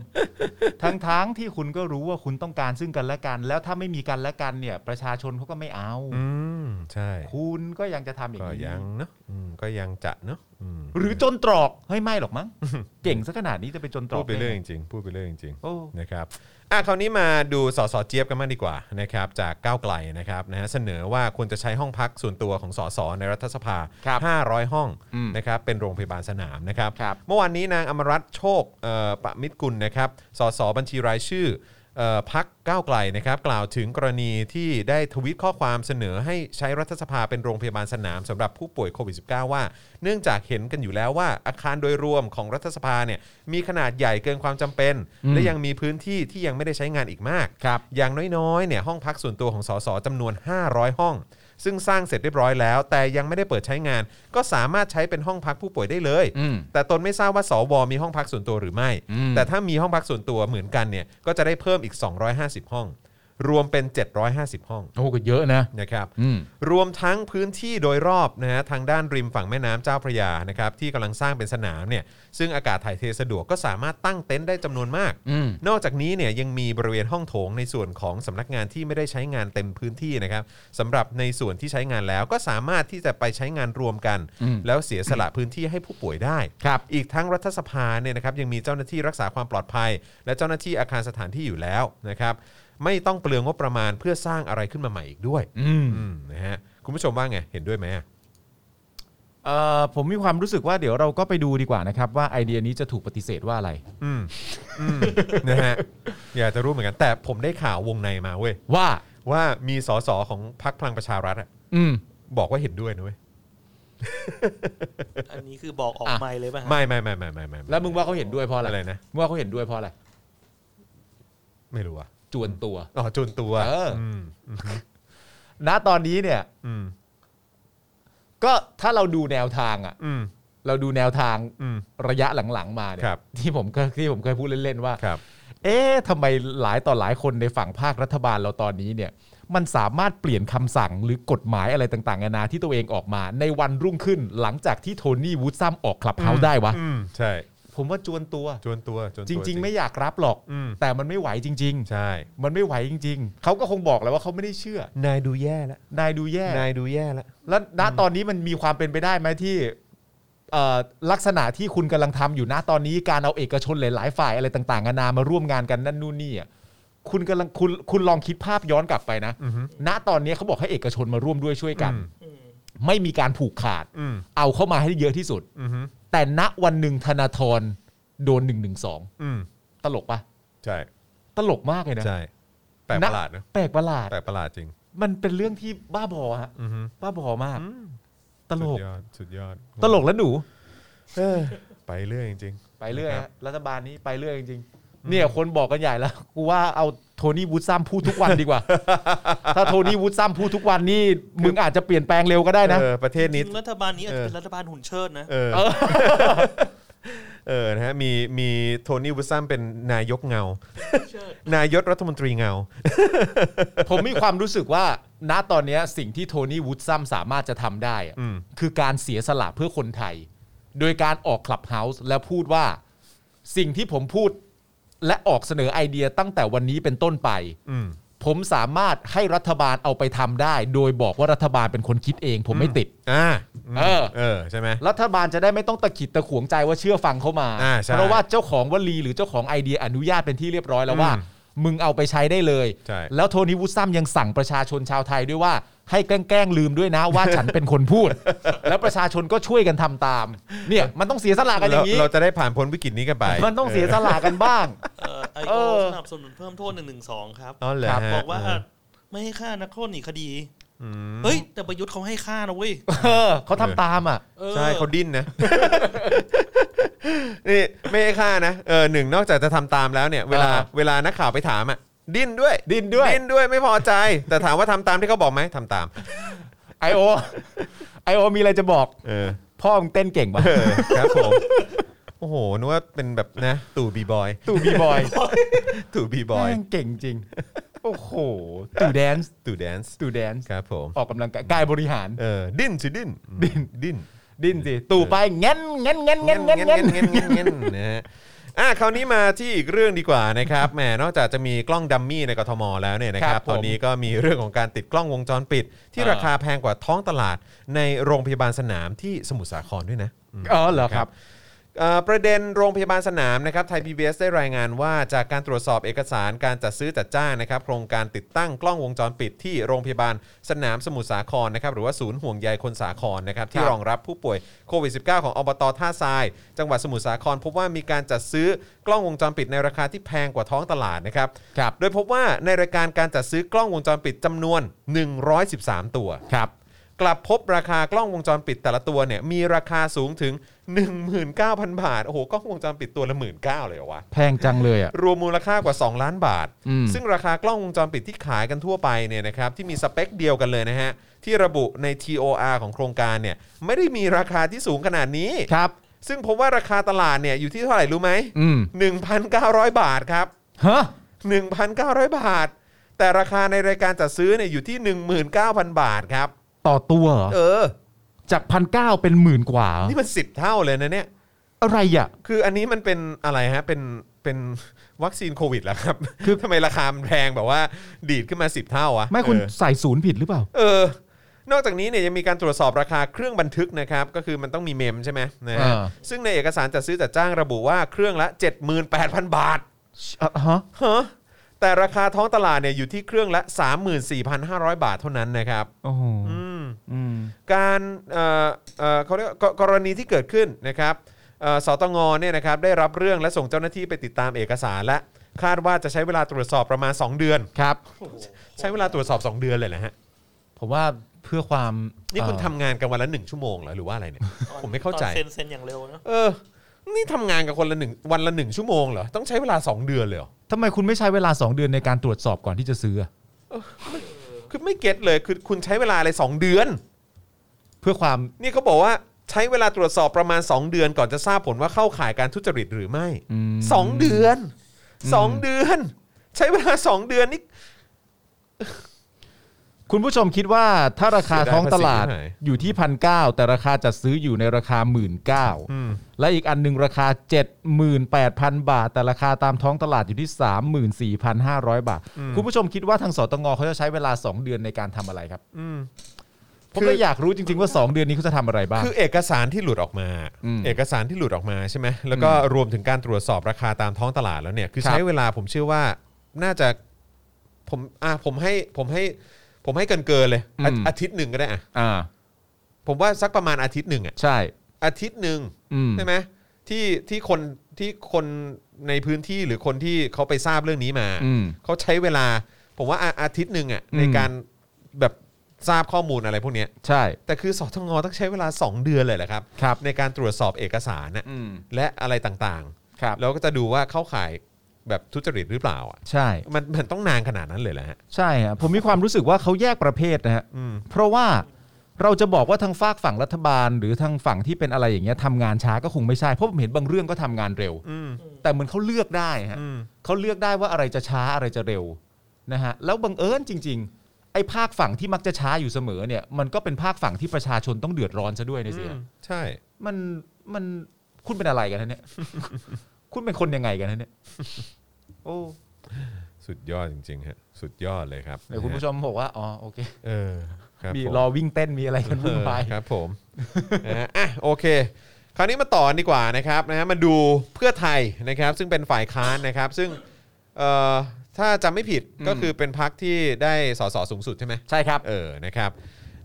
S6: ทั้งทั้งที่คุณก็รู้ว่าคุณต้องการซึ่งกันและกัน แล้วถ้าไม่มีกันและกันเนี่ย ประชาชนเขาก็ไม่เอา
S2: อืมใช่
S6: คุณก็ยังจะทำอย่าง
S2: ก็
S6: นี้
S2: ยังเนาะอืมก็ยังจะเนาะม
S6: หรือจนตรอกเฮ้ยไม่หรอกมั้งเก่งซะขนาดนี้จะไปจนตร
S2: พู
S6: อ
S2: ด
S6: ก
S2: ไปเรื่อยจ
S6: ด้ง
S2: ริงๆพูดไปเรื่อยจริงๆ
S6: โอ้
S2: นะครับ อ่ะ คราวนี้มาดูสสเจี๊ยบกันมากดีกว่านะครับ จากก้าวไกลนะครับนะฮะเสนอว่าควรจะใช้ห้องพักส่วนตัวของสสในรัฐสภา 500 ห้องนะครับ เป็นโรงพยาบาลสนามนะครับ เมื่อวานนี้นางอมรัตน์โชคเอ่อปะมิตรกุลนะครับ สสบัญชีรายชื่อเอ่อพักก้าวไกลนะครับ กล่าวถึงกรณีที่ได้ทวิตข้อความเสนอให้ใช้รัฐสภาเป็นโรงพยาบาลสนามสำหรับผู้ป่วยโควิด -19 ว่า เนื่องจากเห็นกันอยู่แล้วว่าอาคารโดยรวมของรัฐสภาเนี่ยมีขนาดใหญ่เกินความจำเป็น และยังมีพื้นที่ที่ยังไม่ได้ใช้งานอีกมาก อย่างน้อยๆเนี่ยห้องพักส่วนตัวของสสจำนวน 500 ห้อง ซึ่งสร้างเสร็จเรียบร้อยแล้ว แต่ยังไม่ได้เปิดใช้งาน ก็สามารถใช้เป็นห้องพักผู้ป่วยได้เลย
S6: อืม
S2: แต่ตนไม่ทราบว่าสวมีห้องพักส่วนตัวหรือไม่
S6: อืม
S2: แต่ถ้ามีห้องพักส่วนตัวเหมือนกันเนี่ยก็จะได้เพิ่มอีก 250 ห้อง รวมเป็น 750 ห้อง
S6: โอ้ก็เยอะนะ
S2: นะครับ
S6: อืม
S2: รวมทั้งพื้นที่โดยรอบนะฮะทางด้านริมฝั่งแม่น้ำเจ้าพระยานะครับที่กำลังสร้างเป็นสนามเนี่ยซึ่งอากาศถ่ายเทสะดวกก็สามารถตั้งเต็นท์ได้จำนวนมาก
S6: อืม
S2: นอกจากนี้เนี่ยยังมีบริเวณห้องโถงในส่วนของสำนักงานที่ไม่ได้ใช้งานเต็มพื้นที่นะครับสำหรับในส่วนที่ใช้งานแล้วก็สามารถที่จะไปใช้งานรวมกัน
S6: อืม
S2: แล้วเสียสละพื้นที่ให้ผู้ป่วยได้
S6: ครับ
S2: อีกทั้งรัฐสภาเนี่ยนะครับยังมีเจ้าหน้าที่รักษาความปลอดภัย และเจ้าหน้าที่อาคารสถานที่อยู่แล้วนะครับไม่ต้องเปลืองงบประมาณเพื่อสร้างอะไรขึ้นมาใหม่อีกด้วย
S6: อืม
S2: อืมนะฮะคุณผู้ชมว่าไงเห็นด้วยไหมอะ
S6: เอ่อผมมีความรู้สึกว่าเดี๋ยวเราก็ไปดูดีกว่านะครับว่าไอเดียนี้จะถูกปฏิเสธว่าอะไร
S2: อืมอืม นะฮะอยากจะรู้เหมือนกัน แต่ผมได้ข่าววงในมาเว้ย
S6: ว่า
S2: ว่ามีสสของพรรคพลังประชารัฐอะ
S6: อืม
S2: บอกว่าเห็นด้วยนะเว้ย
S5: อันนี้คือบอกออก
S6: อ่ะ
S5: ไม่เลยป่ะฮะ
S2: ไม่ไม่ไม่ไม่ไม่ไม่
S6: แล้วมึงว่าเขาเห็นด้วยเพราะอะไร
S2: อะไรนะ
S6: มึงว่าเขาเห็นด้วยเพราะอะไร
S2: ไม่รู้อ่ะ
S6: จวนตัว
S2: อ๋อจนตัว
S6: เอออื
S2: มอืม
S6: ณตอนนี้เนี่ย
S2: อืม
S6: ก็ถ้าเราดูแนวทางอะ
S2: อืม
S6: เราดูแนวทาง
S2: อืม
S6: ระยะหลังๆมาเนี่
S2: ครั
S6: ย
S2: บ
S6: ที่ผมเคยที่ผมเคยพูดเล่นๆว่า
S2: ครับ
S6: เอ๊ะทำไมหลายต่อหลายคนในฝั่งภาครัฐบาลเราตอนนี้เนี่ย มันสามารถเปลี่ยนคำสั่งหรือกฎหมายอะไรต่างๆนานาที่ตัวเองออกมา ในวันรุ่งขึ้นหลังจากที่โทนี่วูดซัมออกคลับเฮาส์ได้วะ
S2: อืมใช่
S6: ผมว่าจวนตัว
S2: จนตัวจนตัว
S6: จริง ๆ ไม่อยากรับหรอก
S2: อืม
S6: แต่มันไม่ไหวจริง
S2: ใช่
S6: ๆ มันไม่ไหวจริง ๆ เขาก็คงบอกแหล้วว่าเขาไม่ได้เชื่อ
S2: นายดูแย่แล้ว
S6: นายดูแย่
S2: นายดูแย่แล้ว
S6: แล้วณตอนนี้มันมีความเป็นไปได้ไหมที่เอ่อลักษณะที่คุณกำลังทำอยู่ณตอนนี้การเอาเอกชนหลายๆฝ่ายอะไรต่างๆนานามาร่วมงานกันนั่นนู่นนี่อ่ะคุณกำลังคุณคุณลองคิดภาพย้อนกลับไปนะ
S2: อืม
S6: ณตอนนี้เขาบอกให้เอกชนมาร่วมด้วยช่วยกัน
S5: อืม
S6: ไม่มีการผูกขาด
S2: อืม
S6: เอาเข้ามาให้เยอะที่สุด
S2: อืม
S6: แต่ณวันหนึ่งธนาธรโดนหนึ่งหนึ่งสอง
S2: อืม
S6: ตลกปะ
S2: ใช่
S6: ตลกมากเลยนะ
S2: ใช่แปลกประหลาดนะ
S6: แปลกประหลาด
S2: แปลกประหลาดจริง
S6: มันเป็นเรื่องที่บ้าบอฮะ
S2: อือฮึ
S6: บ้าบอมาก ตล
S2: สุ
S6: ก
S2: ดยอดสุดยอด
S6: ตลกแล้วหนู
S2: เออไปเรื่อยจริง
S6: ไปเรื่อย
S2: นะครั
S6: ฮะ
S2: บ
S6: รัฐบาลนี้ไปเรื่อยจริงๆเนี่ยคนบอกกันใหญ่แล้วกูว่าเอาโทนี่วูดซัมพูดทุก <laughs> วันดีกว่า ถ้าโทนี่วูดซัมพูดทุกวันนี่มึงอาจจะเปลี่ยนแปลงเร็วก็ได้
S2: ๆ
S6: นะ
S2: เออประเทศนี้
S5: จริงรัฐบาลนี้อาจจะเป็น
S2: เออ
S5: รัฐบาลหุ่นเชิดนะ
S2: เออเออนะฮะมีมีโทนี่วูดซัมเป็นนายกเงา
S5: เชิด
S2: นายกรัฐมนตรีเงา
S6: ผมมีความรู้สึกว่าณตอนเนี้ยสิ่งที่โทนี่วูดซัมสามารถจะทำได้อะ
S2: อืม
S6: คือการเสียสละเพื่อคนไทย โดยการออกคลับเฮาส์และพูดว่า สิ่งที่ผมพูดและออกเสนอไอเดียตั้งแต่วันนี้เป็นต้นไป
S2: อืม
S6: ผมสามารถให้รัฐบาลเอาไปทำได้ โดยบอกว่ารัฐบาลเป็นคนคิดเอง ผมไม่ติด
S2: อ่า
S6: เออ
S2: เออใช่ไหม
S6: รัฐบาลจะได้ไม่ต้องตะขิดตะขวงใจว่าเชื่อฟังเขามา
S2: อ่าใช่
S6: เพราะว่าเจ้าของวลีหรือเจ้าของไอเดียอนุญาตเป็นที่เรียบร้อยแล้วว่า
S2: อืม
S6: มึงเอาไปใช้ได้เลย
S2: ใช่
S6: แล้วโทนี่วูดซัมยังสั่งประชาชนชาวไทยด้วยว่า ให้แกล้งๆลืมด้วยนะว่าฉันเป็นคนพู
S2: <laughs>
S6: ด แล้วประชาชนก็ช่วยกันทำตาม เนี่ยมันต้องเสียสละกันอ
S2: เรา
S6: ย่างนี้
S2: เราจะได้ผ่านพ้นวิกฤตนี้กันไป
S6: มันต้องเสียสละกันบ้าง
S5: ไอ
S6: เอ
S5: โอ
S6: อ
S5: สนับสนุนเพิ่มโทษหนึ่งหนึ่งสองครับ
S2: อ๋อเหรอฮะ
S5: บอกว่า
S2: เ
S5: ไม่ให้ฆ่านักโทษหนีคดี
S2: อืม
S5: เฮ้ย แต่ประยุทธ์เขาให้ฆ่านะเว้ย
S6: เออเขาทำตามอ่ะ
S5: ออ
S2: ใช่เขาดิ้นนะ <laughs> นี่ไม่ให้ฆ่านะเออหนึ่งนอกจากจะทำตามแล้วเนี่ย เวลา
S6: อ่า
S2: เวลานักข่าวไปถามอ่ะ ดิ้นด้วย
S6: ดิ้นด้วย
S2: ดิ้นด้วยไม่พอใจ แต่ถามว่าทำตามที่เขาบอกไหมทำตาม
S6: ไอโอไอโอมีอะไรจะบอก
S2: เออ
S6: พ่อมึงเต้นเก่งป่ะ
S2: เออครับผม
S6: <laughs>
S2: โอ้โหนึกว่าเป็นแบบนะ ตู่บีบอย
S6: ตู่บีบ
S2: <laughs>
S6: อย
S2: ตู่บีบอย
S6: แม่งเก่งจริง โอ้โหตู่แดนซ์
S2: ตู่แดนซ์
S6: ตู่แดนซ์
S2: ครับผม
S6: ออกกำลังกายกายบริหาร
S2: เออ ดิ้นสิดิ้น ดิ้นดิ้น
S6: ดิ้นสิ ตู่ไปเงั้นเงั้นเงั้นเงั้นเงั้นเงั้น
S2: นะฮะอ่ะคราวนี้มาที่อีกเรื่องดีกว่านะครับ แหม นอกจากจะมีกล้องดัมมี่ในกทมแล้วเนี่ยนะค
S6: ค
S2: รั
S6: รับ บผม
S2: ตอนนี้ก็มีเรื่องของการติดกล้องวงจรปิด ที่
S6: เออ
S2: ราคาแพงกว่าท้องตลาดในโรงพยาบาลสนามที่สมุทรสาครด้วยนะอืม
S6: อ๋อเหรอครับ
S2: เอ่อประเด็นโรงพยาบาลสนามนะครับไทย PBS ได้รายงานว่าจากการตรวจสอบเอกสารการจัดซื้อจัดจ้างนะครับ โครงการติดตั้งกล้องวงจรปิดที่โรงพยาบาลสนามสมุทรสาครนะครับหรือว่าศูนย์ห่วงใยคนสาครนะครับที่
S6: ครับ
S2: รองรับผู้ป่วยโควิด -19 ของอบตท่าทราย จังหวัดสมุทรสาครพบว่ามีการจัดซื้อกล้องวงจรปิดในราคาที่แพงกว่าท้องตลาดนะครับ
S6: ครับ
S2: โดยพบว่าในรายการการจัดซื้อกล้องวงจรปิดจำนวน 113 ตัว
S6: ครับ
S2: กลับพบราคากล้องวงจรปิดแต่ละตัวเนี่ยมีราคาสูงถึง 19,000 บาท โอ้โหกล้องวงจรปิดตัวละ 1 9 0 0 0เลยเหรอวะ
S6: แพงจังเลยอ่ะ
S2: รวมมูลค่ากว่า 2 ล้านบาท
S6: อืม
S2: ซึ่งราคากล้องวงจรปิดที่ขายกันทั่วไปเนี่ยนะครับที่มีสเปคเดียวกันเลยนะฮะ ที่ระบุใน TOR ของโครงการเนี่ยไม่ได้มีราคาที่สูงขนาดนี้
S6: ครับ
S2: ซึ่งพบว่าราคาตลาดเนี่ยอยู่ที่เท่าไหร่รู้ไหม
S6: อืม
S2: 1,900 บาทครับ
S6: ฮะ
S2: 1,900 บาท แต่ราคาในรายการจัดซื้อเนี่ยอยู่ที่ 19,000 บาทครับ
S6: ต่อตัวเหรอ
S2: เออ
S6: จากพันเก้าเป็นหมื่นกว่าเหรอ
S2: นี่มันสิบเท่าเลยนะเนี่ย
S6: อะไรอ่ะ
S2: คืออันนี้มันเป็นอะไรฮะ เป็น เป็นวัคซีนโควิดเหรอครับ
S6: คื
S2: คือ
S6: อ
S2: ทำไมราคามันแพงแบบว่า ดีดขึ้นมา 10 เท่าวะ
S6: ไม่คุณ
S2: เออ
S6: ใส่ศูนย์ผิดหรือเปล่า
S2: เออ นอกจากนี้เนี่ยยังมีการตรวจสอบราคาเครื่องบันทึกนะครับ ก็คือมันต้องมีเมมใช่ไหมนะฮะ
S6: เออ
S2: ซึ่งในเอกสารจัดซื้อจัดจ้างระบุว่าเครื่องละ 78,000 บาท
S6: เอ่อฮะ
S2: ฮะแต่ราคาท้องตลาดเนี่ยอยู่ที่เครื่องละ 34,500 บาทเท่านั้นนะครับ
S6: โอ้โห
S2: อืม
S6: อืม
S2: การเอ่อเอ่อเขาเรียกว่ากกรณีที่เกิดขึ้นนะครับเอ่อสตงเนี่ยนะครับได้รับเรื่องและส่งเจ้าหน้าที่ไปติดตามเอกสารและคาดว่าจะใช้เวลาตรวจสอบประมาณ 2 เดือน
S6: ครับ
S2: ใช้เวลาตรวจสอบ 2 เดือนเลยนะฮะ
S6: ผมว่าเพื่อความ
S2: นี่คุณ
S6: เอ่อ
S2: ทำงานกันวันละหนึ่งชั่วโมงเหรอหรือว่าอะไรเนี่ย
S5: ตอน
S2: ผมไม่เข้าใจ
S5: ตอนเซ็นเซ็นอย่างเร็วนะ
S2: เออ นี่ทำงานกับคนละหนึ่งวันละหนึ่งชั่วโมงเหรอต้องใช้เวลา 2 เดือนเลยเหรอ
S6: ทำไมคุณไม่ใช้เวลา 2 เดือนในการตรวจสอบก่อนที่จะซื้ออะ
S2: คือไม่เก็ตเลยคือคุณใช้เวลาอะไรสองเดือน
S6: เพื่อความ
S2: นี่เขาบอกว่าใช้เวลาตรวจสอบประมาณ 2 เดือนก่อนจะทราบผลว่าเข้าข่ายการทุจริตหรือไม่
S6: ม
S2: สองเดือนสองเดือน ใช้เวลาสองเดือนนี่
S6: คุณผู้ชมคิดว่าถ้าราคาท้องตลาด
S2: เสียดายภาษีที่ไหน
S6: อยู่ที่พันเแต่ราคาจัดซื้ออยู่ในราคาหมื่นเและอีกอันหนึ่งราคา 78,000 บาท แต่ราคาตามท้องตลาดอยู่ที่ 34,500 บาท คุณผู้ชมคิดว่าทางสตงเขาจะใช้เวลา 2 เดือนในการทำอะไรครับผมก็อยากรู้จริง ๆ ว่า 2 เดือนนี้เขาจะทำอะไรบ้าง
S2: คือเอกสารที่หลุดออกมา
S6: อืม
S2: เอกสารที่หลุดออกมาใช่ไหมแล้วก็รวมถึงการตรวจสอบราคาตามท้องตลาดแล้วเนี่ยคือ
S6: ครับ
S2: ใช้เวลาผมเชื่อว่าน่าจะผมอ่ะผมให้ผมให้ผมให้เกินเกินๆเลยอาอาทิตย์หนึ่งก็ได้อ่ะ
S6: อ่า
S2: ผมว่าสักประมาณอาทิตย์หนึ่งอ่ะ
S6: ใช่
S2: อาทิตย์หนึ่ง
S6: อืม
S2: ใช่ไหมที่ที่คนที่คนในพื้นที่หรือคนที่เขาไปทราบเรื่องนี้มา
S6: อืม
S2: เขาใช้เวลา ผมว่าอาอาทิตย์หนึ่งอ่ะ
S6: อืม
S2: ในการแบบทราบข้อมูลอะไรพวกเนี้ย
S6: ใช่
S2: แต่คือสทงต้องใช้เวลา 2 เดือนเลยแหละครับ
S6: ครับ
S2: ในการตรวจสอบเอกสารน่ะ
S6: อืม
S2: และอะไรต่าง
S6: ครับ
S2: ๆ แล้วก็จะดูว่าเข้าข่ายแบบทุจริตหรือเปล่าอ่ะ
S6: ใช่
S2: มันมันต้องนานขนาดนั้นเลยแหละฮะ
S6: ใช่ฮะผมมีความรู้สึกว่าเขาแยกประเภทนะฮะ
S2: อืม
S6: เพราะว่าเราจะบอกว่าทางฝากฝั่งรัฐบาล หรือทางฝั่งที่เป็นอะไรอย่างเงี้ยทำงานช้าก็คงไม่ใช่เพราะผมเห็นบางเรื่องก็ทำงานเร็ว
S2: อืม
S6: แต่เหมือนเขาเลือกได้ฮะ
S2: อืม
S6: เขาเลือกได้ว่าอะไรจะช้าอะไรจะเร็วนะฮะแล้วบังเอิญจริง ๆ ไอ้ภาคฝั่งที่มักจะช้าอยู่เสมอเนี่ย มันก็เป็นภาคฝั่งที่ประชาชนต้องเดือดร้อนซะด้วยเนี่ยสิ
S2: อืมใช่
S6: <laughs> มันมันคุณเป็นอะไรกันฮะเนี่ย คุณเป็นคนยังไงกันนะเนี่ยโอ้
S2: สุดยอดจริงๆฮะสุดยอดเลยครับ
S6: เดี๋ยวคุณผู้ชมบอกว่าอ๋อโอเค
S2: เออครับ
S6: มี
S2: ผม
S6: รอวิ่งเต้นมีอะไรกันวุ่นวาย
S2: เออครับผม <laughs> นะฮะอ่ะโอเค คราวนี้มาต่อดีกว่านะครับนะฮะมาดูเพื่อไทยนะครับ ซึ่งเป็นฝ่ายค้านนะครับ ซึ่งเอ่อถ้าจำไม่ผิดก็คือเป็นพักที่ได้สสสูงสุดใช่ไหม
S6: ใช่ครับ
S2: เออนะครับ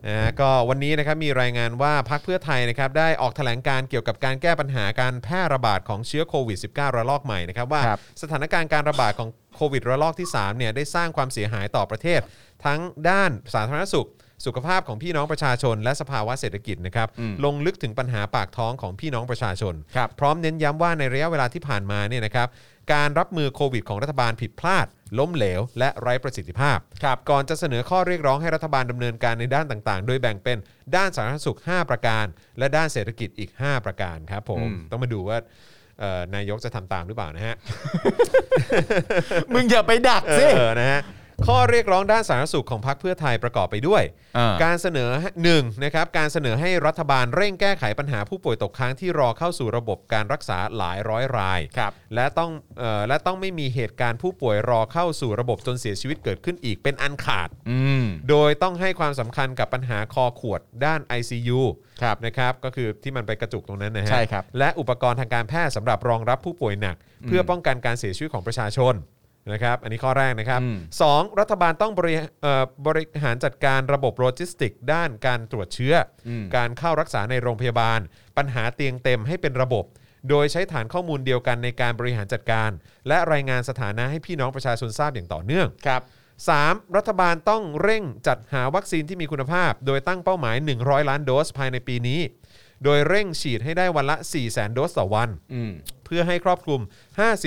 S2: นะฮะก็วันนี้นะครับมีรายงานว่าพักเพื่อไทยนะครับได้ออกแถลงการเกี่ยวกับการแก้ปัญหาการแพร่ระบาดของเชื้อโควิด -19 ระลอกใหม่นะครับว่า
S6: ครับ
S2: สถานการณ์การระบาดของโควิดระลอกที่ 3 เนี่ย ได้สร้างความเสียหายต่อประเทศ ทั้งด้านสาธารณสุข สุขภาพของพี่น้องประชาชน และสภาวะเศรษฐกิจนะครับ ลงลึกถึงปัญหาปากท้องของพี่น้องประชาชน
S6: ครับ
S2: พร้อมเน้นย้ำว่าในระยะเวลาที่ผ่านมาเนี่ยนะครับ การรับมือโควิดของรัฐบาลผิดพลาด ล้มเหลว และไร้ประสิทธิภาพ ก่อนจะเสนอข้อเรียกร้องให้รัฐบาลดำเนินการในด้านต่างๆ โดยแบ่งเป็นด้านสาธารณสุข 5 ประการ และด้านเศรษฐกิจอีก 5 ประการครับผมต้องมาดูว่าเอ่อนายกจะทำตามหรือเปล่านะฮะ
S6: มึงอย่าไปดัก
S2: เอ
S6: สิ
S2: อนะฮะข้อเรียกร้องด้านสาธารณสุขของพรรคเพื่อไทยประกอบไปด้วย
S6: กา
S2: กา
S6: ร
S2: รเสนอให้หนึ่งนะครับการเสนอให้รัฐบาลเร่งแก้ไขปัญหาผู้ป่วยตกค้างที่รอเข้าสู่ระบบการรักษาหลายร้อยราย
S6: ครับ
S2: และต้องเอ่อและต้องไม่มีเหตุการณ์ผู้ป่วยรอเข้าสู่ระบบจนเสียชีวิตเกิดขึ้นอีกเป็นอันขาด
S6: อืม
S2: โดยต้องให้ความสำคัญกับปัญหาคอขวดด้าน ICU
S6: ครับ
S2: นะครับก็คือที่มันไปกระจุกตรงนั้นนะฮะ
S6: ใช่ครับ
S2: และอุปกรณ์ทางการแพทย์สำหรับรองรับผู้ป่วยหนัก เพื่อป้องกันการเสียชีวิตของประชาชนนะครับ อันนี้ข้อแรกนะครับสองรัฐบาลต้องบริเอ่อบริหารจัดการระบบโลจิสติก ด้านการตรวจเชื้ออการเข้ารักษาในโรงพยาบาล ปัญหาเตียงเต็มให้เป็นระบบ โดยใช้ฐานข้อมูลเดียวกันในการบริหารจัดการ และรายงานสถานะให้พี่น้องประชาชนทราบอย่างต่อเนื่อง
S6: ครับ
S2: 3รัฐบาลต้องเร่งจัดหาวัคซีนที่มีคุณภาพ โดยตั้งเป้าหมาย 100 ล้านโดสภายในปีนี้ โดยเร่งฉีดให้ได้วันละ 4 0 0 0 0 0 โดสต่อวัน
S6: อืม
S2: เพื่อให้ครอบคลุม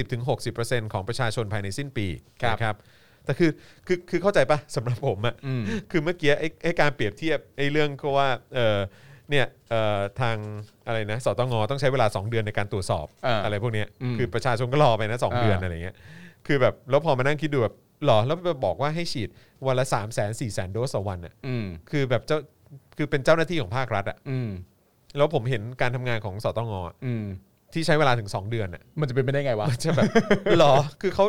S2: 50-60%ของประชาชนภายในสิ้นปี
S6: ครับ
S2: นะครับแต่คือคือคือเข้าใจปะสำหรับผมอะ
S6: อืม
S2: คือเมื่อกี้ไอ้ไอ้การเปรียบเทียบไอ้เรื่องก็ว่าเออเนี่ยเอ่อทางอะไรนะสตงต้องใช้เวลา 2 เดือนในการตรวจสอบ
S6: เอออ
S2: ไรพวกเนี้ย
S6: อืม
S2: คือประชาชนก็รอไปนะสอง
S6: เออ
S2: เดือนอะไรเงี้ยคือแบบแล้วพอมานั่งคิดดูแบบหรอแล้วไปบอกว่าให้ฉีดวันละ3 0 0 0 0 0 4 0 0 0 0 โดสต่อวันอะ
S6: อืม
S2: คือแบบเจ้าคือเป็นเจ้าหน้าที่ของภาครัฐอะ
S6: อืม
S2: แล้วผมเห็นการทำงานของสตงอะ
S6: อืม
S2: ที่ใช้เวลาถึงสองเดือนอะ
S6: มันจะเป็นไปได้ไงวะ
S2: จะแบบ หรอ คือเขา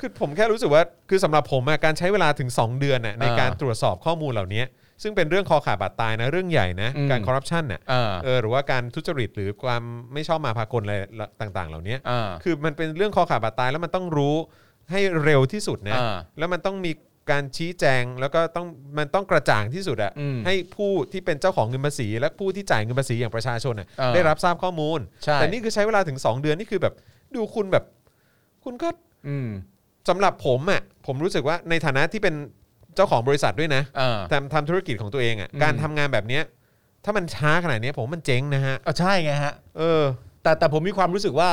S2: คือผมแค่รู้สึกว่า คือสำหรับผมอะการใช้เวลาถึง 2 เดือนน่ะใน
S6: อ่า
S2: การตรวจสอบข้อมูลเหล่านี้ ซึ่งเป็นเรื่องคอขาดบาดตายนะ เรื่องใหญ่นะ
S6: อืม
S2: การคอร์รัปชันน่ะ
S6: อ่า
S2: เออ หรือว่าการทุจริตหรือความไม่ชอบมาพากลอะไรต่าง ๆ เหล่านี้
S6: อ่า
S2: คือมันเป็นเรื่องคอขาดบาดตายแล้วมันต้องรู้ให้เร็วที่สุดนะ
S6: อ่า
S2: แล้วมันต้องมีการชี้แจงแล้วก็ต้องมันต้องกระจ่างที่สุดอะ
S6: อืม
S2: ให้ผู้ที่เป็นเจ้าของเงินภาษี และผู้ที่จ่ายเงินภาษีอย่างประชาชนอะ
S6: อ่า
S2: ได้รับทราบข้อมูล
S6: ใช่
S2: แต่นี่คือใช้เวลาถึง 2 เดือนนี่คือแบบดูคุณแบบ คุณก็
S6: อืม
S2: สำหรับผมอะผมรู้สึกว่าในฐานะที่เป็นเจ้าของบริษัทด้วยนะ
S6: อ่า
S2: ทำทำธุรกิจของตัวเองอะ
S6: อืม
S2: การทำงานแบบเนี้ยถ้ามันช้าขนาดเนี้ยผมว่ามันเจ๊งนะฮะ
S6: อ่าใช่ไงฮะ
S2: เออ
S6: แต่แต่ผมมีความรู้สึกว่า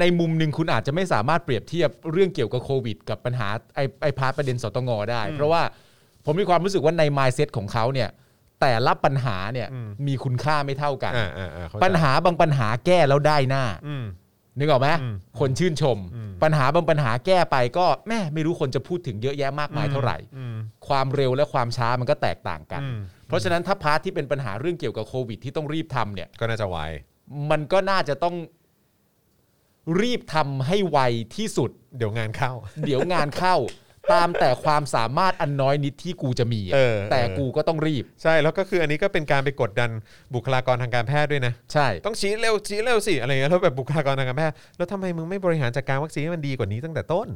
S6: ในมุมหนึ่งคุณอาจจะไม่สามารถเปรียบเทียบเรื่องเกี่ยวกับโควิด กับปัญหาไอ้ไอ้พาร์ทประเด็นสตงได้ เพราะว่าผมมีความรู้สึกว่าในมายเซตของเขาเนี่ย แต่ละปัญหาเนี่ย
S2: อืม
S6: มีคุณค่าไม่เท่ากัน
S2: อ่าอ่าอ่าเข้ใจ
S6: ปัญหาบางปัญหาแก้แล้วได้หน้า
S2: อืม
S6: นึกออกไหม
S2: อืม
S6: คนชื่นชม
S2: อืม
S6: ปัญหาบางปัญหาแก้ไปก็แม่ไม่รู้คนจะพูดถึงเยอะแยะมากมายเท่าไหร่
S2: อืม
S6: ความเร็วและความช้ามันก็แตกต่างกัน
S2: อืม
S6: เพราะฉะนั้นถ้าพาร์ทที่เป็นปัญหาเรื่องเกี่ยวกับโควิดที่ต้องรีบทำเนี่ย
S2: ก็น่าจะไว
S6: มันก็น่าจะต้องรีบทำให้ไวที่สุด
S2: เดี๋ยวงานเข้า
S6: เดี๋ยวงาน <laughs> เข้า ตามแต่ความสามารถอันน้อยนิดที่กูจะมีอะ
S2: เออ
S6: แต่กูก็ต้องรีบ
S2: ใช่แล้วก็คืออันนี้ก็เป็นการไปกดดันบุคลากรทางการแพทย์ด้วยนะ
S6: ใช่
S2: ต้องชี้เร็วชี้เร็วสิอะไรเงี้ยแล้วแบบบุคลากรทางการแพทย์แล้วทำไมมึงไม่บริหารจัดการวัคซีนให้มันดีกว่านี้ตั้งแต่ต้น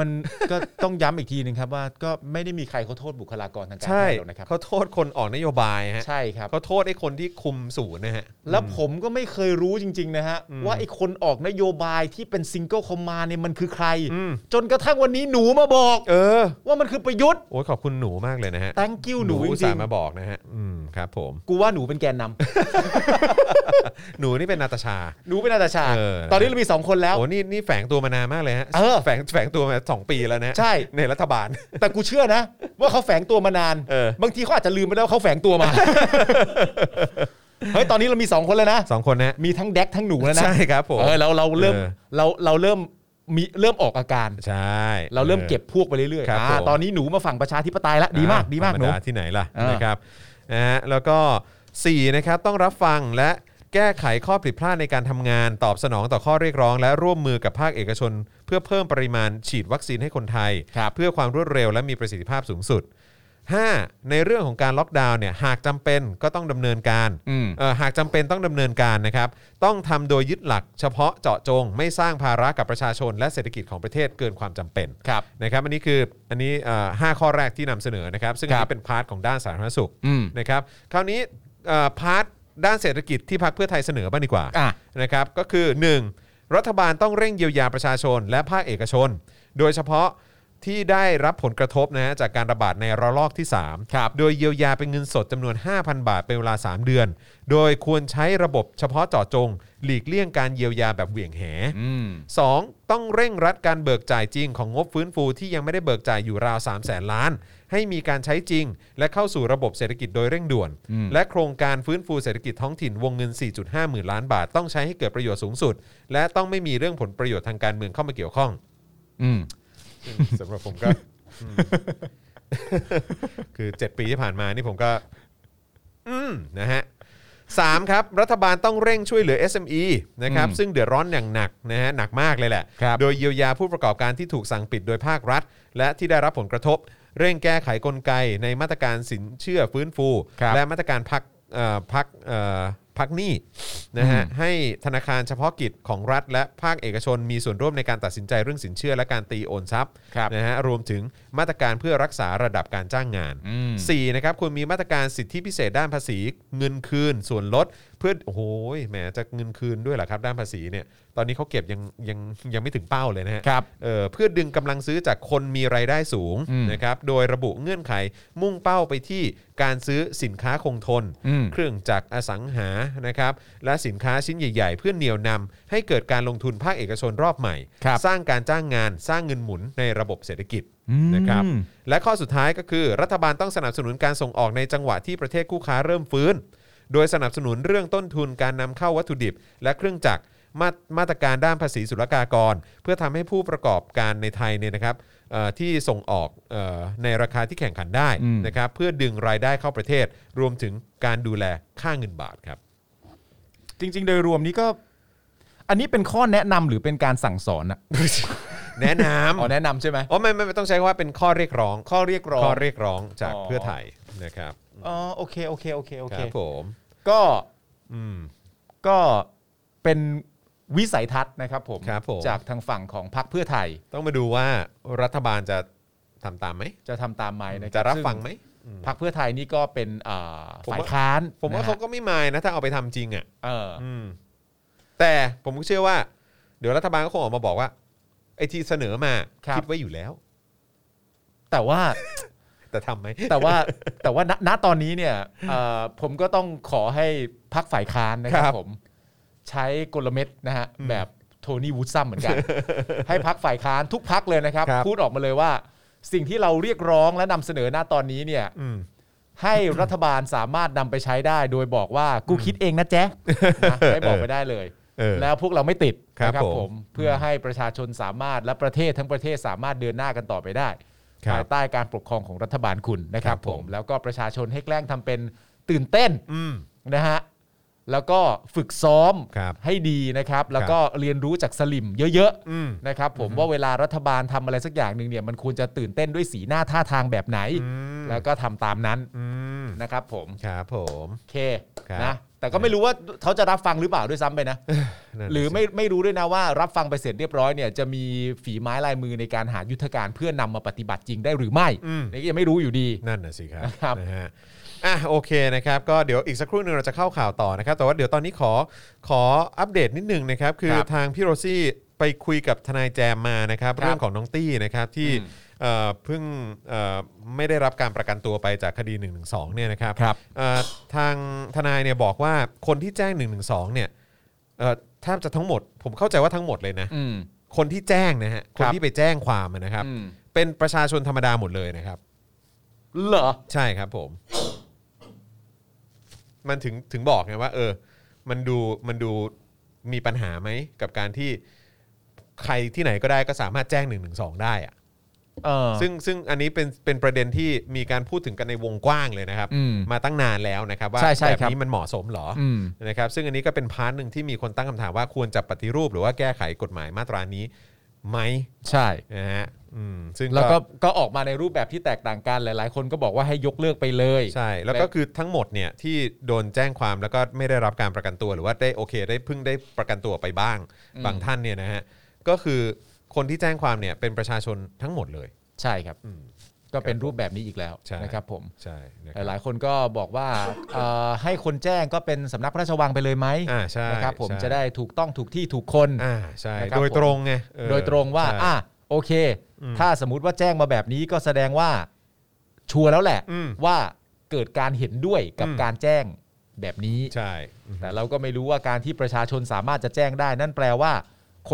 S6: มัน <laughs> ก็ต้องย้ำอีกทีหนึ่งครับว่า ก็ไม่ได้มีใครเขาโทษบุคลากรทางการ
S2: ใช่
S6: แพทย์หรอกนะครับ
S2: เขาโทษคนออกนโยบายฮะ
S6: ใช่ครับ
S2: เขาโทษไอ้คนที่คุมศูนย์นะฮะ
S6: แล้วผมก็ไม่เคยรู้จริง ๆ นะฮะ ว่าไอ้คนออกนโยบายที่เป็นซิงเกิลคอมมานเนี่ยมันคือใคร
S2: อืม
S6: จนกระทั่งวันนี้หนูมาบอก
S2: เออ
S6: ว่ามันคือประยุทธ์
S2: โอ้ยขอบคุณหนูมากเลยนะฮะ
S6: thank you หนูจ
S2: อุต
S6: ริ
S2: ส่าง ห์มาบอกนะฮะอืมครับผม
S6: ๆกูว่าหนูเป็นแกนนำ
S2: หนูนี่เป็นนาตาชา
S6: หนูเป็นอาตาชา
S2: เออนะ
S6: ตอนนี้เรามีสองคนแล้ว
S2: โอ้นี่นี่แฝงตัวมานานมากเลยฮะ
S6: เออ
S2: แฝงแฝงตัวมาสองปีแล้วนะ
S6: ใช่
S2: ในรัฐบาล
S6: แต่กูเชื่อนะ ว่าเขาแฝงตัวมานาน
S2: เออ
S6: บางทีเขาอาจจะลืมไปแล้ววาเขาแฝงตัว <laughs> มา เฮ้ย ตอนนี้เรามีสองคนแล้วนะ
S2: สองคนนะ
S6: มีทั้งแดกทั้งหนูแล้วนะ
S2: ใช่ครับผม
S6: เออเราเราเริ่ม
S2: เออ
S6: เราเราเริ่มมีเริ่มออกอาการ
S2: ใช่
S6: เราเริ่มเก็บพวกไปเรื่อย
S2: ครับผม
S6: ๆอ่าตอนนี้หนูมาฝั่งประชาธิปไตยแล้วดีมาก
S2: อ่ะ
S6: ดีมาก
S2: ธรร
S6: หนู
S2: ดาที่ไหนล่ะ
S6: อ่าน
S2: นะครับนะฮะแล้วก็4นะครับต้องรับฟังและ แก้ไขข้อผิดพลาดในการทำงาน ตอบสนองต่อข้อเรียกร้อง และร่วมมือกับภาคเอกชน เพื่อเพิ่มปริมาณฉีดวัคซีนให้คนไทย
S6: ครับ
S2: เพื่อความรวดเร็วและมีประสิทธิภาพสูงสุด 5. ในเรื่องของการล็อกดาวน์เนี่ยหากจำเป็นก็ต้องดำเนินการ
S6: อืม
S2: เอ่อหากจำเป็นต้องดำเนินการนะครับต้องทำโดยยึดหลักเฉพาะเจาะจง ไม่สร้างภาระกับประชาชน และเศรษฐกิจของประเทศเกินความจำเป็น
S6: ครับ
S2: นะครับอันนี้คืออันนี้เอ่อห้าข้อแรกที่นำเสนอนะครับ ซึ่งอัน
S6: ครั
S2: นี้
S6: บ
S2: เป็นพาร์ทของด้านสาธารณสุข
S6: อืม
S2: นะครับคราวนี้เอ่อพาร์ทด้านเศรษฐกิจที่พรรคเพื่อไทยเสนอบ้างดีกว่า
S6: อ่ะ
S2: นะครับก็คือ 1. รัฐบาลต้องเร่งเยียวยาประชาชน และภาคเอกชน โดยเฉพาะที่ได้รับผลกระทบนะฮะจากการระบาดในระลอกที่ 3
S6: ครับ
S2: โดยเยียวยาเป็นเงินสดจำนวน 5,000 บาทเป็นเวลา 3 เดือน โดยควรใช้ระบบเฉพาะเจาะจง หลีกเลี่ยงการเยียวยาแบบเหวี่ยงแห
S6: อืม
S2: 2. ต้องเร่งรัดการเบิกจ่ายจริงของงบฟื้นฟูที่ยังไม่ได้เบิกจ่ายอยู่ราว3 0 0แสนล้าน ให้มีการใช้จริง และเข้าสู่ระบบเศรษฐกิจโดยเร่งด่วน
S6: อืม
S2: และโครงการฟื้นฟูเศรษฐกิจท้องถิ่นวงเงิน 4.5 หมื่นล้านบาท ต้องใช้ให้เกิดประโยชน์สูงสุด และต้องไม่มีเรื่องผลประโยชน์ทางการเมืองเข้ามาเกี่ยวข้อง
S6: อืม
S2: สำหรับผมก็ คือ 7 ปีที่ผ่านมานี่ผมก็ อืมนะฮะสามครับ รัฐบาลต้องเร่งช่วยเหลือ SME นะครับ
S6: อืม
S2: ซึ่งเดือดร้อนอย่างหนักนะฮะหนักมากเลยแหละ
S6: ครับ
S2: โดยเยียวยาผู้ประกอบการที่ถูกสั่งปิดโดยภาครัฐ และที่ได้รับผลกระทบ เร่งแก้ไขกลไกในมาตรการสินเชื่อฟื้นฟู
S6: ครับ
S2: และมาตรการพักเอ่อพักเอ่อพักหนี้นะฮะ
S6: อืม
S2: ให้ธนาคารเฉพาะกิจของรัฐ และภาคเอกชนมีส่วนร่วมในการตัดสินใจเรื่องสินเชื่อและการตีโอนทรัพย์
S6: ครับ
S2: นะฮะรวมถึงมาตรการเพื่อรักษาระดับการจ้างงาน
S6: อืม
S2: สี่นะครับควรมีมาตรการสิทธิพิเศษด้านภาษี เงินคืน ส่วนลดเพื่อโอ้โหยแหมจะเงินคืนด้วยเหรอครับด้านภาษีเนี่ยตอนนี้เขาเก็บยังยังยังไม่ถึงเป้าเลยนะฮะ
S6: ครับ
S2: เออเพื่อดึงกำลังซื้อจากคนมีรายได้สูง
S6: อืม
S2: นะครับโดยระบุเงื่อนไขมุ่งเป้าไปที่การซื้อสินค้าคงทน
S6: อืม
S2: เครื่องจักรอสังหานะครับและสินค้าชิ้นใหญ่ ๆ เพื่อเหนี่ยวนำให้เกิดการลงทุนภาคเอกชนรอบใหม่
S6: ครับ
S2: สร้างการจ้างงานสร้างเงินหมุนในระบบเศรษฐกิจ
S6: อืม
S2: นะครับ และข้อสุดท้ายก็คือ รัฐบาลต้องสนับสนุนการส่งออกในจังหวะที่ประเทศคู่ค้าเริ่มฟื้น โดยสนับสนุนเรื่องต้นทุนการนำเข้าวัตถุดิบ และเครื่องจักรมามาตรการด้านภาษีศุลกากร เพื่อทำให้ผู้ประกอบการในไทยเนี่ยนะครับเอ่อที่ส่งออกเอ่อในราคาที่แข่งขันได้
S6: อืม
S2: นะครับเพื่อดึงรายได้เข้าประเทศ รวมถึงการดูแลค่าเงินบาทครับ
S6: จริง ๆ โดยรวมนี้ก็ อันนี้เป็นข้อแนะนำหรือเป็นการสั่งสอนอะ
S2: แนะน
S6: อ๋อ
S2: ำ
S6: แนะนำใช่ไหม
S2: อ๋อไม่ไม่ไม่ต้องใช้คำว่าเป็นข้อเรียกร้อง ข้อเรียกร้องข้อเรียกร้องจาก
S6: อ๋อ
S2: เพื่อไทยนะครับ
S6: อ๋อโอเคโอเคโอเคโอเค
S2: ครับผม
S6: ก็
S2: อืม
S6: ก็เป็นวิสัยทัศน์นะครับผม
S2: ครับผม
S6: จากทางฝั่งของพรรคเพื่อไทย
S2: ต้องมาดูว่ารัฐบาลจะทำตามไหม
S6: จะทำตามไหมนะค
S2: จะรับ
S6: ซึ่
S2: ฟังไหม
S6: พรรคเพื่อไทยนี่ก็เป็นอ่า
S2: ผมว่า
S6: ฝ่ายค้าน
S2: ผมว่า
S6: นะฮะ
S2: เขาก็ไม่มายนะถ้าเอาไปทำจริงอ่ะ
S6: เออ
S2: อืมแต่ผมก็เชื่อว่า เดี๋ยวรัฐบาลก็คงออกมาบอกว่าไอที่เสนอมาคิดไว้อยู่แล้ว
S6: แต่ว่า
S2: แต่ทำไหม
S6: แต่ว่าแต่ว่าณณตอนนี้เนี่ยเอ่อผมก็ต้องขอให้พักฝ่ายค้านนะค
S2: ครั
S6: รับบ ผมใช้กลเม็ดนะฮะแบบโทนี่วูดซัมเห
S2: <laughs>
S6: มือนกัน ให้พักฝ่ายค้านทุกพักเลยนะครับ พูดออกมาเลยว่า สิ่งที่เราเรียกร้องและนำเสนอหน้าตอนนี้เนี่ย
S2: อืม
S6: ให้รัฐบาลสามารถนำไปใช้ได้ โดยบอกว่ากูคิดเองนะแจ๊ะ
S2: <laughs>
S6: นะให้บอกไปได้เลย
S2: เออ
S6: แล้วพวกเราไม่ติด
S2: ครับ
S6: นะ
S2: ผม
S6: เพื่อให้ประชาชนสามารถและประเทศทั้งประเทศสามารถเดินหน้ากันต่อไปได้
S2: ครับ
S6: ภายใต้การปกครองของรัฐบาลคุณนะครับ
S2: ครับ
S6: ผ
S2: ผม ม
S6: แล้วก็ประชาชนให้แกล้งทำเป็นตื่นเต้น
S2: อืม
S6: นะฮะแล้วก็ฝึกซ้อม
S2: ครับ
S6: ให้ดีนะครับ แล้วก็เรียนรู้จากสลิมเยอะ
S2: อืม
S6: ๆนะครับผมว่าเวลารัฐบาลทำอะไรสักอย่างหนึ่งเนี่ยมันควรจะตื่นเต้นด้วยสีหน้าท่าทางแบบไหน
S2: อืม
S6: แล้วก็ทำตามนั้น
S2: อืม
S6: นะครับผม
S2: ครับผม
S6: โอเค
S2: ครับ
S6: นะแต่ก็ไม่รู้ว่าเขาจะรับฟังหรือเปล่าด้วยซ้ำไปนะ
S2: นั่นน่ะ
S6: หรือ
S2: สิ
S6: ไม่ไม่รู้ด้วยนะว่ารับฟังไปเสร็จเรียบร้อยเนี่ยจะมีฝีไม้ลายมือในการหายุทธการเพื่อนำมาปฏิบัติจริงได้หรือไม่
S2: อืม
S6: นี่ก็ยังไม่รู้อยู่ดี
S2: นั่นน่ะสิครับ
S6: ครับ
S2: นะฮะอ่ะโอเคนะครับก็เดี๋ยวอีกสักครู่หนึ่งเราจะเข้าข่าวต่อนะครับ แต่ว่าเดี๋ยวตอนนี้ขอขออัปเดตนิดหนึงนะครับ คือ
S6: ครับ
S2: ทางพี่โรซี่ไปคุยกับทนายแจมมานะครับ
S6: ครับ
S2: เรื่องของน้องตี้นะครับที่
S6: อืม
S2: เอ่อเพิ่งเอ่อไม่ได้รับการประกันตัวไปจากคดี1นึเนี่ยนะครับ
S6: ครับ
S2: เอ่อทางทนายเนี่ยบอกว่าคนที่แจ้ง1นึเนี่ยเอ่อแทบจะทั้งหมด ผมเข้าใจว่าทั้งหมดเลยนะ
S6: อืม
S2: คนที่แจ้งนะฮะ
S6: ค
S2: ค
S6: รั
S2: น
S6: บ
S2: ที่ไปแจ้งความอะนะครับ
S6: อืม
S2: เป็นประชาชนธรรมดาหมดเลยนะครับ
S6: เหรอ
S2: ใช่ครับผม มันถึงถึงบอกไงว่า เออ มันดูมันดูมีปัญหาไหม กับการที่ใครที่ไหนก็ได้ก็สามารถแจ้งหนึ่งหนึ่งสองได้อะ
S6: เออ
S2: ซึ่งซึ่งอันนี้เป็นเป็นประเด็นที่มีการพูดถึงกันในวงกว้างเลยนะครับ
S6: อืม
S2: มาตั้งนานแล้วนะครับว่า
S6: ใช่ใช่
S2: แบบ
S6: ครับ
S2: นี้มันเหมาะสมเหรออ
S6: อืม
S2: นะครับซึ่งอันนี้ก็เป็นพาร์ทหนึ่งที่มีคนตั้งคำถามว่าควรจะปฏิรูปหรือว่าแก้ไขกฎหมายมาตรานี้ไหม
S6: ใช่
S2: นะฮะอืมซึ่ง
S6: แล้วก็ก็ออกมาในรูปแบบที่แตกต่างกันหลาย ๆ คนก็บอกว่าให้ยกเลิกไปเลย
S2: ใช่ แล้วก็คือทั้งหมดเนี่ยที่โดนแจ้งความแล้วก็ไม่ได้รับการประกันตัวหรือว่าได้โอเค ได้เพิ่งได้ประกันตัวไปบ้าง
S6: อืม
S2: บางท่านเนี่ยนะฮะก็คือคนที่แจ้งความเนี่ยเป็นประชาชนทั้งหมดเลย
S6: ใช่ครับ
S2: อืม
S6: ก็เป็นรูปแบบนี้อีกแล้ว
S2: ใช่
S6: นะครับผม
S2: ใช่นะค
S6: ห
S2: รับ
S6: ลายๆคนก็บอกว่าเอ่อให้คนแจ้งก็เป็นสำนักพระราชวังไปเลยไหม
S2: อ่าใช่
S6: นะครับผม
S2: ใช่
S6: จะได้ถูกต้องถูกที่ถูกคน
S2: อ่าใช่
S6: นะครับ
S2: โดยตรงไงเออ
S6: โดยตรงว่า
S2: ใช่
S6: อ่ะโอเค
S2: อืม
S6: ถ้าสมมติว่าแจ้งมาแบบนี้ก็แสดงว่าชัวร์แล้วแหละ
S2: อืม
S6: ว่าเกิดการเห็นด้วยกับ
S2: อืม
S6: การแจ้งแบบนี้
S2: ใช่
S6: แต่เราก็ไม่รู้ว่าการที่ประชาชนสามารถจะแจ้งได้ นั่นแปลว่า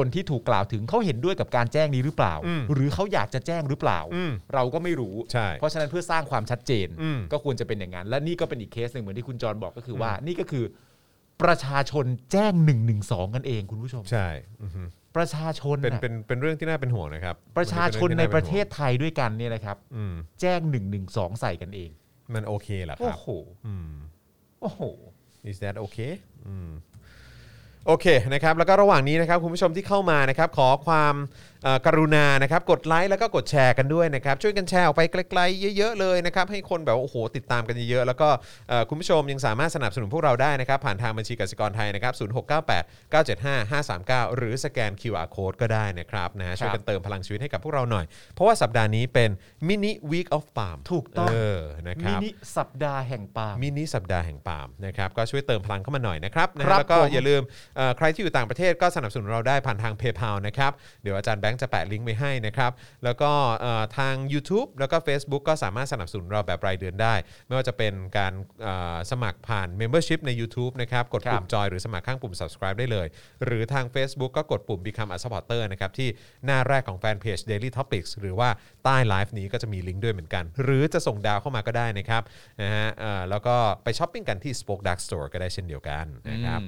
S6: คนที่ถูกกล่าวถึงเขาเห็นด้วยกับการแจ้งนี้หรือเปล่า หรือเขาอยากจะแจ้งหรือเปล่า
S2: อืม
S6: เราก็ไม่รู้
S2: ใช่
S6: เพราะฉะนั้นเพื่อสร้างความชัดเจน
S2: อืม
S6: ก็ควรจะเป็นอย่างนั้น และนี่ก็เป็นอีกเคสหนึ่งเหมือนที่คุณจรบอกก็คือว่า นี่ก็คือประชาชนแจ้ง1นึกันเองคุณผู้ชม
S2: ใช่อือฮึ
S6: ประชาชน
S2: เป็น
S6: น่ะ
S2: เป็นเป็นเรื่องที่น่าเป็นห่วงนะครับ
S6: ประชาชนใน
S2: ป็
S6: ป
S2: องที่าป็ห่วง
S6: ระเทศไทยด้วยกันเนี่ยนะครับ
S2: อืม
S6: แจ้ง1นึใส่กันเอง
S2: มันโอเคเหรอค
S6: โอ้
S2: รับ
S6: โห
S2: อืม
S6: โอ้โห
S2: is that okay อืมโอเคนะครับ แล้วก็ระหว่างนี้นะครับคุณผู้ชมที่เข้ามานะครับ ขอความเอ่อกรุณานะครับ กดไลค์แล้วก็กดแชร์กันด้วยนะครับ ช่วยกันแชร์ออกไปไกลๆเยอะๆเลยนะครับ ให้คนแบบว่าโอ้โห ติดตามกันเยอะๆแล้วก็เอ่อคุณผู้ชมยังสามารถสนับสนุนพวกเราได้นะครับ ผ่านทางบัญชีกสิกรไทยนะครับ 0698 975 539 หรือสแกน QR code ก็ได้นะครับนะฮะช่วยกันเติมพลังชีวิตให้กับพวกเราหน่อย เพราะว่าสัปดาห์นี้เป็นมินิ week of palm
S6: ถูกต้อง
S2: เออนะค
S6: มิ
S2: รับ
S6: นิสัปดาห์แห่งปาล์ม
S2: มินิสัปดาห์แห่งปาล์มนะครับก็ช่วยเติมพลังเข้ามาหน่อยนะครับนะฮะ
S6: ครับ
S2: แล้วก็
S6: ผม
S2: อย่าลืมเอ่อใครที่อยู่ต่างประเทศก็สนับสนุนเราได้ผ่านทางเพย์ a l นะครับ เดี๋ยวอาจารย์แบงค์จะแปะลิงก์ไว้ให้นะครับ แล้วก็เอ่อทาง YouTube แล้วก็ Facebook ก็สามารถสนับสนุนเราแบบรายเดือนได้ ไม่ว่าจะเป็นการเอ่อสมัครผ่าน Membership ใน YouTube นะครับ กด
S6: ครับ
S2: ปุ่มจอยหรือสมัครข้างปุ่ม subscribe ได้เลย หรือทาง Facebook ก็กดปุ่ม Become a supporter นะครับที่หน้าแรกของแฟนเพจ Daily Topics หรือว่าใต้ไลฟ์นี้ก็จะมีลิงก์ด้วยเหมือนกัน หรือจะส่งดาวเข้ามาก็ได้นะครับนะฮะเอ่อแล้วก็ไปช้อปปิ้งกันที่ Spoke Dark Store ก็ได้เช่นเดียวกันนะครับ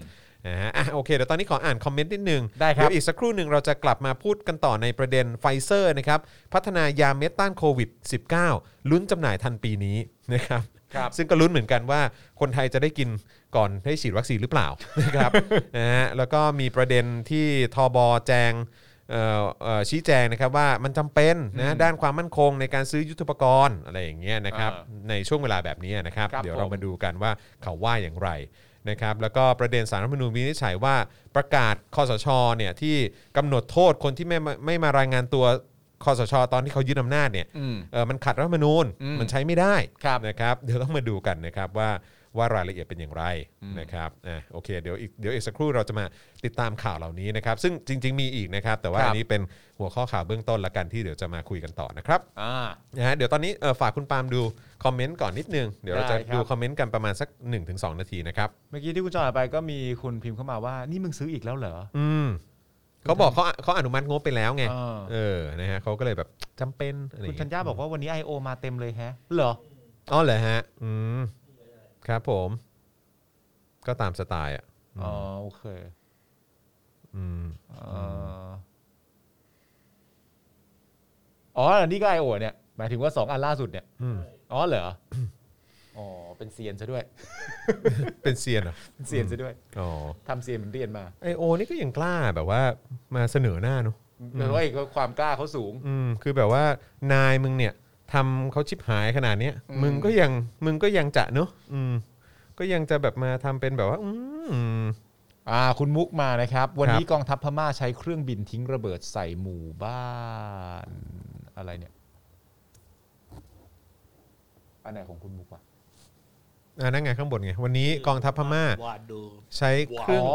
S2: นะฮะอ่ะโอเคเดี๋ยวตอนนี้ขออ่านคอมเมนต์นิดนึง
S6: ได้ครับ
S2: เยวอีกสักครู่หนึ่งเราจะกลับมาพูดกันต่อในประเด็นไฟเซอร์นะครับพัฒนายาเม็ดต้านโควิด -19 ลุ้นจำหน่ายทันปีนี้ <laughs> นะครับ
S6: ครับ
S2: ซึ่งก็ลุ้นเหมือนกันว่าคนไทยจะได้กินก่อนได้ฉีดวัคซีนหรือเปล่า <laughs> นะครับนะฮะแล้วก็มีประเด็นที่ทบแจงเอ่อเอ่อชี้แจงนะครับว่ามันจำเป็นนะด้านความมั่นคงในการซื้อยุทโธปกรณ์อะไรอย่างเงี้ยนะครับ
S6: อ่
S2: ในช่วงเวลาแบบนี้นะครับ
S6: ครับ
S2: เดี๋ยวเรา
S6: ผม
S2: มาดูกันว่าเขาว่าอย่างไรนะครับแล้วก็ประเด็นสารรัฐธรรมนูญวินิจฉัยว่าประกาศคอสชเนี่ยที่กำหนดโทษคนที่ไม่มาไม่มารายงานตัวคอสช ตอนที่เขายึดอำนาจเนี่ย
S6: อืม
S2: เออมันขัดรัฐธรรมนูญ
S6: อืม
S2: มันใช้ไม่ได้
S6: ครับ
S2: นะครับ เดี๋ยวต้องมาดูกันนะครับว่าว่ารายละเอียดเป็นอย่างไรนะครับอ่ะโอเคเดี๋ยวอีกเดี๋ยวอีกสักครู่เราจะมาติดตามข่าวเหล่านี้นะครับ ซึ่งจริง ๆ มีอีกนะครับ แต่ว่า
S6: ครับ
S2: อันนี้เป็นหัวข้อข่าวเบื้องต้นละกันที่เดี๋ยวจะมาคุยกันต่อนะครับ
S6: อ่า
S2: นะฮะเดี๋ยวตอนนี้เอ่อฝากคุณปาล์มดูคอมเมนต์ก่อนนิดนึง เดี๋ยวเราจะ
S6: ได้ครับ
S2: ดูคอมเมนต์กันประมาณสัก 1-2 นาทีนะครับ
S6: เมื่อกี้ที่คุณจอนอ่านไปก็มีคุณพิมพ์เข้ามาว่านี่มึงซื้ออีกแล้วเหรอ
S2: อืมเขาบอกเขาเขาอนุมัติงบไปแล้วไง
S6: อ่า
S2: เออนะฮะเขาก็เลยแบบจำเป็นอะไรอ
S6: คุณ
S2: ย่างเงี้ย
S6: ธัญญาบอกว่าวันนี้ I.O. มาเต็มเลยแฮะ เหรอ
S2: อ๋อเหรอฮะ อืม ครับผม ก็ตามสไตล์อ่ะ ม
S6: อ๋อ โอเค
S2: อืม
S6: เอ่ออ๋อ นี่ก็ I.O. เนี่ย หมายถึงว่า 2 อันล่าสุดเนี่ย
S2: อืม
S6: อ๋อ เหรอ <coughs> อ๋อ เป็นเซียนซะด้วย
S2: เป็นเซียนเหรอ
S6: เป็นเซียนซะด้วย
S2: อ๋อ
S6: ทำเซียนเหมือนเรียนมา
S2: ไอโอ นี่ก็ยังกล้าแบบว่า มาเสนอหน้าเนอะ
S6: เพราะว่าอีกความกล้าเขาสูง
S2: อืม คือแบบว่านายมึงเนี่ยทำเขาชิบหายขนาดเนี้ย
S6: อืม
S2: มึงก็ยัง มึงก็ยังจะเนอะอืม ก็ยังจะแบบมาทำเป็นแบบว่า อืม
S6: อ่า คุณมุกมานะครับ วันนี้
S2: ครับ
S6: กองทัพพม่าใช้เครื่องบินทิ้งระเบิดใส่หมู่บ้าน อะไรเนี่ย อันไหนของคุณมุกวะ
S2: อ่านั่นไงข้างบนไง วันนี้กองทัพพม่า
S5: <laughs> วาดดู
S2: ใช้เครื่อง
S6: อ๋อ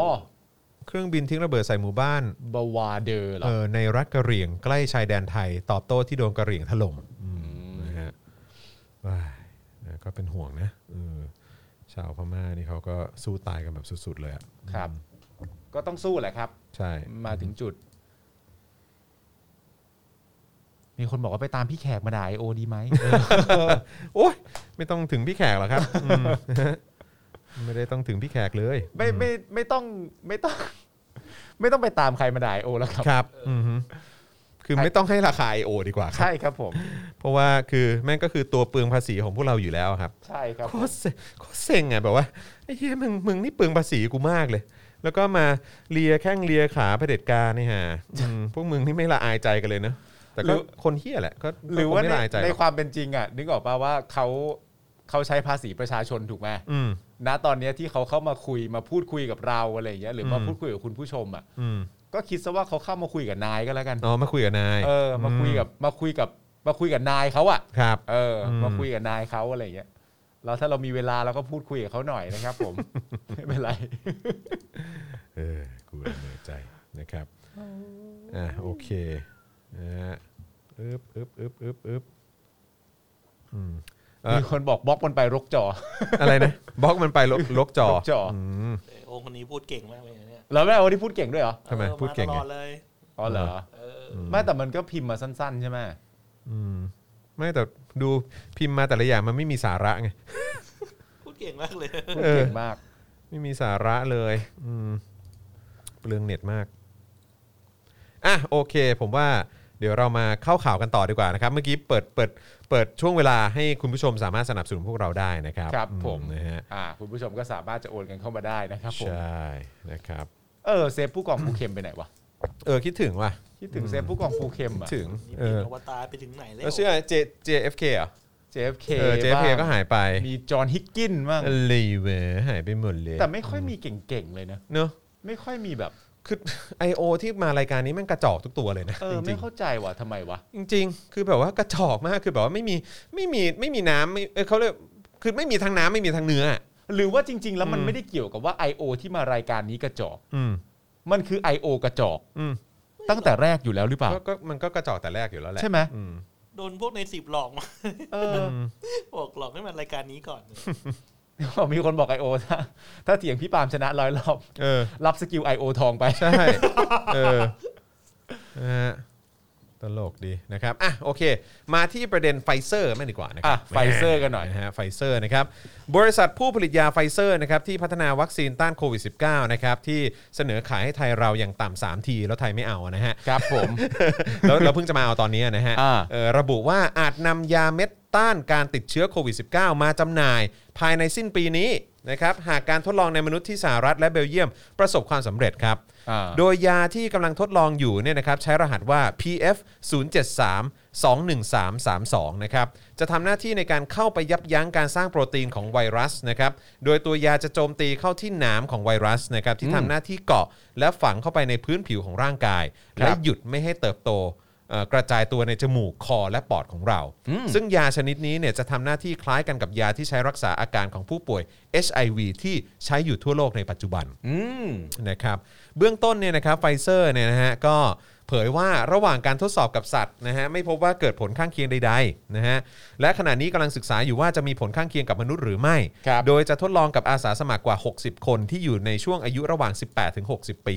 S2: เครื่องบินทิ้งระเบิดใส่หมู่บ้าน
S6: บาวาเดอร์เหรอ
S2: เออในรัฐกะเหรี่ยงใกล้ชายแดนไทย ตอบโต้ที่โดนกะเหรี่ยงถล่มอืมนะฮะว้ายนะก็เป็นห่วงนะเออชาวพม่านี่เขาก็สู้ตายกันแบบสุด ๆ เลยอะ
S6: ครับ ก็ต้องสู้แหละครับ
S2: ใช่
S6: มาถึงจุด มีคนบอกว่าไปตามพี่แขกมาด่าไอโอดีไหม
S2: โอ้ยไม่ต้องถึงพี่แขกหรอก
S6: <laughs>
S2: ครับอืมไม่ได้ต้องถึงพี่แขกเลย
S6: ไม่ไม่ไม่ต้องไม่ต้อง ไม่ต้องไปตามใครมาด่าไอโอแล้วครับ
S2: ครับอืมฮึค คือไม่ต้องให้ราคา IO ดีกว่าครับ
S6: ใช่ครับผม
S2: เพราะว่าคือแม่งก็คือตัวเปลืองภาษีของพวกเราอยู่แล้วครับ
S6: ใช่ครับ
S2: โคตรเซ็งโคตรเซ็งอ่ะแบบว่าไอ้เหี้ยมึงมึงนี่เปลืองภาษีกูมากเลย แล้วก็มาเลียแข้งเลียขาเผด็จการนี่ฮะอืมพวกมึงนี่ไม่ละอายใจกันเลยเนอะแต่ก็คนเฮี้ยแหละก็ก็
S6: หรือว่า
S2: คงไม่
S6: ใน
S2: ละอายใจห
S6: ใน
S2: รอก
S6: ความเป็นจริงอ่ะ นึกออกป่าว่าเขาเขาใช้ภาษีประชาชนถูกไหม
S2: อืม
S6: ณตอนเนี้ยที่เขาเข้ามาคุยมาพูดคุยกับเราอะไรอย่างเงี้ยหรือมา
S2: อืม
S6: พูดคุยกับคุณผู้ชมอ่ะ
S2: อืม
S6: ก็คิดซะว่าเขาเข้ามาคุยกับนายก็แล้วกัน
S2: อ๋อมาคุยกับนาย
S6: เออมาคุยกับมาคุยกับมาคุยกับนายเขาอ่ะ
S2: ครับ
S6: เอออ
S2: ม
S6: มาคุยกับนายเขาอะไรอย่างเงี้ยแล้วถ้าเรามีเวลาเราก็พูดคุยกับเขาหน่อยนะครับ <laughs> ผม ไม่เป็นไร
S2: เออกูละเมอใจนะครับอ่ะโอเคนะฮะอึบอึบอึบอึบอึบอืมเอ่อ
S6: มีคนบอกบล็อกมันไปรกจอ
S2: อะไรนะบล็อกมันไปลกลกจอ
S6: ลกจออื
S2: ม
S5: เออโอคนนี้พูดเก่งมากเลยเนี่ย
S6: แล้วแม่วันนี้พูดเก่งด้วยเหรอ
S2: ทำไม
S5: ออ
S2: พูดเก่งไง
S5: าตลอเลย
S6: อ๋อเหรอ
S5: เออ
S6: ไม่แต่มันก็พิมพ์มาสั้น ๆ ใช่ไหม
S2: อืมไม่แต่ดูพิมพ์มาแต่ละอย่างมันไม่มีสาระไง
S5: พูดเก่งมากเลย <laughs>
S6: พูดเก่งมาก
S2: ไม่มีสาระเลย อืมเปลืองเน็ตมาก อ่ะโอเค ผมว่าเดี๋ยวเรามาเข้าข่าวกันต่อดีกว่านะครับ เมื่อกี้เปิดเปิดเปิดช่วงเวลาให้คุณผู้ชมสามารถสนับสนุนพวกเราได้นะครับ
S6: ครับผม
S2: นะฮะ
S6: อ่า คุณผู้ชมก็สามารถจะโอนกันเข้ามาได้นะครับผ
S2: ใช
S6: ม่
S2: นะครับ
S6: เออเซฟผู้กองผู้เข็มไปไหนวะ
S2: เออคิดถึงว่ะ
S6: คิดถึงเซฟผู้กองผู้เข็ม
S2: คิ
S6: อ่ะ
S2: ดถึง
S5: นี่
S2: เอ
S5: เป็น
S2: อ
S5: อวตารไปถึงไหนแล้ว
S2: แล้วชื่ออะไร J JFK เหรอ่ะ
S6: JFK
S2: เออ JFK
S6: บ้าง
S2: ก็หายไป
S6: มีจอห์นฮิกกินบ้าง
S2: อะไรเว้ยหายไปหมดเลย
S6: แต่ไม่ค่อยมีเก่งๆเลยนะ
S2: เนอะ
S6: ไม่ค่อยมีแบบ
S2: คือ I.O. ที่มารายการนี้แมันกระจอกทุกตัวเลยนะ
S6: เออ
S2: จริ
S6: ไม่
S2: งๆ
S6: เข้าใจว่ะทำไมวะ
S2: จริงๆ คือแบบว่ากระจอกมาก คือแบบว่าไม่มีไม่มีไม่มีน้ำไม่เอ้ยเขาเรียกคือไม่มีทั้งน้ำไม่มีทั้งเนื้ออะ
S6: หรือว่าจริง ๆ แล้วมันไม่ได้เกี่ยวกับว่า I.O. ที่มารายการนี้กระจอก
S2: อืม
S6: มันคือ I.O. กระจอก
S2: อืม
S6: ตั้งแต่แรกอยู่แล้วหรือเปล่า
S2: ก็ก็มันก็กระจอกแต่แรกอยู่แล้วแหละ
S6: ใช่ไหม
S2: อืม
S5: โดนพวกในสิบหลอกมา
S6: เออ
S5: <laughs> บอกหลอกให้มันรายการนี้ก่อน
S6: มีคนบอก <laughs> I.O. ถ้าถ้าเถียงพี่ปาล์มชนะร้อยรอบ
S2: เออ
S6: รับสกิล I.O. ทองไป
S2: ใช่ เออนะฮะตลกดีนะครับอ่ะโอเค มาที่ประเด็นไฟเซอร์แม่งดีกว่านะครั
S6: อ่ะ Pfizer กันหน่อย
S2: นะฮะไฟเซอร์นะครับบริษัทผู้ผลิตยาไฟเซอร์นะครับที่พัฒนาวัคซีนต้านโควิด -19 นะครับที่เสนอขายให้ไทยเราอย่างต่ำ3ที แล้วไทยไม่เอานะฮะ
S6: ครับผม
S2: แล้วเราเพิ่งจะมาเอาตอนนี้นะฮะ
S6: อ่า
S2: เอ่อระบุว่าอาจนำยาเม็ดต้านการติดเชื้อโควิด -19 มาจำหน่าย ภายในสิ้นปีนี้นะครับหากการทดลองในมนุษย์ที่สหรัฐและเบลเยียมประสบความสำเร็จครับ
S6: อ่า
S2: โดยยาที่กำลังทดลองอยู่เนี่ยนะครับใช้รหัสว่า PF 0 7 3 2 1 3 3 2นะครับจะทำหน้าที่ในการเข้าไปยับยั้งการสร้างโปรตีนของไวรัสนะครับโดยตัวยาจะโจมตีเข้าที่หนามของไวรัสนะครับที่ทำหน้าที่เกาะและฝังเข้าไปในพื้นผิวของร่างกาย และหยุดไม่ให้เติบโตเอ่อกระจายตัวในจมูกคอและปอดของเรา ซึ่งยาชนิดนี้เนี่ยจะทำหน้าที่คล้ายกันกับยาที่ใช้รักษาอาการของผู้ป่วย HIV ที่ใช้อยู่ทั่วโลกในปัจจุบัน
S6: อืม
S2: นะครับเบื้องต้นเนี่ยนะครับไฟเซอร์เนี่ยนะฮะก็เผยว่าระหว่างการทดสอบกับสัตว์นะฮะไม่พบว่าเกิดผลข้างเคียงใดๆนะฮะและขณะนี้กำลังศึกษาอยู่ว่าจะมีผลข้างเคียงกับมนุษย์หรือไม่
S6: ครับ
S2: โดยจะทดลองกับอาสาสมัครกว่า 60 คนที่อยู่ในช่วงอายุระหว่าง 18 ถึง 60 ปี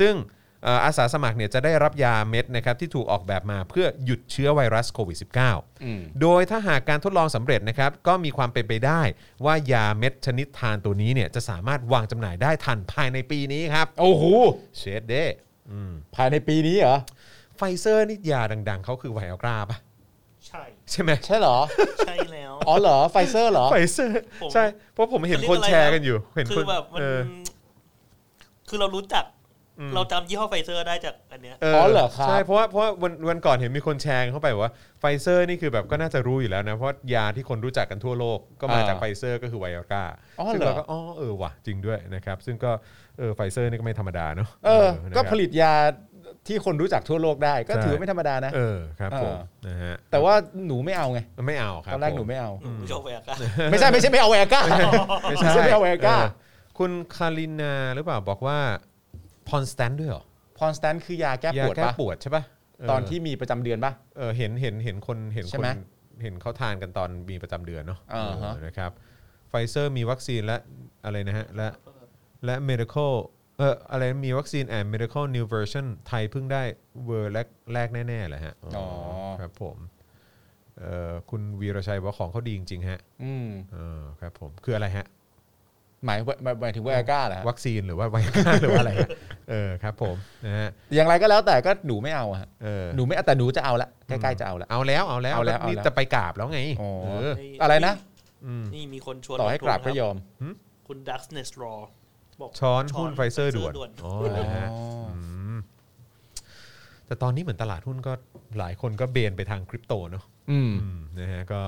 S2: ซึ่งเอ่ออาสาสมัครเนี่ยจะได้รับยาเม็ดนะครับที่ถูกออกแบบมาเพื่อหยุดเชื้อไวรัสโควิด -19
S6: อืม
S2: โดยถ้าหากการทดลองสำเร็จนะครับก็มีความเป็นไปได้ว่ายาเม็ดชนิดทานตัวนี้เนี่ยจะสามารถวางจำหน่ายได้ทันภายในปีนี้ครับ
S6: โอ้โห
S2: เชดเด้
S6: ภายในปีนี้เหรอ
S2: ไฟเซอร์นี่ยาดัง ๆ เขาคือไวอากราปะ
S5: ใช่
S2: ใช่ไหม
S6: ใช่เหรอ
S5: ใช่แล้ว
S6: อ๋อเหรอไฟเซอร์เหรอ
S2: ไฟเซอร์
S5: ผม
S2: ใช่ เพราะผมเห็นคนแชร์กันอยู่ เห็น
S5: คื
S2: คน
S5: อแบบมัน
S2: เออ
S5: คือเรารู้จัก เราจำยี่ห้อไฟเซอร์ได้จากอันเนี้ย
S6: อเหรอครับ
S2: ใช่เพราะว่าเพราะว่าวันวันก่อนเห็นมีคนแชร์เข้าไปบอกว่าไฟเซอร์นี่คือแบบก็น่าจะรู้อยู่แล้วนะ เพราะยาที่คนรู้จักกันทั่วโลกก็มา
S6: อ่า
S2: จากไฟเซอร์ก็คือไวอากรา
S6: อ๋อ
S2: ซึ่ง
S6: เหรอ
S2: เราก็อ๋อเออว่ะจริงด้วยนะครับ ซึ่งก็เออไฟเซอร์นี่ก็ไม่ธรรมดาเนอะ
S6: เออ
S2: นะครับ
S6: ก็ผลิตยาที่คนรู้จักทั่วโลกได้ ก็ถือว่าไม่ธรรมดานะ
S2: เออครับผมนะฮะ
S6: แต่ว่าหนูไม่เอาไง
S2: ไม่เอาครับ
S6: ตอนแรกหนู
S2: ผ
S6: ไม่ <laughs> เอา
S5: หนูไม่ชอบแหวกอะ
S6: ไม่ใช่ไม่ใช่ไม่เอาแหวกก้า <laughs>
S2: ไม่
S6: ไม่ใช่ไม่เอาแวก้า
S2: เออคุณคารินาหรือเปล่าบอกว่าพอนสแตนด้วยเหรอ
S6: พอนสแตนคือยาแก้
S2: ยา
S6: ปวด
S2: แก้
S6: ปะ
S2: ปวดใช่ปะเ
S6: ตอนที่มีประจำเดือนปะ
S2: เออเห็นเห็นเห็นคนเห็น
S6: ใช่
S2: คน
S6: ไหม
S2: เห็นเขาทานกันตอนมีประจำเดือนเนาะ
S6: อ่าฮะ
S2: เออนะครับไฟเซอร์มีวัคซีนและอะไรนะฮะ และและ medical เอออะไรมีวัคซีนแอนด์ medical new version ไทยเพิ่งได้เวอร์แรกแรกแน่ๆแหละฮะครับผมเออคุณวีรชัยบอกว่าของเขาดีจริงๆฮะ
S6: อืม
S2: เออครับผมคืออะไรฮะ
S6: หมายหมายหมายถึงไวอาก้าเหรอฮะ
S2: วัคซีนหรือว่าไวรัสหรือว่าอะไรอะเออครับผมนะฮะ
S6: อย่างไรก็แล้วแต่ก็หนูไม่เอาอะฮะ
S2: เออ
S6: หนูไม่เอาแต่หนูจะเอาละใกล้ๆจะเอาละ
S2: เอาแล้วเอาแล้ว
S6: เอาแล้ว
S2: นี่
S6: เอาแล้ว
S2: จะไปกราบแล้วไง
S6: อ๋อ
S2: เออ
S6: อะไรนะ
S2: ม
S5: นี่มีคนชวน
S6: ต่อให้กราบก็ยอม
S5: คุณดักเนสรอบอก
S2: ช้อน
S5: ช้อน
S2: หุ้นไฟเซอร์ด่วน
S5: ไฟเซอร์ด่วน
S2: อ๋อเหรอฮะ
S6: อ๋ออื
S2: มแต่ตอนนี้เหมือนตลาดหุ้นก็หลายคนก็เบนไปทางคริปโตเนอะ
S6: อืม
S2: อืมนะฮะก็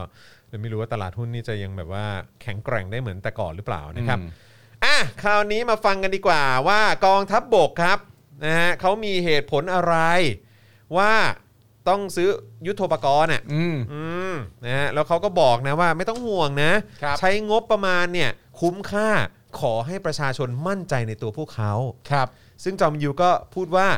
S2: เลยไม่รู้ว่าตลาดหุ้นนี่จะยังแบบว่าแข็งแกร่งได้เหมือนแต่ก่อนหรือเปล่านะครับ
S6: อืม
S2: อ่ะคราวนี้มาฟังกันดีกว่าว่ากองทัพบบกครับนะฮะเขามีเหตุผลอะไร ว่าต้องซื้อยุทโธปกรณ์อ่ะ
S6: อืม
S2: อืมนะฮะแล้วเขาก็บอกนะว่าไม่ต้องห่วงนะ
S6: ครับ
S2: ใช้งบประมาณเนี่ยคุ้มค่าขอให้ประชาชนมั่นใจในตัวพวกเขา
S6: ครับ
S2: ซึ่งจอมยูก็พูดว่า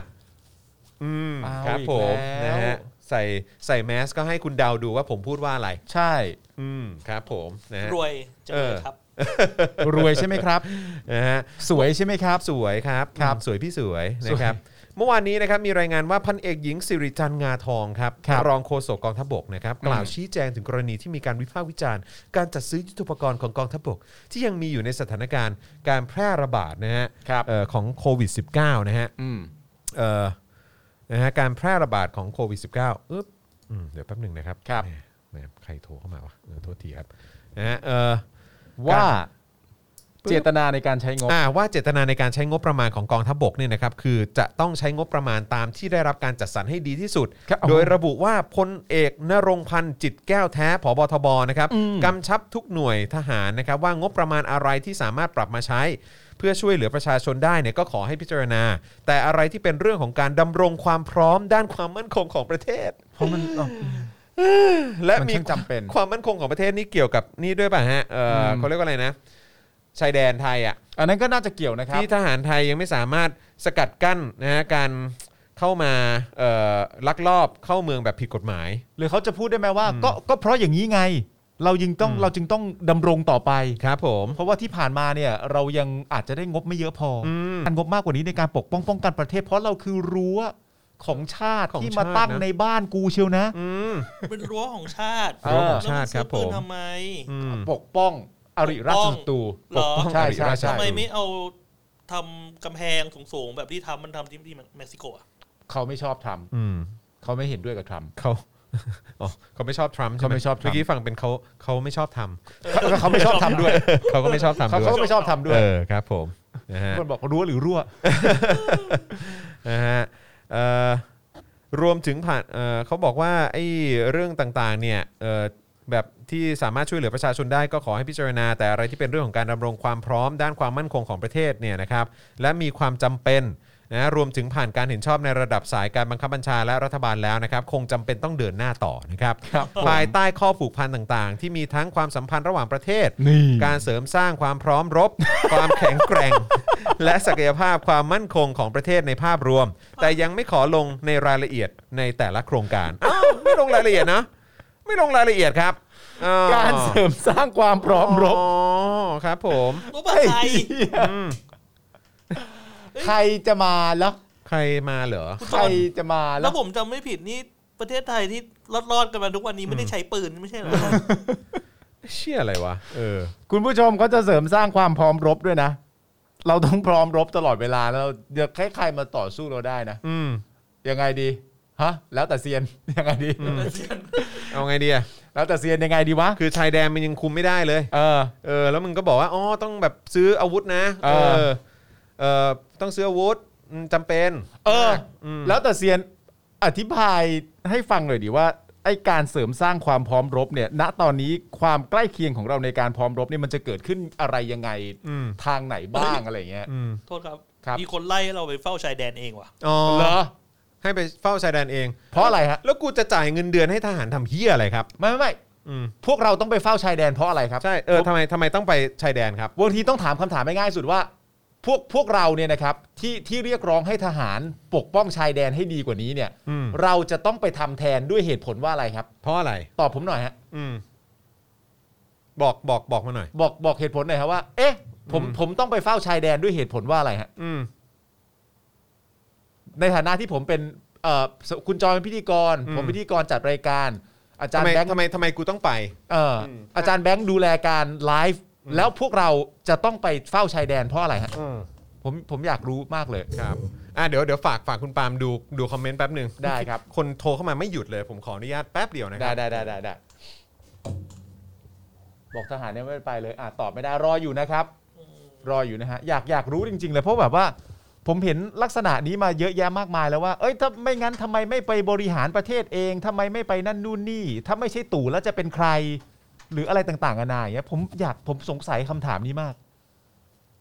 S2: อืม
S6: เอา
S2: ครับ
S6: อีก
S2: ผม
S6: แล้ว
S2: นะฮะใส่ใส่แมสก็ให้คุณเดาดูว่าผมพูดว่าอะไร
S6: ใช่
S2: อืมครับผมนะฮะ
S5: รวยจัง
S2: เอ
S5: เล
S2: อ
S5: ยครับ
S6: รวยใช่ไหมครับ
S2: นะฮะ
S6: สวยใช่ไหมครับ
S2: สวยครับ
S6: ครับ
S2: อืมสวยพี่สวยนะครับ เมื่อวานนี้นะครับมีรายงานว่าพันเอกหญิงสิริจันทร์งาทองครับ
S6: ครับ
S2: รองโฆษกกองทัพบกนะครับ
S6: อืม
S2: กล่าวชี้แจงถึงกรณีที่มีการวิพากษ์วิจารณ์ การจัดซื้อยุทโธปกรณ์ของกองทัพบก ที่ยังมีอยู่ในสถานการณ์การแพร่ระบาดนะฮะ
S6: ครับ
S2: เอ่อของโควิด -19 นะฮะ
S6: อืม
S2: เอ่อนะฮะการแพร่ระบาดของโควิด -19 อึ๊บอืมเดี๋ยวแป๊บหนึ่งนะครับ
S6: ครับ
S2: แหมแหมใครโทรเข้ามาวะเออโทษทีครับนะฮะเอ่อ
S6: ว่าเจตนาในการใช้งบ
S2: อ่าว่าเจตนาในการใช้งบประมาณของกองทัพบกเนี่ยนะครับคือจะต้องใช้งบประมาณตามที่ได้รับการจัดสรรให้ดีที่สุด
S6: ครับ
S2: โดยระบุว่าพลเอกนรงค์พันธ์จิตรแก้วแท้ผบทบนะครับกำชับทุกหน่วยทหารนะครับว่างบประมาณอะไรที่สามารถปรับมาใช้ เพื่อช่วยเหลือประชาชนได้เนี่ยก็ขอให้พิจารณา แต่อะไรที่เป็นเรื่องของการดำรงความพร้อมด้านความมั่นคงของประเทศ
S6: เพราะมันอ๋อ
S2: และ
S6: มัน
S2: มี
S6: ช่างจำเป็น
S2: ความมั่นคงของประเทศนี่เกี่ยวกับนี่ด้วยป่ะฮะเอออ
S6: ม
S2: เขาเรียกว่าอะไรนะชายแดนไทยอ่ะ
S6: อันนั้นก็น่าจะเกี่ยวนะครับ
S2: ที่ทหารไทยยังไม่สามารถสกัดกั้นนะฮะการเข้ามาเอ่อลักลอบเข้าเมืองแบบผิดกฎหมาย
S6: หรือเขาจะพูดได้ไหมว่า ก็ก็เพราะอย่างนี้ไง เราจึงต้องเราจึงต้องดำรงต่อไป
S2: ครับผม
S6: เพราะว่าที่ผ่านมาเนี่ยเรายังอาจจะได้งบไม่เยอะพออ
S2: ม
S6: การงบมากกว่านี้ในการปกป้องป้องกันประเทศ เพราะเราคือรั้วของชาติ
S2: ของ
S6: ที่มา
S2: ชาติ
S6: ตั้ง
S2: นะ
S6: ในบ้านกูเชียวนะ
S2: อืม
S5: เป็นรั้วของชาติ
S6: รั้วของ
S5: แล้ว
S2: ชาติ
S5: น
S2: ค
S5: ซื้
S2: รับผม
S5: ปืนทำไม
S2: อืม
S6: ปกป้องอริราชศัตรู
S5: ปกป้อง
S6: ใช่
S2: อริ
S6: ใช่
S2: ราชศัต
S6: ใช่
S2: รู
S5: ทำไมไม่เอาทำกำแพงสูงๆแบบที่ทำมันทำที่ที่เม็กซิโกอะ
S6: เขาไม่ชอบทำ
S2: อืม
S6: เขาไม่เห็นด้วยกับทรัมป์
S2: เขา <laughs> อ๋อเขาไม่ชอบทรัมป์ใช่
S6: เขาไม่ชอบทรัมป์
S2: เมื่อกี้ฟังเป็นเขาเขาไม่ชอบท
S6: แล้วเขาไม่ชอบทำด้วย
S2: ำ เขาก็ไม่ชอบทำ
S6: เขา
S2: ด้วย
S6: เขาก็ไม่ชอบทำด้ว
S2: เอย อครับผมนะฮะ
S6: คนบอกรั้วหรือรั่ว
S2: <laughs> นะฮะเอ่อรวมถึงผ่านเอ่อเขาบอกว่าไอ้เรื่องต่างๆเนี่ยเอ่อแบบที่สามารถช่วยเหลือประชาชนได้ก็ขอให้พิจารณา แต่อะไรที่เป็นเรื่องของการดำรงความพร้อมด้านความมั่นคงของประเทศเนี่ยนะครับและมีความจำเป็นนะรวมถึงผ่านการเห็นชอบในระดับสายการบังคับบัญชาและรัฐบาลแล้วนะครับ คงจำเป็นต้องเดินหน้าต่อนะครับ
S6: ครับผม
S2: ภายใต้ข้อผูกพันต่างๆ ที่มีทั้งความสัมพันธ์ระหว่างประเทศ
S6: นี่
S2: การเสริมสร้างความพร้อมรบ <laughs> ความแข็งแกร่ง <laughs> และศักยภาพความมั่นคงของประเทศในภาพรว
S6: <laughs>
S2: ม แต่ยังไม่ขอลงในรายละเอียดในแต่ละโครงการอ้าวไม่ลงรายละเอียดนะ ไม่ลงรายละเอียดครับอ๋อ
S6: การเสริมสร้างความพร้อมรบ
S2: อ๋อครับผม
S5: รู้ป่ะใคร
S6: ไอ้เหี้ย <laughs> ใครจะมาแล้ว
S2: ใครมาเหรอ
S6: ใครจะมาแล้
S5: แล้ว วผมจำไม่ผิดนี่ประเทศไทยที่รอดๆกันมาทุกวันนี้ไม่ได้ใช้ปืนไม่ใช่เหรอ
S2: เชี่ยอะไรวะเออ
S6: คุณผู้ชมเขาจะเสริมสร้างความพร้อมรบด้วยนะ เราต้องพร้อมรบตลอดเวลาแล้วเราเดี๋ยวใครๆมาต่อสู้เราได้นะ
S2: อืม
S6: ยังไงดีฮะแล้วแต่เซียน <laughs> ยังไงดี
S2: เอาไงดีอะ
S6: แล้วแต่เซียนยังไงดีวะ
S2: คือชายแดนมันยังคุมไม่ได้เลย
S6: เออ
S2: เออแล้วมึงก็บอกว่าอ๋อต้องแบบซื้ออาวุธนะ
S6: เออ
S2: เออเออต้องซื้ออาวุธอืมจำเป็น
S6: เอออแล้วแต่เซียนอธิบายให้ฟังหน่อยดิว่าไอการเสริมสร้างความพร้อมรบเนี่ย ณตอนนี้ความใกล้เคียงของเราในการพร้อมรบเนี่ยมันจะเกิดขึ้นอะไรยังไง
S2: อืม
S6: ทางไหน
S2: <coughs>
S6: บ้างอะไรเงี้ย
S2: อืม
S5: โทษครับ
S6: ครับ
S5: มีคนไล่ให้เราไปเฝ้าชายแดนเองว่ะ
S2: อ๋อ
S6: เหรอ
S2: ให้ไปเฝ้าชายแดนเอง
S6: เพราะอะไรฮะ
S2: แล้วกูจะจ่ายเงินเดือนให้ทหารทำเฮียอะไรครับ
S6: ไม่ไม่ไม่
S2: อืม
S6: พวกเราต้องไปเฝ้าชายแดนเพราะอะไรครับ
S2: ใช่เออทำไมทำไมต้องไปชายแดนครับ
S6: บางทีต้องถามคำถามให้ง่ายสุดว่า พวกพวกเราเนี่ยนะครับที่ที่เรียกร้องให้ทหารปกป้องชายแดนให้ดีกว่านี้เนี่ย
S2: อืม
S6: เราจะต้องไปทำแทนด้วยเหตุผลว่าอะไรครับ
S2: เพราะอะไร
S6: ตอบผมหน่อยฮะ
S2: อืม บอกบอกบอกมาหน่อย
S6: บอกบอกเหตุผลหน่อยครับว่า เอ๊ะ ผมผมต้องไปเฝ้าชายแดนด้วยเหตุผลว่าอะไรฮะ
S2: อืม
S6: ในฐานะที่ผมเป็นเอ่อคุณจอยเป็นพิธีกร
S2: อืม
S6: ผมพิธีกรจัดรายการ อาจา
S2: ทำ
S6: ร
S2: ไม
S6: ย์แบงค์
S2: ทำไมทำไมกูต้องไป
S6: เอ่อออาจารย์แบงค์ดูแลการไลฟ์ แล้วพวกเราจะต้องไปเฝ้าชายแดนเพราะอะไรฮะ
S2: อืม
S6: ผมผมอยากรู้มากเลย
S2: ครับอ่ะเดี๋ยวเดี๋ยวฝากฝากคุณปาล์มดูดูคอมเมนต์แป๊บหนึ่ง
S6: ได้ครับ
S2: คนโทรเข้ามาไม่หยุดเลย ผมขออนุญาตแป๊บเดียวนะค
S6: ได้
S2: รับ
S6: ได้ได้ได้ได้บอกทหารเนี่ยไม่ไปเลยอ่ะตอบไม่ได้รออยู่นะครับ รออยู่นะฮะอยากอยากรู้จริง ๆ เลยเพราะแบบว่า ผมเห็นลักษณะนี้มาเยอะแยะมากมายแล้วว่า เอ้ยถ้าไม่งั้นทำไมไม่ไปบริหารประเทศเองทำไมไม่ไปนั่นนู่นนี่ ถ้าไม่ใช่ตู่แล้วจะเป็นใคร หรืออะไรต่างๆนานาอย่างเงี้ยผมอยากผมสงสัยคำถามนี้มาก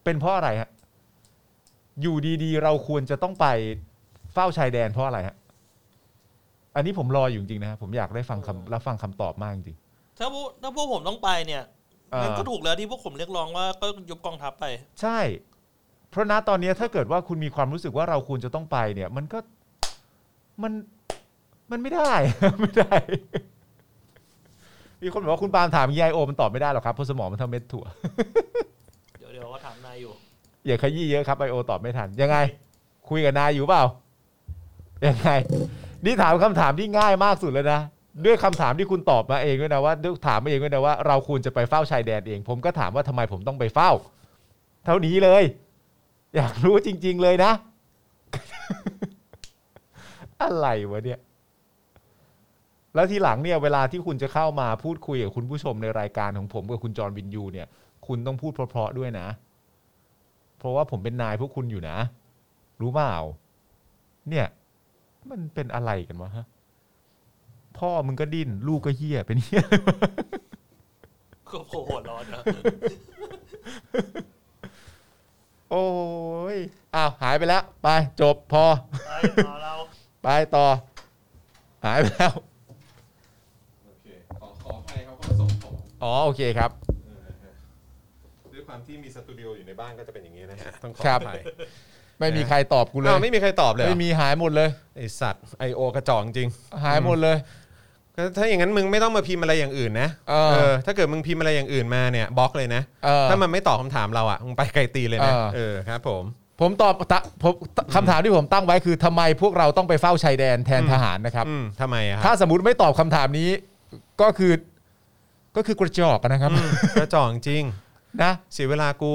S6: เป็นเพราะอะไรฮะอยู่ดีๆ เราควรจะต้องไปเฝ้าชายแดนเพราะอะไรฮะ อันนี้ผมรออยู่จริงๆนะครับผมอยากได้ฟังคำรับฟังคำตอบมากจริง
S5: ถ้าพวกถ้าพวกผมต้องไปเนี่ย
S6: ๆเอ่อ
S5: มันก็ถูกแล้วที่พวกผมเรียกร้องว่าก็ยกกองทัพไป
S6: ใช่ เพราะณตอนนี้ถ้าเกิดว่าคุณมีความรู้สึกว่าเราควรจะต้องไปเนี่ย มันก็มันมันไม่ได้ <laughs> ไม่ได้ มีคนบอกว่าคุณปาล์มถามยายโอมันตอบไม่ได้หรอกครับเพราะสมองมันทำเม็ดถั่ว
S5: เดี๋ยวเดี๋ยวก็ถามนายอยู่
S6: อย่าขยี้เยอะครับไอโอตอบไม่ทัน ยังไง คุยกับนายอยู่เปล่า ยังไง นี่ถามคำถามที่ง่ายมากสุดแล้วนะ ด้วยคำถามที่คุณตอบมาเองด้วยนะว่าด้วยถามมาเองด้วยนะว่าเราควรจะไปเฝ้าชายแดนเอง ผมก็ถามว่าทำไมผมต้องไปเฝ้า เท่านี้เลย อยากรู้จริง ๆ เลยนะ อะไรวะเนี่ย แล้วทีหลังเนี่ยเวลาที่คุณจะเข้ามาพูดคุยกับคุณผู้ชมในรายการของผมกับคุณจอร์นวินยูเนี่ย คุณต้องพูดเพราะๆด้วยนะ เพราะว่าผมเป็นนายพวกคุณอยู่นะ รู้เปล่า เนี่ย มันเป็นอะไรกันวะฮะพ่อมึงก็ดิ้นลูกก็เหี้ยเป็นเหี้ย
S5: ก็โผล่หัวร้อนนะ
S6: โอ้ยอ้าวหายไปแล้ว ไปจบพอ
S5: ไอ้ต่อเรา
S6: ไปต่อ หายไปแล้ว
S2: โอเคขอขอให้เขาก็ส่งของ
S6: อ๋อโอเคครับ
S2: เออฮะด้วยความที่มีสตูดิโออยู่ในบ้านก็จะเป็นอย่างนี้นะฮะต้องขอ
S6: ครับ
S2: อภัย
S6: ไม่มีใครตอบกูเลย
S2: อ้าวไม่มีใครตอบเลยเหรอ
S6: ไม่มีหายหมดเลย
S2: ไอสัตว์ไอโอกระจอกจริง
S6: หายหมดเลย
S2: ก็ถ้าอย่างนั้นมึงไม่ต้องมาพิมพ์อะไรอย่างอื่นนะ
S6: เออ
S2: ถ้าเกิดมึงพิมพ์อะไรอย่างอื่นมาเนี่ยบล็อกเลยนะ
S6: เออ
S2: ถ้ามันไม่ตอบคำถามเราอ่ะมึงไปไกลตีเลยนะ
S6: เออ
S2: เออครับผม
S6: ผมตอบตะผมคำถามที่ผมตั้งไว้คือทำไมพวกเราต้องไปเฝ้าชายแดนแทน
S2: อืม
S6: ทหารนะครับ
S2: อืมทำไมอะค
S6: ถ้า
S2: รับ
S6: สมมติไม่ตอบคำถามนี้ ก็คือ ก็คือกระจอกอะนะครับ
S2: อืมกระจอกจริง
S6: นะ
S2: เสียเวลากู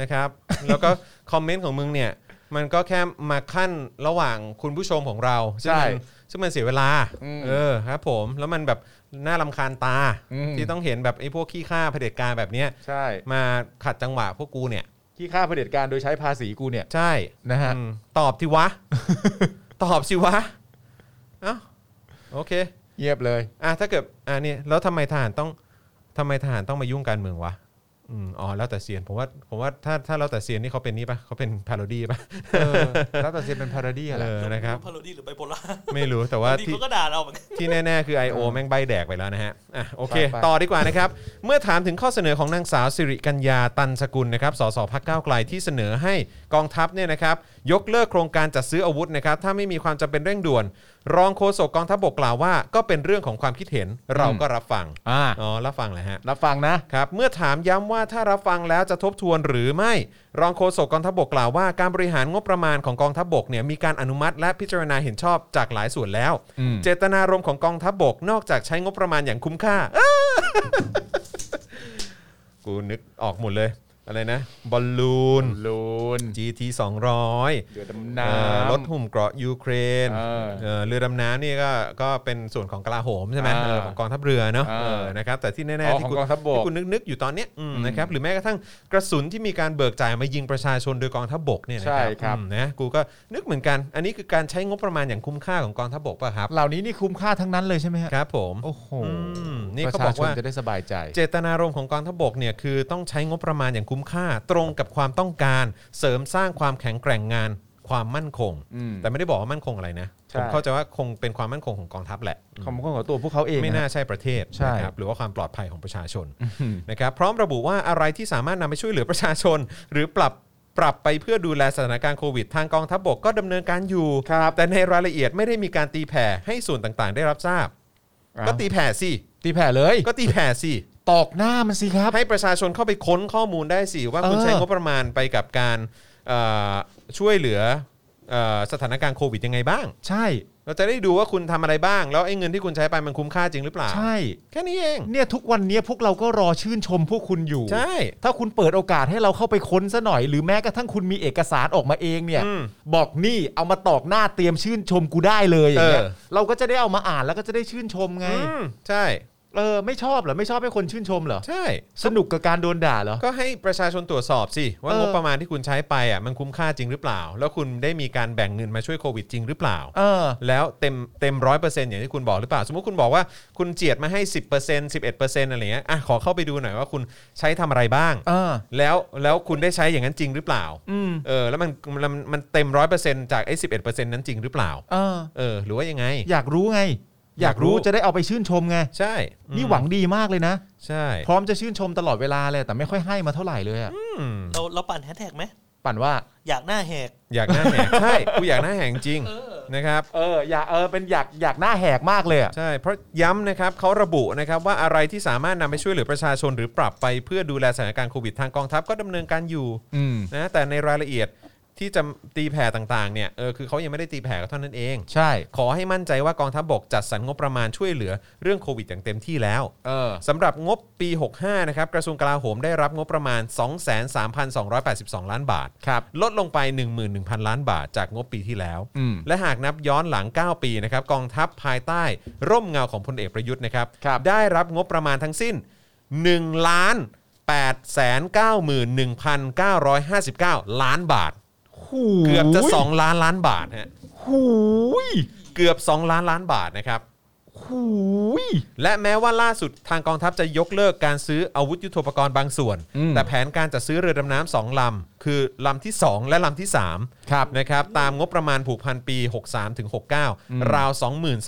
S2: นะครับ <laughs> แล้วก็คอมเมนต์ของมึงเนี่ย มันก็แค่มาขั้นระหว่างคุณผู้ชมของเราซึ่งมัน
S6: ใช่
S2: ซึ่งมันเสียเวลา
S6: อืม
S2: เออครับผมแล้วมันแบบน่ารำคาญตา
S6: อืม
S2: ที่ต้องเห็นแบบไอ้พวกขี้ข้าเผด็จการแบบเนี้ย
S6: ใช่
S2: มาขัดจังหวะพวกกูเนี่ย
S6: ที่ค่าเผด็จการโดยใช้ภาษีกูเนี่ย
S2: ใช่
S6: นะฮะ
S2: อืมตอบสิวะ ตอบสิวะเอ้าโอเค
S6: เงียบเลย
S2: อ่ะถ้าเกิดอ่ะเนี่ยแล้วทำไมทหารต้องทำไมทหารต้องมายุ่งการเมืองวะอืมอ๋อแล้วแต่เซียนผมว่าผมว่าถ้าถ้าแล้วแต่เซียนนี่เขาเป็นนี่ปะเขาเป็นพาโรดี้ปะ
S6: เออแล้วแต่เซียนเป็นพาราดี้อะไร
S2: เออนะครับ
S5: พาโรดี้หรือไบโพล่า
S2: ไม่รู้แต่ว่า
S5: ดี
S2: ที่
S5: เขาก็ด่าเราเหมือนกัน
S2: ที่แน่ๆ คือ I.O. แม่งใบแดกไปแล้วนะฮะอ่ะโอเค
S6: ไป
S2: ต่อดีกว่านะครับ เมื่อถามถึงข้อเสนอของนางสาวสิริกัญญาตันสกุลนะครับสสพักก้าวไกลที่เสนอให้กองทัพเนี่ยนะครับยกเลิกโครงการจัดซื้ออาวุธนะครับถ้าไม่มีความจำเป็นเร่งด่วน รองโฆษกกองทัพบกกล่าวว่า ก็เป็นเรื่องของความคิดเห็นเราก็รับฟัง
S6: อ่า
S2: อ๋อรับฟังแหละฮะ
S6: รับฟังนะ
S2: ครับเมื่อถามย้ำว่าถ้ารับฟังแล้วจะทบทวนหรือไม่ รองโฆษกกองทัพบกกล่าวว่าการบริหารงบประมาณของกองทัพบกเนี่ยมีการอนุมัติและพิจารณาเห็นชอบจากหลายส่วนแล้ว
S6: อืม
S2: เจตนารมณ์ของกองทัพบกนอกจากใช้งบประมาณอย่างคุ้มค่า <laughs> อ้า กูนึกออกหมดเลย อะไรนะ บอลลูน
S6: ลูน
S2: GT 200
S6: เดือด
S2: เอ่
S6: น้
S2: อ
S6: ำ
S2: รถหุ่มเกราะยูเครน
S6: เออ
S2: เอ่อเรือดำน้ำนี่ก็ก็เป็นส่วนของกลาโหมใช่ไหม
S6: อ่า
S2: เออของกองทัพเรือเนาะ
S6: อ่า
S2: เออนะครับแต่ที่แน่ๆ
S6: อ๋อ
S2: ที่
S6: ของ
S2: คุณ
S6: กองทัพบก
S2: ที่คุณนึกนึกอยู่ตอนเนี้ยอืมนะครับหรือแม้กระทั่งกระสุนที่มีการเบิกจ่ายมายิงประชาชนโดยกองทัพบกเนี่ยนะ
S6: ใช่
S2: ครับ
S6: ครับ
S2: อืมนะกูก็นึกเหมือนกัน อันนี้คือการใช้งบประมาณอย่างคุ้มค่าของกองทัพบกป่ะครับ
S6: เหล่านี้นี่คุ้มค่าทั้งนั้นเลยใช่ไหมฮะ
S2: ครับผม
S6: โอ้โห
S2: อืมนี่
S6: ป
S2: เขา
S6: ระชา
S2: บอก
S6: ชน
S2: ว่า
S6: จะได้สบายใจ
S2: เจตนารมณ์ของกองทัพบกเนี่ยคือต้องใช้งบประมาณอย่างคุ้มค่า ตรงกับความต้องการ เสริมสร้างความแข็งแกร่งงานความมั่นคง
S6: อืม
S2: แต่ไม่ได้บอกว่ามั่นคงอะไรนะ
S6: ใช่
S2: ผมเข้าใจว่าคงเป็นความมั่นคงของกองทัพแหละ
S6: คำพูดของตัวพวกเขาเอง
S2: ไม่
S6: นะ
S2: น่าใช่ประเทศ
S6: ใช่
S2: นะครับหรือว่าความปลอดภัยของประชาชนนะครับพร้อมระบุว่าอะไรที่สามารถนำไปช่วยเหลือประชาชน <laughs> หรือปรับปรับไปเพื่อดูแลสถานการณ์โควิด ทางกองทัพบกก็ดำเนินการอยู่
S6: ครับ
S2: แต่ในรายละเอียดไม่ได้มีการตีแผ่ให้ส่วนต่างๆ ได้รับทราบ ก็ตีแผ่สิ <laughs>
S6: ตีแผ่เลย
S2: ก็ตีแผ่สิ
S6: ตอกหน้ามันสิครับ
S2: ให้ประชาชนเข้าไปค้นข้อมูลได้สิ ว่าคุณ
S6: เออ
S2: ใช้งบประมาณไปกับการเอ่อช่วยเหลือ เอ่อสถานการณ์โควิดยังไงบ้าง
S6: ใช่
S2: เราจะได้ดูว่าคุณทำอะไรบ้าง แล้วไอ้เงินที่คุณใช้ไปมันคุ้มค่าจริงหรือเปล่า
S6: ใช่
S2: แค่นี้เอง
S6: เนี่ยทุกวันเนี้ยพวกเราก็รอชื่นชมพวกคุณอยู่
S2: ใช่
S6: ถ้าคุณเปิดโอกาสให้เราเข้าไปค้นซะหน่อย หรือแม้กระทั่งคุณมีเอกสารออกมาเองเนี่ย
S2: อืม
S6: บอกนี่เอามาตอกหน้าเตรียมชื่นชมกูได้เลยอย่างเงี้ย
S2: เออ
S6: เราก็จะได้เอามาอ่านแล้วก็จะได้ชื่นชมไง
S2: อืมใช่
S6: เออไม่ชอบเหรอไม่ชอบให้คนชื่นชมเหรอ
S2: ใช่
S6: สนุกกับการโดนด่าเหรอ
S2: ก็ให้ประชาชนตรวจสอบสิ ว่า
S6: เออ
S2: งบประมาณที่คุณใช้ไปอ่ะมันคุ้มค่าจริงหรือเปล่า แล้วคุณได้มีการแบ่งเงินมาช่วยโควิดจริงหรือเปล่า
S6: เออ
S2: แล้วเต็มเต็มร้อยเปอร์เซ็นต์อย่างที่คุณบอกหรือเปล่า สมมติคุณบอกว่าคุณเจียดมาให้สิบเปอร์เซ็นต์สิบเอ็ดเปอร์เซ็นต์อะไรเงี้ยอ่ะขอเข้าไปดูหน่อยว่าคุณใช้ทำอะไรบ้าง
S6: เออ
S2: แล้วแล้วคุณได้ใช้อย่างนั้นจริงหรือเปล่า
S6: อืม
S2: เออแล้วมันมันมันเต็มร้อยเปอร์เซ็นต์จากไอ้สิบเอ็ดเปอร์เซ็นต์นั้นจริงหรือเปล่า
S6: เออ
S2: เออ หรือว่ายังไง
S6: อยากรู้ไง อยากรู้
S2: อยากรู้
S6: จะได้เอาไปชื่นชมไง
S2: ใช่อืม
S6: นี่หวังดีมากเลยนะ
S2: ใช่
S6: พร้อมจะชื่นชมตลอดเวลาเลย แต่ไม่ค่อยให้มาเท่าไหร่เลยอะ
S2: อืม
S5: เราเราปั่นแฮชแท็กไหม
S6: ปั่นว่า
S5: อยากหน้าแหก
S2: อยากหน้าแหกใช่กูอยากหน้าแหกจริง
S5: เออ
S2: นะครับ
S6: เอออยากเออเป็นอยากอยากหน้าแหกมากเลยอะ
S2: ใช่ เพราะย้ำนะครับเขาระบุนะครับว่าอะไรที่สามารถนำไปช่วยเหลือประชาชนหรือปรับไปเพื่อดูแลสถานการณ์โควิดทางกองทัพก็ดำเนินการอยู่
S6: อืม
S2: นะแต่ในรายละเอียดที่จะตีแผ่ต่างๆเนี่ยเออคือเขายังไม่ได้ตีแผ่ก็เท่านั้นเอง
S6: ใช่
S2: ขอให้มั่นใจว่ากองทัพบกจัดสรรงบประมาณช่วยเหลือเรื่องโควิดอย่างเต็มที่แล้ว
S6: เออ
S2: สำหรับงบปี 65 นะครับ กระทรวงกลาโหมได้รับงบประมาณ 23,282 ล้านบาท
S6: ครับ
S2: ลดลงไป 11,000 ล้านบาทจากงบปีที่แล้ว
S6: อืม
S2: และหากนับย้อนหลัง 9 ปีนะครับกองทัพภายใต้ ร่มเงาของพลเอกประยุทธ์นะครับ
S6: ครับ
S2: ได้รับงบประมาณทั้งสิ้น 1 ล้าน 8 9 1 9 5 9 ล้านบาท
S6: หู
S2: เกือบจะ 2 ล้านล้านบาทฮะ
S6: หูย
S2: เกือบ 2 ล้านล้านบาทนะครับ
S6: หูย
S2: และแม้ว่าล่าสุดทางกองทัพจะยกเลิกการซื้ออาวุธยุทโธปกรณ์บางส่วน
S6: อืม
S2: แต่แผนการจัดซื้อเรือดำน้ำสองลำ คือลำที่ 2 และลำที่3
S6: ครับ
S2: นะครับตามงบประมาณผูกพันปี 63ถึง
S6: อืม
S2: 69 ราว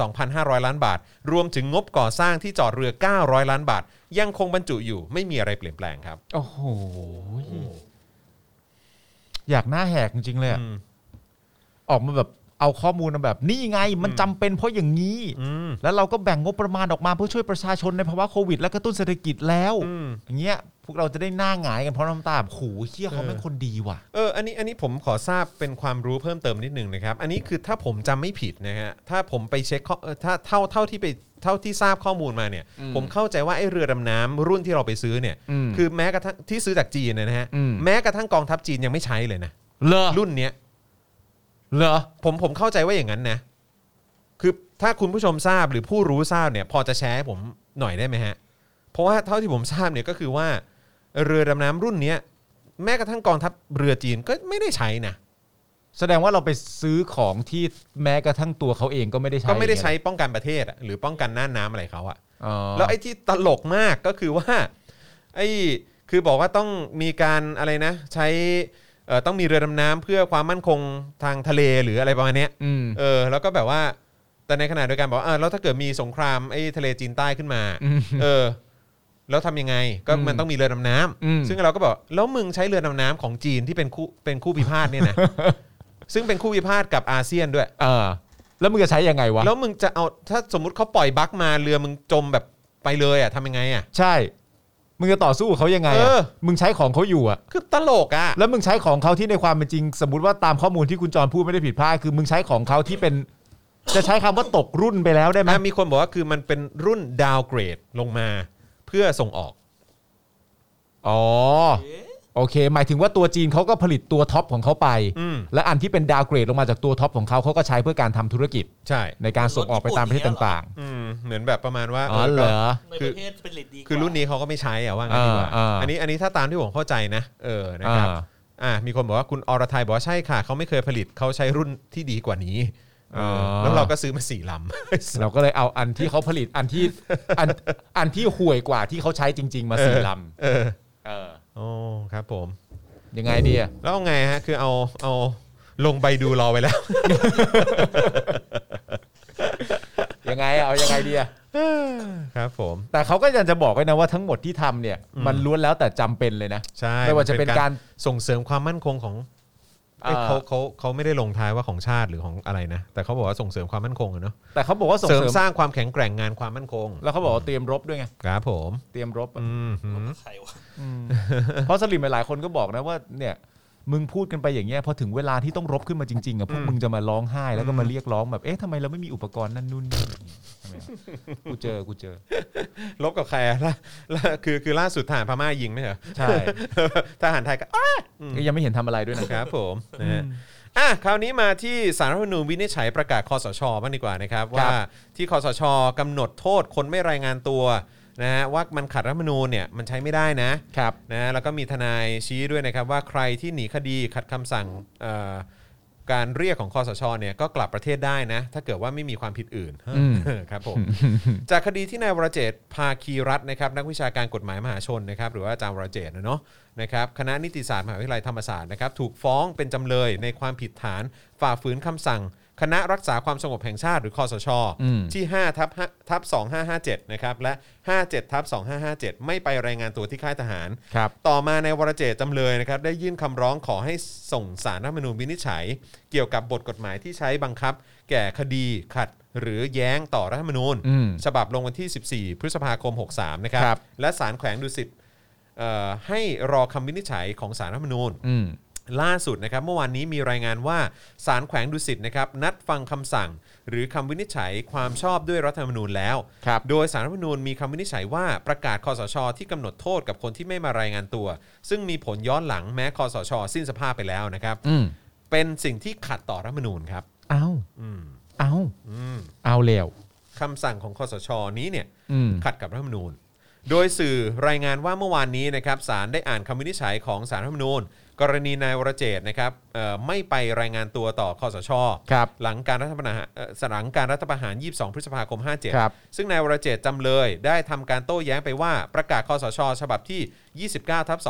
S2: 22,500 ล้านบาท รวมถึงงบก่อสร้างที่จอดเรือ 900 ล้านบาท ยังคงบรรจุอยู่ไม่มีอะไรเปลี่ยนแปลงครับ
S6: โอ้โหอยากหน้าแหกจริงๆเลยอะ
S2: อืม
S6: ออกมาแบบเอาข้อมูลมาแบบ นี่ไงมันจำเป็นเพราะอย่างนี้
S2: อืม
S6: แล้วเราก็แบ่งงบประมาณออกมาเพื่อช่วยประชาชนในภาวะโควิด และกระตุ้นเศรษฐกิจแล้ว
S2: อืม
S6: อย่างเงี้ยพวกเราจะได้หน้าหงายกันเพราะน้ำตาแบบโหเฮียเขา
S2: เออ
S6: เป็นคนดีว่ะ
S2: เออ อันนี้ อันนี้ผมขอทราบเป็นความรู้เพิ่มเติมนิดหนึ่งนะครับ อันนี้คือถ้าผมจำไม่ผิดนะฮะ ถ้าผมไปเช็คข้อเอ่อถ้าเท่าเท่าที่ไปเท่าที่ทราบข้อมูลมาเนี่ย
S6: อืม
S2: ผมเข้าใจว่าไอ้เรือดำน้ำรุ่นที่เราไปซื้อเนี่ย
S6: อืม
S2: คือแม้กระทั่งที่ซื้อจากจีนนะฮะ
S6: อืม
S2: แม้กระทั่งกองทัพจีนยังไม่ใช้เลยนะ
S6: เหรอ
S2: รุ่นเนี้ย
S6: เหรอ
S2: ผมผมเข้าใจว่าอย่างนั้นนะ คือถ้าคุณผู้ชมทราบหรือผู้รู้ทราบเนี่ย พอจะแชร์ให้ผมหน่อยได้ไหมฮะ เพราะว่าเท่าที่ผมทราบเนี่ยก็คือว่าเรือดำน้ำรุ่นเนี้ยแม้กระทั่งกองทัพเรือจีนก็ไม่ได้ใช้นะ
S6: แสดงว่าเราไปซื้อของที่แม้กระทั่งตัวเขาเองก็ไม่ได้ใช้
S2: ก็ไม่ได้ใช้ป้องกันประเทศอะหรือป้องกันหน้าน้ำอะไรเขาอะ
S6: อ๋อ
S2: แล้วไอ้ที่ตลกมากก็คือว่าไอ้คือบอกว่าต้องมีการอะไรนะ ใช้เอ่อต้องมีเรือดำน้ำเพื่อความมั่นคงทางทะเลหรืออะไรประมาณเนี้ย
S6: อืม
S2: เออแล้วก็แบบว่าแต่ในขณะเดียวกันบอกว่าเออแล้วถ้าเกิดมีสงครามไอ้ทะเลจีนใต้ขึ้นมา
S6: อืม
S2: เออแล้วทำยังไงก็
S6: อืม
S2: มันต้องมีเรือดำน้ำ
S6: อืม
S2: ซึ่งเราก็บอกแล้วมึงใช้เรือดำน้ำของจีนที่เป็นคู่เป็นคู่พิพาทเนี่ย
S6: <laughs>
S2: นะ ซึ่งเป็นคู่พิพาทกับอาเซียนด้วย
S6: เออ แล้วมึงจะใช้ยังไงวะ
S2: แล้วมึงจะเอาถ้าสมมติเขาปล่อยบั๊กมาเรือมึงจมแบบไปเลยอ่ะทำยังไงอ่ะ
S6: ใช่ มึงจะต่อสู้กับเขายังไง
S2: เออ
S6: อะมึงใช้ของเขาอยู่อะ
S2: คือตลกอ่ะ
S6: แล้วมึงใช้ของเขาที่ในความเป็นจริง สมมติว่าตามข้อมูลที่คุณจรพูดไม่ได้ผิดพลาดคือมึงใช้ของเขาที่เป็น จะใช้คำว่าตกรุ่นไปแล้วได้ไหม
S2: อ่ะมีคนบอกว่าคือมันเป็นรุ่นดาวเกรดลงมาเพื่อส่งออก
S6: อ๋อ โอเค หมายถึงว่าตัวจีนเขาก็ผลิตตัวท็อปของเขาไป
S2: อืม
S6: และอันที่เป็นดาวเกรดลงมาจากตัวท็อปของเขาเขาก็ใช้เพื่อการทำธุรกิจ
S2: ใช่
S6: ในการส่งออกไปตามประเทศต่าง
S2: อืมเหมือนแบบประมาณว่า
S6: ๆ อ๋อเหรอ
S5: ในประเทศเป็นเลดดีกว่า
S2: คือรุ่นนี้เขาก็ไม่ใช้อ่ะว่างั้นดีกว่า
S6: อ่าอ่า
S2: อันนี้อันนี้ถ้าตามที่ผมเข้าใจนะ เออนะครับ
S6: อ่า
S2: อ่ามีคนบอกว่าคุณอรทัยบอกว่าใช่ค่ะเขาไม่เคยผลิตเขาใช้รุ่นที่ดีกว่านี้เออ
S6: อ
S2: แล้วเราก็ซื้อมาสี่ลำ
S6: เราก็เลยเอาอันที่เขาผลิตอันที่อันอันที่ห่วยกว่าที่เขาใช้จริง ๆ มาสี่ล
S2: <laughs> เออ
S6: ำเออ
S2: โอ้ครับผม
S6: ยังไงดีอะ
S2: แล้วเอาไงฮะ คือเอาเอาลงใบดูรอไว้แล้ว
S6: ยังไงอะเอายังไงดีอะ
S2: ครับผม
S6: แต่เขาก็ยังจะบอกไว้นะว่าทั้งหมดที่ทำเนี่ย มันล้วนแล้วแต่จำเป็นเลยนะ
S2: ใช่
S6: ไม่ว่าจะเป็นการ
S2: ส่งเสริมความมั่นคงของเอ้ย
S6: เอ่อ
S2: เขาเขาเขาไม่ได้ลงท้ายว่าของชาติหรือของอะไรนะ แต่เขาบอกว่าส่งเสริมความมั่นคงอะเนาะ
S6: แต่เขาบอกว่าส่ง
S2: เสริม
S6: เสริม
S2: สร้างความแข็งแกร่งงานความมั่นคง
S6: แล้วเขาบอกว่าเตรียมรบด้วยไง
S2: ครับผม
S6: เตรียมรบอะ
S2: อืมหืม
S5: ใครวะ
S6: เพราะสลิมหลายๆคนก็บอกนะว่าเนี่ย มึงพูดกันไปอย่างเงี้ยพอถึงเวลาที่ต้องรบขึ้นมาจริงๆอ่ะพวกมึงจะมาร้องไห้ แล้วก็มาเรียกร้องแบบเอ๊ะทำไมเราไม่มีอุปกรณ์นั่นนู่นนี่ทำไมอะกูเจอกูเจอ
S2: ลบกับใครอะล่ะล่ะคือคือล่าสุดทหารพม่ายิงไหมเหรอ
S6: ใช่
S2: ทหารไทยก็
S6: ก็ยังไม่เห็นทำอะไรด้วยนะครับ
S2: ผมนะฮะอ่ะคราวนี้มาที่สารรัฐธรรมนูญวินิจฉัยประกาศคอสชบ้างดีกว่านะครับ ว่าที่คอสชกำหนดโทษคนไม่รายงานตัวนะฮะว่ามันขัดรัฐธรรมนูญเนี่ยมันใช้ไม่ได้นะครับ นะฮะแล้วก็มีทนายชี้ด้วยนะครับว่าใครที่หนีคดีขัดคำสั่งเอ่อการเรียกของคอสชเนี่ยก็กลับประเทศได้นะ ถ้าเกิดว่าไม่มีความผิดอื่น
S6: อืม
S2: ครับผม จากคดีที่นายวรเจตน์ภาคีรัตน์นะครับนักวิชาการกฎหมายมหาชนนะครับหรือว่าอาจารย์วรเจตน์นะเนาะนะครับคณะนิติศาสตร์มหาวิทยาลัยธรรมศาสตร์นะครับถูกฟ้องเป็นจำเลยในความผิดฐาน ฝ่าฝืนคำสั่ง คณะรักษาความสงบแห่งชาติหรือคอสช
S6: อืม
S2: ที่5ทับ5ทับ2557นะครับและ 57ทับ2557 ไม่ไปรายงานตัวที่ค่ายทหาร
S6: ครับ
S2: ต่อมาในวรเจตจำเลยนะครับได้ยื่นคำร้องขอให้ส่งสารรัฐธรรมนูญวินิจฉัย เกี่ยวกับบทกฎหมายที่ใช้บังคับ แก่คดีขัดหรือแย้งต่อรัฐธรรมนูญ
S6: อืม
S2: ฉบับลงวันที่ 14 พฤษภาคม 63 นะครับ
S6: ครับ
S2: และสารแขวงดุสิตเอ่อให้รอคำวินิจฉัยของสารรัฐธรรมนูญ
S6: อืม
S2: ล่าสุดนะครับเมื่อวานนี้มีรายงานว่าศาลแขวงดุสิตนะครับนัดฟังคำสั่ง หรือคำวินิจฉัยความชอบด้วยรัฐธรรมนูญแล้ว
S6: ครับ
S2: โดยสารรัฐธรรมนูญมีคำวินิจฉัยว่าประกาศคอสช ที่กำหนดโทษกับคนที่ไม่มารายงานตัว ซึ่งมีผลย้อนหลังแม้คอสช สิ้นสภาพไปแล้วนะครับ
S6: อืม
S2: เป็นสิ่งที่ขัดต่อรัฐธรรมนูญครับ
S6: เอา
S2: อืม
S6: เอา
S2: อืม
S6: เอาแล้ว
S2: คำสั่งของคอสช นี้เนี่ย
S6: อืม
S2: ขัดกับรัฐธรรมนูญ โดยสื่อรายงานว่าเมื่อวานนี้นะครับศาลได้อ่านคำวินิจฉัยของสารรัฐธรรมนูญ กรณีนายวรเจตน์นะครับเอ่อไม่ไปรายงานตัวต่อคอสช
S6: ครับ
S2: หลังการรัฐประหารเอ่อหลังการรัฐประหาร 22 พฤษภาคม
S6: ครั
S2: 57
S6: บ
S2: ซึ่งนายวรเจตน์จำเลยได้ทำการโต้แย้งไปว่าประกาศคอสช ฉบับที่ 29 ทับ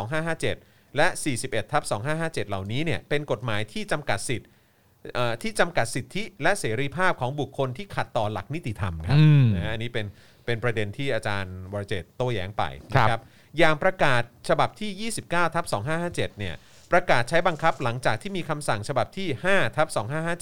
S2: 2557 และ 41 ทับ 2557 เหล่านี้เนี่ยเป็นกฎหมายที่จำกัดสิทธิ์เอ่อที่จำกัดสิทธิและเสรีภาพของบุคคลที่ขัดต่อหลักนิติธรรมครั
S6: อืม
S2: นะฮะอันนี้เป็นเป็นประเด็นที่อาจารย์วรเจตน์โต้แย้งไป
S6: ครับ
S2: นะอย่างประกาศฉบับที่ 29 ทับ 2557 เนี่ยประกาศใช้บังคับหลังจากที่มีคำสั่งฉบับที่ 5 ทับ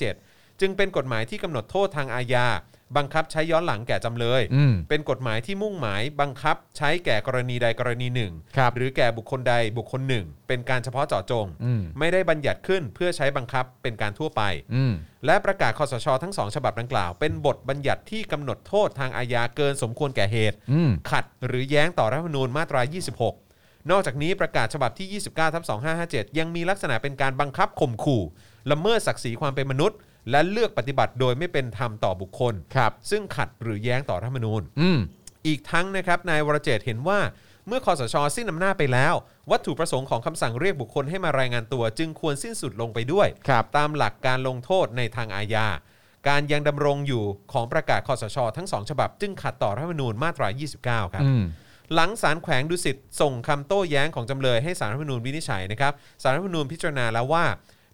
S2: 2557 จึงเป็นกฎหมายที่กำหนดโทษทางอาญาบังคับใช้ย้อนหลังแก่จำเลย
S6: อืม
S2: เป็นกฎหมายที่มุ่งหมายบังคับใช้แก่กรณีใดกรณีหนึ่ง
S6: ครับ
S2: หรือแก่บุคคลใดบุคคลหนึ่ง เป็นการเฉพาะเจาะจง
S6: อืม
S2: ไม่ได้บัญญัติขึ้นเพื่อใช้บังคับเป็นการทั่วไป
S6: อืม
S2: และประกาศคอสช ทั้งสองฉบับดังกล่าว เป็นบทบัญญัติที่กำหนดโทษทางอาญาเกินสมควรแก่เหตุ
S6: อืม
S2: ขัดหรือแย้งต่อรัฐธรรมนูญมาตรา 26 นอกจากนี้ประกาศฉบับที่ 29ทับ2557 ยังมีลักษณะเป็นการบังคับข่มขู่ ละเมิดศักดิ์ศรีความเป็นมนุษย์ และเลือกปฏิบัติโดยไม่เป็นธรรมต่อบุคคล
S6: ครับ
S2: ซึ่งขัดหรือแย้งต่อรัฐธรรมนูญ
S6: อืม
S2: อีกทั้งนะครับนายวรเจตน์เห็นว่าเมื่อคอสช สิ้นอำนาจไปแล้ว วัตถุประสงค์ของคำสั่งเรียกบุคคลให้มารายงานตัว จึงควรสิ้นสุดลงไปด้วย
S6: ครับ
S2: ตามหลักการลงโทษในทางอาญา การยังดำรงอยู่ของประกาศคอสช ทั้งสองฉบับ จึงขัดต่อรัฐธรรมนูญมาตรา 29 ครับ
S6: อืม
S2: หลังศาลแขวงดุสิตส่งคำโต้แย้งของจำเลยให้ศาลรัฐธรรมนูญวินิจฉัยนะครับศาลรัฐธรรมนูญพิจารณาแล้วว่า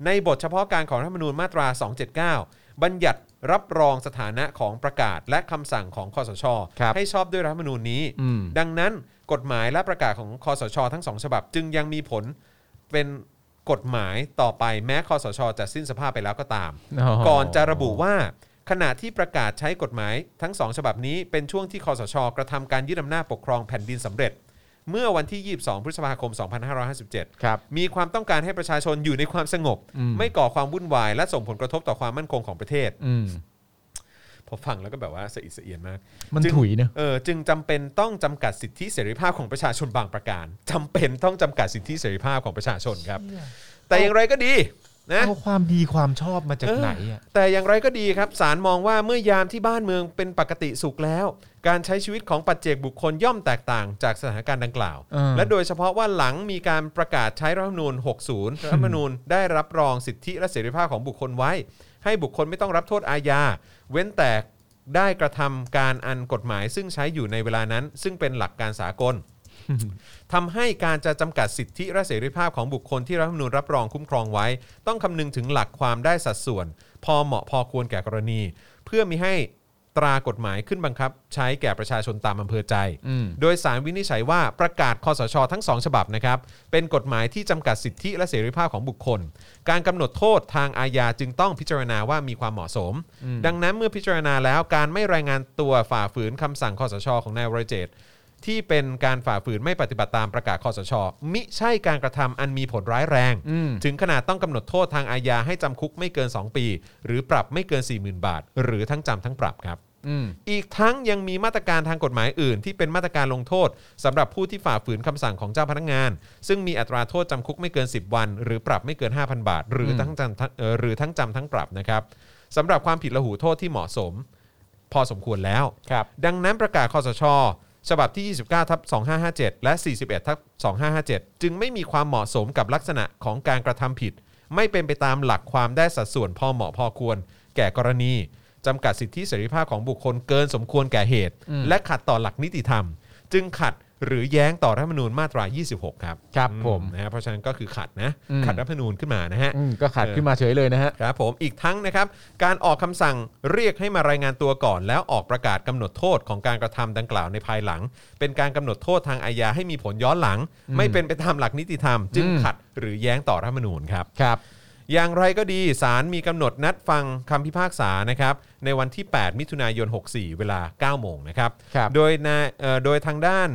S2: ในบทเฉพาะการของรัฐธรรมนูญมาตรา 279 บัญญัติรับรองสถานะของประกาศและคำสั่งของคอสช
S6: ครับ
S2: ให้ชอบด้วยรัฐธรรมนูญนี้
S6: อืม
S2: ดังนั้นกฎหมายและประกาศของคอสช ทั้งสองฉบับ จึงยังมีผลเป็นกฎหมายต่อไปแม้คอสช จะสิ้นสภาพไปแล้วก็ตาม ก่อนจะระบุว่าขณะที่ประกาศใช้กฎหมายทั้งสองฉบับนี้เป็นช่วงที่คอสช กระทำการยึดอำนาจปกครองแผ่นดินสำเร็จ เมื่อวันที่ 22 พฤษภาคม 2557
S6: ครับ
S2: มีความต้องการให้ประชาชนอยู่ในความสงบ
S6: อืม
S2: ไม่ก่อความวุ่นวาย และส่งผลกระทบต่อความมั่นคงของประเทศ
S6: อืม
S2: พอฟังแล้วก็แบบว่าสะอิดสะเอียนมาก
S6: มัน
S2: จึง
S6: ถุยเนอะ
S2: เออจึงจำเป็นต้องจำกัดสิทธิเสรีภาพของประชาชนบางประการจำเป็นต้องจำกัดสิทธิเสรีภาพของประชาชนครับ แต่อย่างไรก็ดีนะ
S6: เอาความดีความชอบมาจากไหนอ่ะ
S2: แต่อย่างไรก็ดีครับศาลมองว่าเมื่อยามที่บ้านเมืองเป็นปกติสุขแล้ว การใช้ชีวิตของปัจเจกบุคคลย่อมแตกต่างจากสถานการณ์ดังกล่าว
S6: เออ
S2: และโดยเฉพาะว่าหลังมีการประกาศใช้รัฐธรรมนูญ 60 รัฐธรรมนูญได้รับรองสิทธิและเสรีภาพของบุคคลไว้ ให้บุคคลไม่ต้องรับโทษอาญา เว้นแต่ได้กระทำการอันกฎหมายซึ่งใช้อยู่ในเวลานั้น ซึ่งเป็นหลักการสากล ทำให้การจะจำกัดสิทธิและเสรีภาพของบุคคลที่รัฐธรรมนูญรับรองคุ้มครองไว้ ต้องคำนึงถึงหลักความได้สัดส่วน พอเหมาะพอควรแก่กรณี เพื่อมิให้ตรากฎหมายขึ้นบังคับ ใช้แก่ประชาชนตามอำเภอใจ
S6: อืม
S2: โดยสารวินิจฉัยว่าประกาศคอสช ทั้งสองฉบับนะครับ เป็นกฎหมายที่จำกัดสิทธิและเสรีภาพของบุคคล การกำหนดโทษทางอาญาจึงต้องพิจารณาว่ามีความเหมาะสม ดังนั้นเมื่อพิจารณาแล้วการไม่รายงานตัวฝ่าฝืนคำสั่งคอสช ของนายวรเจตน์ ที่เป็นการฝ่าฝืนไม่ปฏิบัติตามประกาศคอสช มิใช่การกระทำอันมีผลร้ายแรง
S6: อืม
S2: ถึงขนาดต้องกำหนดโทษทางอาญาให้จำคุกไม่เกิน 2 ปี หรือปรับไม่เกิน 40,000 บาท หรือทั้งจำทั้งปรับครับ
S6: อืม
S2: อีกทั้งยังมีมาตรการทางกฎหมายอื่น ที่เป็นมาตรการลงโทษสำหรับผู้ที่ฝ่าฝืนคำสั่งของเจ้าพนักงาน ซึ่งมีอัตราโทษจำคุกไม่เกิน 10 วัน หรือปรับไม่เกิน 5,000 บาท หรือ
S6: ม
S2: ทั้งจำทั้งเอ่อหรือทั้งจำทั้งปรับนะครับสำหรับความผิดละหูโทษที่เหมาะสม พอสมควรแล้ว
S6: ครับ
S2: ดังนั้นประกาศคอสช ฉบับที่ 29ทับ2557 และ 41ทับ2557 จึงไม่มีความเหมาะสมกับลักษณะของการกระทำผิด ไม่เป็นไปตามหลักความได้สัดส่วนพอเหมาะพอควร แก่กรณีจำกัดสิทธิเสรีภาพของบุคคลเกินสมควรแก่เหตุ
S6: อืม
S2: และขัดต่อหลักนิติธรรม จึงขัดหรือแย้งต่อรัฐธรรมนูญมาตรา 26 ครับ
S6: ครับผม
S2: อืนะฮะเพราะฉะนั้นก็คือขัดนะ
S6: อืม
S2: ขัดรัฐธรรมนูญขึ้นมานะฮะ
S6: อืมก็ขาดขึ้นมาเฉยเลยนะฮะ
S2: ครับผมอีกทั้งนะครับ การออกคำสั่งเรียกให้มารายงานตัวก่อน แล้วออกประกาศกำหนดโทษของการกระทำดังกล่าวในภายหลัง เป็นการกำหนดโทษทางอาญาให้มีผลย้อนหลัง
S6: อืม
S2: ไม่เป็นไปตามหลักนิติธรรม จึง
S6: อืม
S2: ขัดหรือแย้งต่อรัฐธรรมนูญครับ
S6: ครับ
S2: อย่างไรก็ดีศาลมีกำหนดนัดฟังคำพิพากษานะครับในวันที่ 8 มิถุนายน 64 เวลา 9 โมงนะครับ
S6: ครับ
S2: โดยนายเอ่อโดยทางด้าน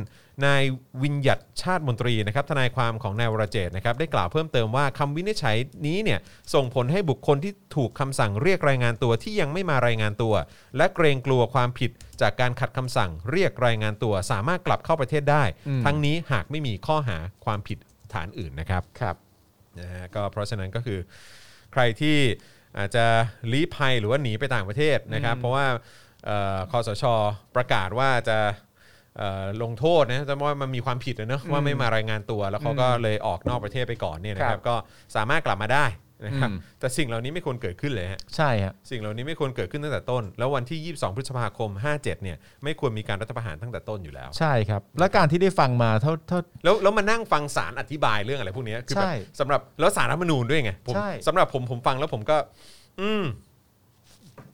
S2: นายวินยัตชาติมนตรีนะครับทนายความของนายวรเจตนะครับได้กล่าวเพิ่มเติมว่าคำวินิจฉัยนี้เนี่ยส่งผลให้บุคคลที่ถูกคำสั่งเรียกรายงานตัวที่ยังไม่มารายงานตัว และเกรงกลัวความผิดจากการขัดคำสั่งเรียกรายงานตัว สามารถกลับเข้าประเทศได้
S6: อืม
S2: ทั้งนี้หากไม่มีข้อหาความผิดฐานอื่นนะครับ
S6: ครับ
S2: นะฮะก็เพราะฉะนั้นก็คือใครที่อาจจะลี้ภัยหรือว่าหนีไปต่างประเทศนะครับ เพราะว่าเอ่อคอสชประกาศว่าจะเอ่อลงโทษนะแต่ว่ามันมีความผิดนะเนอะว่าไม่มารายงานตัว แล้วเขาก็เลยออกนอกประเทศไปก่อนเนี่ยนะค
S6: ครั
S2: รับบ ก็สามารถกลับมาได้นะครับ
S6: อืม
S2: แต่สิ่งเหล่านี้ไม่ควรเกิดขึ้นเลยฮะ
S6: ใช่ฮะ
S2: สิ่งเหล่านี้ไม่ควรเกิดขึ้นตั้งแต่ต้น แล้ววันที่ 22 พฤษภาคม 57เนี่ยไม่ควรมีการรัฐประหารตั้งแต่ต้นอยู่แล้ว
S6: ใช่ครับ และการที่ได้ฟังมาเท่าเท่า
S2: แล้วแล้วมานั่งฟังสารอธิบายเรื่องอะไรพวกเนี้ยคือแบบ
S6: ใช่
S2: สำหรับแล้วสารรัฐธรรมนูญด้วยไงผม
S6: ใช่
S2: สำหรับผมผมฟังแล้วผมก็ อืม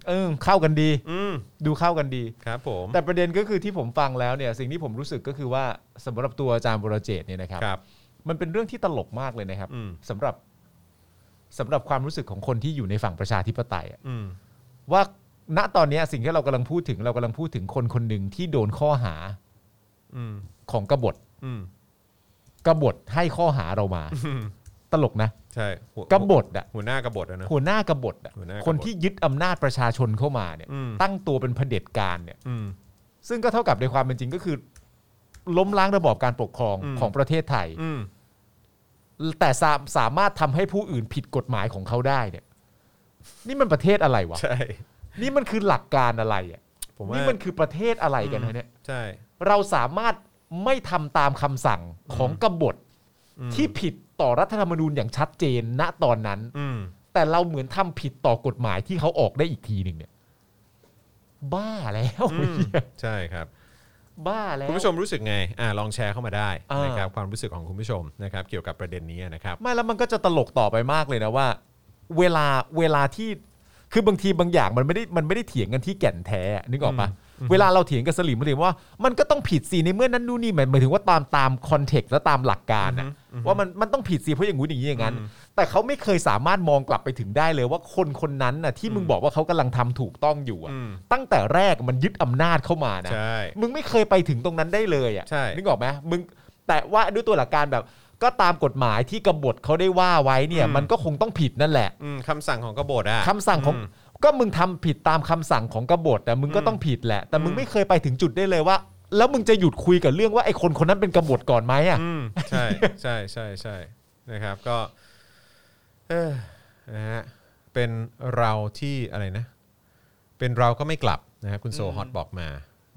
S6: เออเข้ากันดี
S2: อืม
S6: ดูเข้ากันดี
S2: ครับผม
S6: แต่ประเด็นก็คือที่ผมฟังแล้วเนี่ยสิ่งที่ผมรู้สึกก็คือว่าสำหรับตัวอาจารย์บรเจตเนี่ยนะครับ
S2: ครับ
S6: มันเป็นเรื่องที่ตลกมากเลยนะครับ
S2: อืม
S6: สำหรับสำหรับความรู้สึกของคนที่อยู่ในฝั่งประชาธิปไตยอะ
S2: อืม
S6: ว่าณตอนเนี้ยสิ่งที่เรากำลังพูดถึงเรากำลังพูดถึงคนคนหนึ่งที่โดนข้อหา
S2: อืม
S6: ของกบฏ
S2: อืม
S6: กบฏให้ข้อหาเรามา
S2: อืม <laughs>
S6: ตลกนะ
S2: ใช่หัว
S6: กบฏอ่ะ
S2: หัวหน้ากบฏอะนะ
S6: หัวหน้ากบฏอ่ะ
S2: หัวหน้ากบฏ
S6: คนที่ยึดอำนาจประชาชนเข้ามาเนี่ย
S2: อืม
S6: ตั้งตัวเป็นเผด็จการเนี่ย
S2: อืม
S6: ซึ่งก็เท่ากับในความเป็นจริงก็คือ ล้มล้างระบอบการปกครอง
S2: อืม
S6: ของประเทศไทย
S2: อืม
S6: แต่สาสามารถทำให้ผู้อื่นผิดกฎหมายของเขาได้เนี่ย นี่มันประเทศอะไรวะ
S2: ใช่
S6: นี่มันคือหลักการอะไรอ่ะ
S2: ผมว่า
S6: นี่มันคือประเทศอะไรกันนะเนี่ย
S2: ใช่
S6: เราสามารถไม่ทำตามคำสั่งของกบฏ
S2: อืม
S6: ที่ผิดต่อรัฐธรรมนูญอย่างชัดเจนณตอนนั้น
S2: อืม
S6: แต่เราเหมือนทำผิดต่อกฎหมายที่เขาออกได้อีกทีหนึ่งเนี่ย บ้าแล้ว
S2: อืมใช่ครับ
S6: บ้าแล้ว
S2: คุณผู้ชมรู้สึกไงอ่าลองแชร์เข้ามาได้
S6: อ่าน
S2: นะครับความรู้สึกของคุณผู้ชมนะครับเกี่ยวกับประเด็นนี้นะครับ
S6: ไม่แล้วมันก็จะตลกต่อไปมากเลยนะว่า เวลาเวลาที่คือบางทีบางอย่างมันไม่ได้มันไม่ได้เถียงกันที่แก่นแท้อะนึกออกปะเวลาเราเถียงกับสลิมมันเถียงว่า มันก็ต้องผิดสิในเมื่อนั้นนู่นนี่หมายหมายถึงว่าตามตามคอนเทกต์และตามหลักการอะว่ามันมันต้องผิดสิเพราะอย่างงู้นอย่างนี้อย่างนั้น แต่เขาไม่เคยสามารถมองกลับไปถึงได้เลยว่าคนคนนั้นน่ะที่มึงบอกว่าเขากำลังทำถูกต้องอยู่อะ
S2: อืม
S6: ตั้งแต่แรกมันยึดอำนาจเข้ามานะ
S2: ใช่
S6: มึงไม่เคยไปถึงตรงนั้นได้เลยอ่ะ
S2: ใช่
S6: นึกออกไหมมึงแต่ว่าด้วยตัวหลักการแบบ ก็ตามกฎหมายที่กบฏเขาได้ว่าไว้เนี่ย มันก็คงต้องผิดนั่นแหละ
S2: อืมคำสั่งของกบฏอะ
S6: คำสั่งของ
S2: อืม
S6: ก็มึงทำผิดตามคำสั่งของกบฏแต่มึงก็ต้องผิดแหละ แต่มึงไม่เคยไปถึงจุดได้เลยว่า แล้วมึงจะหยุดคุยกับเรื่องว่าไอ้คนคนนั้นเป็นกบฏก่อนไหมอ่ะ
S2: อืมใช่ใช่ใช่ใช่นะครับก็เอ้อนะฮะเป็นเราที่อะไรนะ เป็นเราก็ไม่กลับนะฮะคุณโซฮอตบอกมา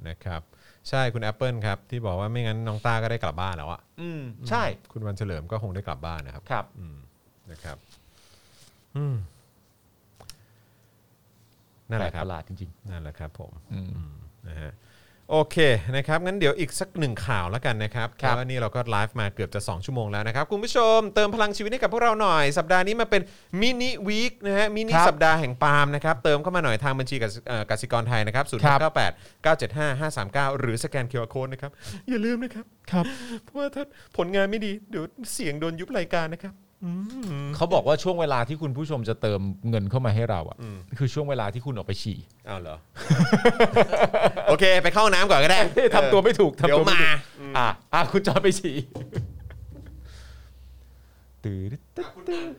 S2: นะครับ ใช่คุณ Apple ครับ ที่บอกว่าไม่งั้นน้องต้าก็ได้กลับบ้านแล้วอะ
S6: อืมใช่
S2: คุณวันเฉลิมก็คงได้กลับบ้านนะครับ
S6: ครับ
S2: อืมนะครับอืมนั่นแหละค
S6: ป
S2: รับ
S6: ระหลาดจริง
S2: นั่นแหละครับผม
S6: อืม
S2: อืมนะฮะโอเคนะครับ งั้นเดี๋ยวอีกสักหนึ่งข่าวแล้วกันนะครับ
S6: ครับ
S2: เพาะว่านี่เราก็ไลฟ์มาเกือบจะ 2 ชั่วโมงแล้วนะครับ คุณผู้ชมเติมพลังชีวิตให้กับพวกเราหน่อย สัปดาห์นี้มาเป็นมินิวีคนะฮะมินิสัปดาห์แห่งปาล์มนะครับ เติมเข้ามาหน่อยทางบัญชีกสเอ่อกสิกรไทยนะครับศูนย์เก้าแปดเก้าเจ็ดห้าห้าสามเก้าหรือสแกนเคอร์โค้ดนะครับ อย่าลืมนะครับ
S6: ๆ ครับ
S2: เพราะว่าถ้าผลงานไม่ดีเดี๋ยวเสียงโดนยุบรายการนะครับ
S6: เขาบอกว่าช่วงเวลาที่คุณผู้ชมจะเติมเงินเข้ามาให้เราอ่ะ
S2: อืม
S6: คือช่วงเวลาที่คุณออกไปฉี่
S2: อ้าวเหรอ <laughs> โอ เคไปเข้าน้ำก่อนก็ได้
S6: ที่ทำตัวไม่ถูก
S2: เดี๋ย
S6: ทำ
S2: ว
S6: ตัวไม่
S2: มา
S6: ถูกอ่ะอ่ะคุณจอห์นไป <laughs> ฉี่ตื่น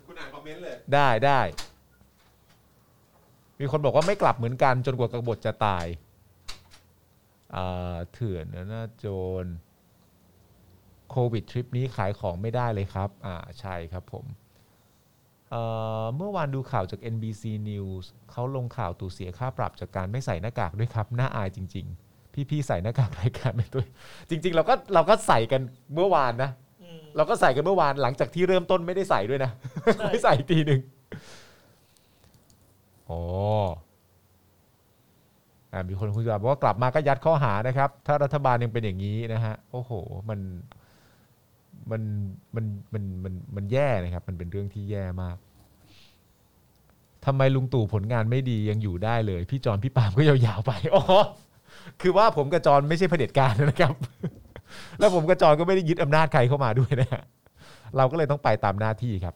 S2: คุณอ่านคอมเมนต์เลย
S6: ได้ได้ มีคนบอกว่าไม่กลับเหมือนกันจนกว่ากบฏจะตายอ่าเถื่อนนะนะโจรโควิดทริปนี้ขายของไม่ได้เลยครับ อ่าใช่ครับผมเอ่อเมื่อวานดูข่าวจาก NBC News เขาลงข่าวตูเสียค่าปรับจากการไม่ใส่หน้ากากด้วยครับน่าอายจริง ๆ พี่ๆใส่หน้ากากรายการไปด้วยจริง ๆ เราก็เราก็ใส่กันเมื่อวานนะ
S5: อืม
S6: เราก็ใส่กันเมื่อวานหลังจากที่เริ่มต้นไม่ได้ใส่ด้วยนะ
S5: ใช่
S6: ไม่ใส่อีกทีหนึ่งโอ้อ่ามีคนคุณจะบอกว่ากลับมาก็ยัดข้อหานะครับ ถ้ารัฐบาลยังเป็นอย่างนี้นะฮะ โอ้โห มันมันมันมันมันมันแย่นะครับ มันเป็นเรื่องที่แย่มากทำไมลุงตู่ผลงานไม่ดียังอยู่ได้เลย พี่จอนพี่ปาล์มก็ยาวๆไป <laughs> อ๋อคือว่าผมกับจอนไม่ใช่เผด็จการนะครับ <laughs> แล้วผมกับจอนก็ไม่ได้ยึดอำนาจใครเข้ามาด้วยนะฮ <laughs> ะเราก็เลยต้องไปตามหน้าที่ครับ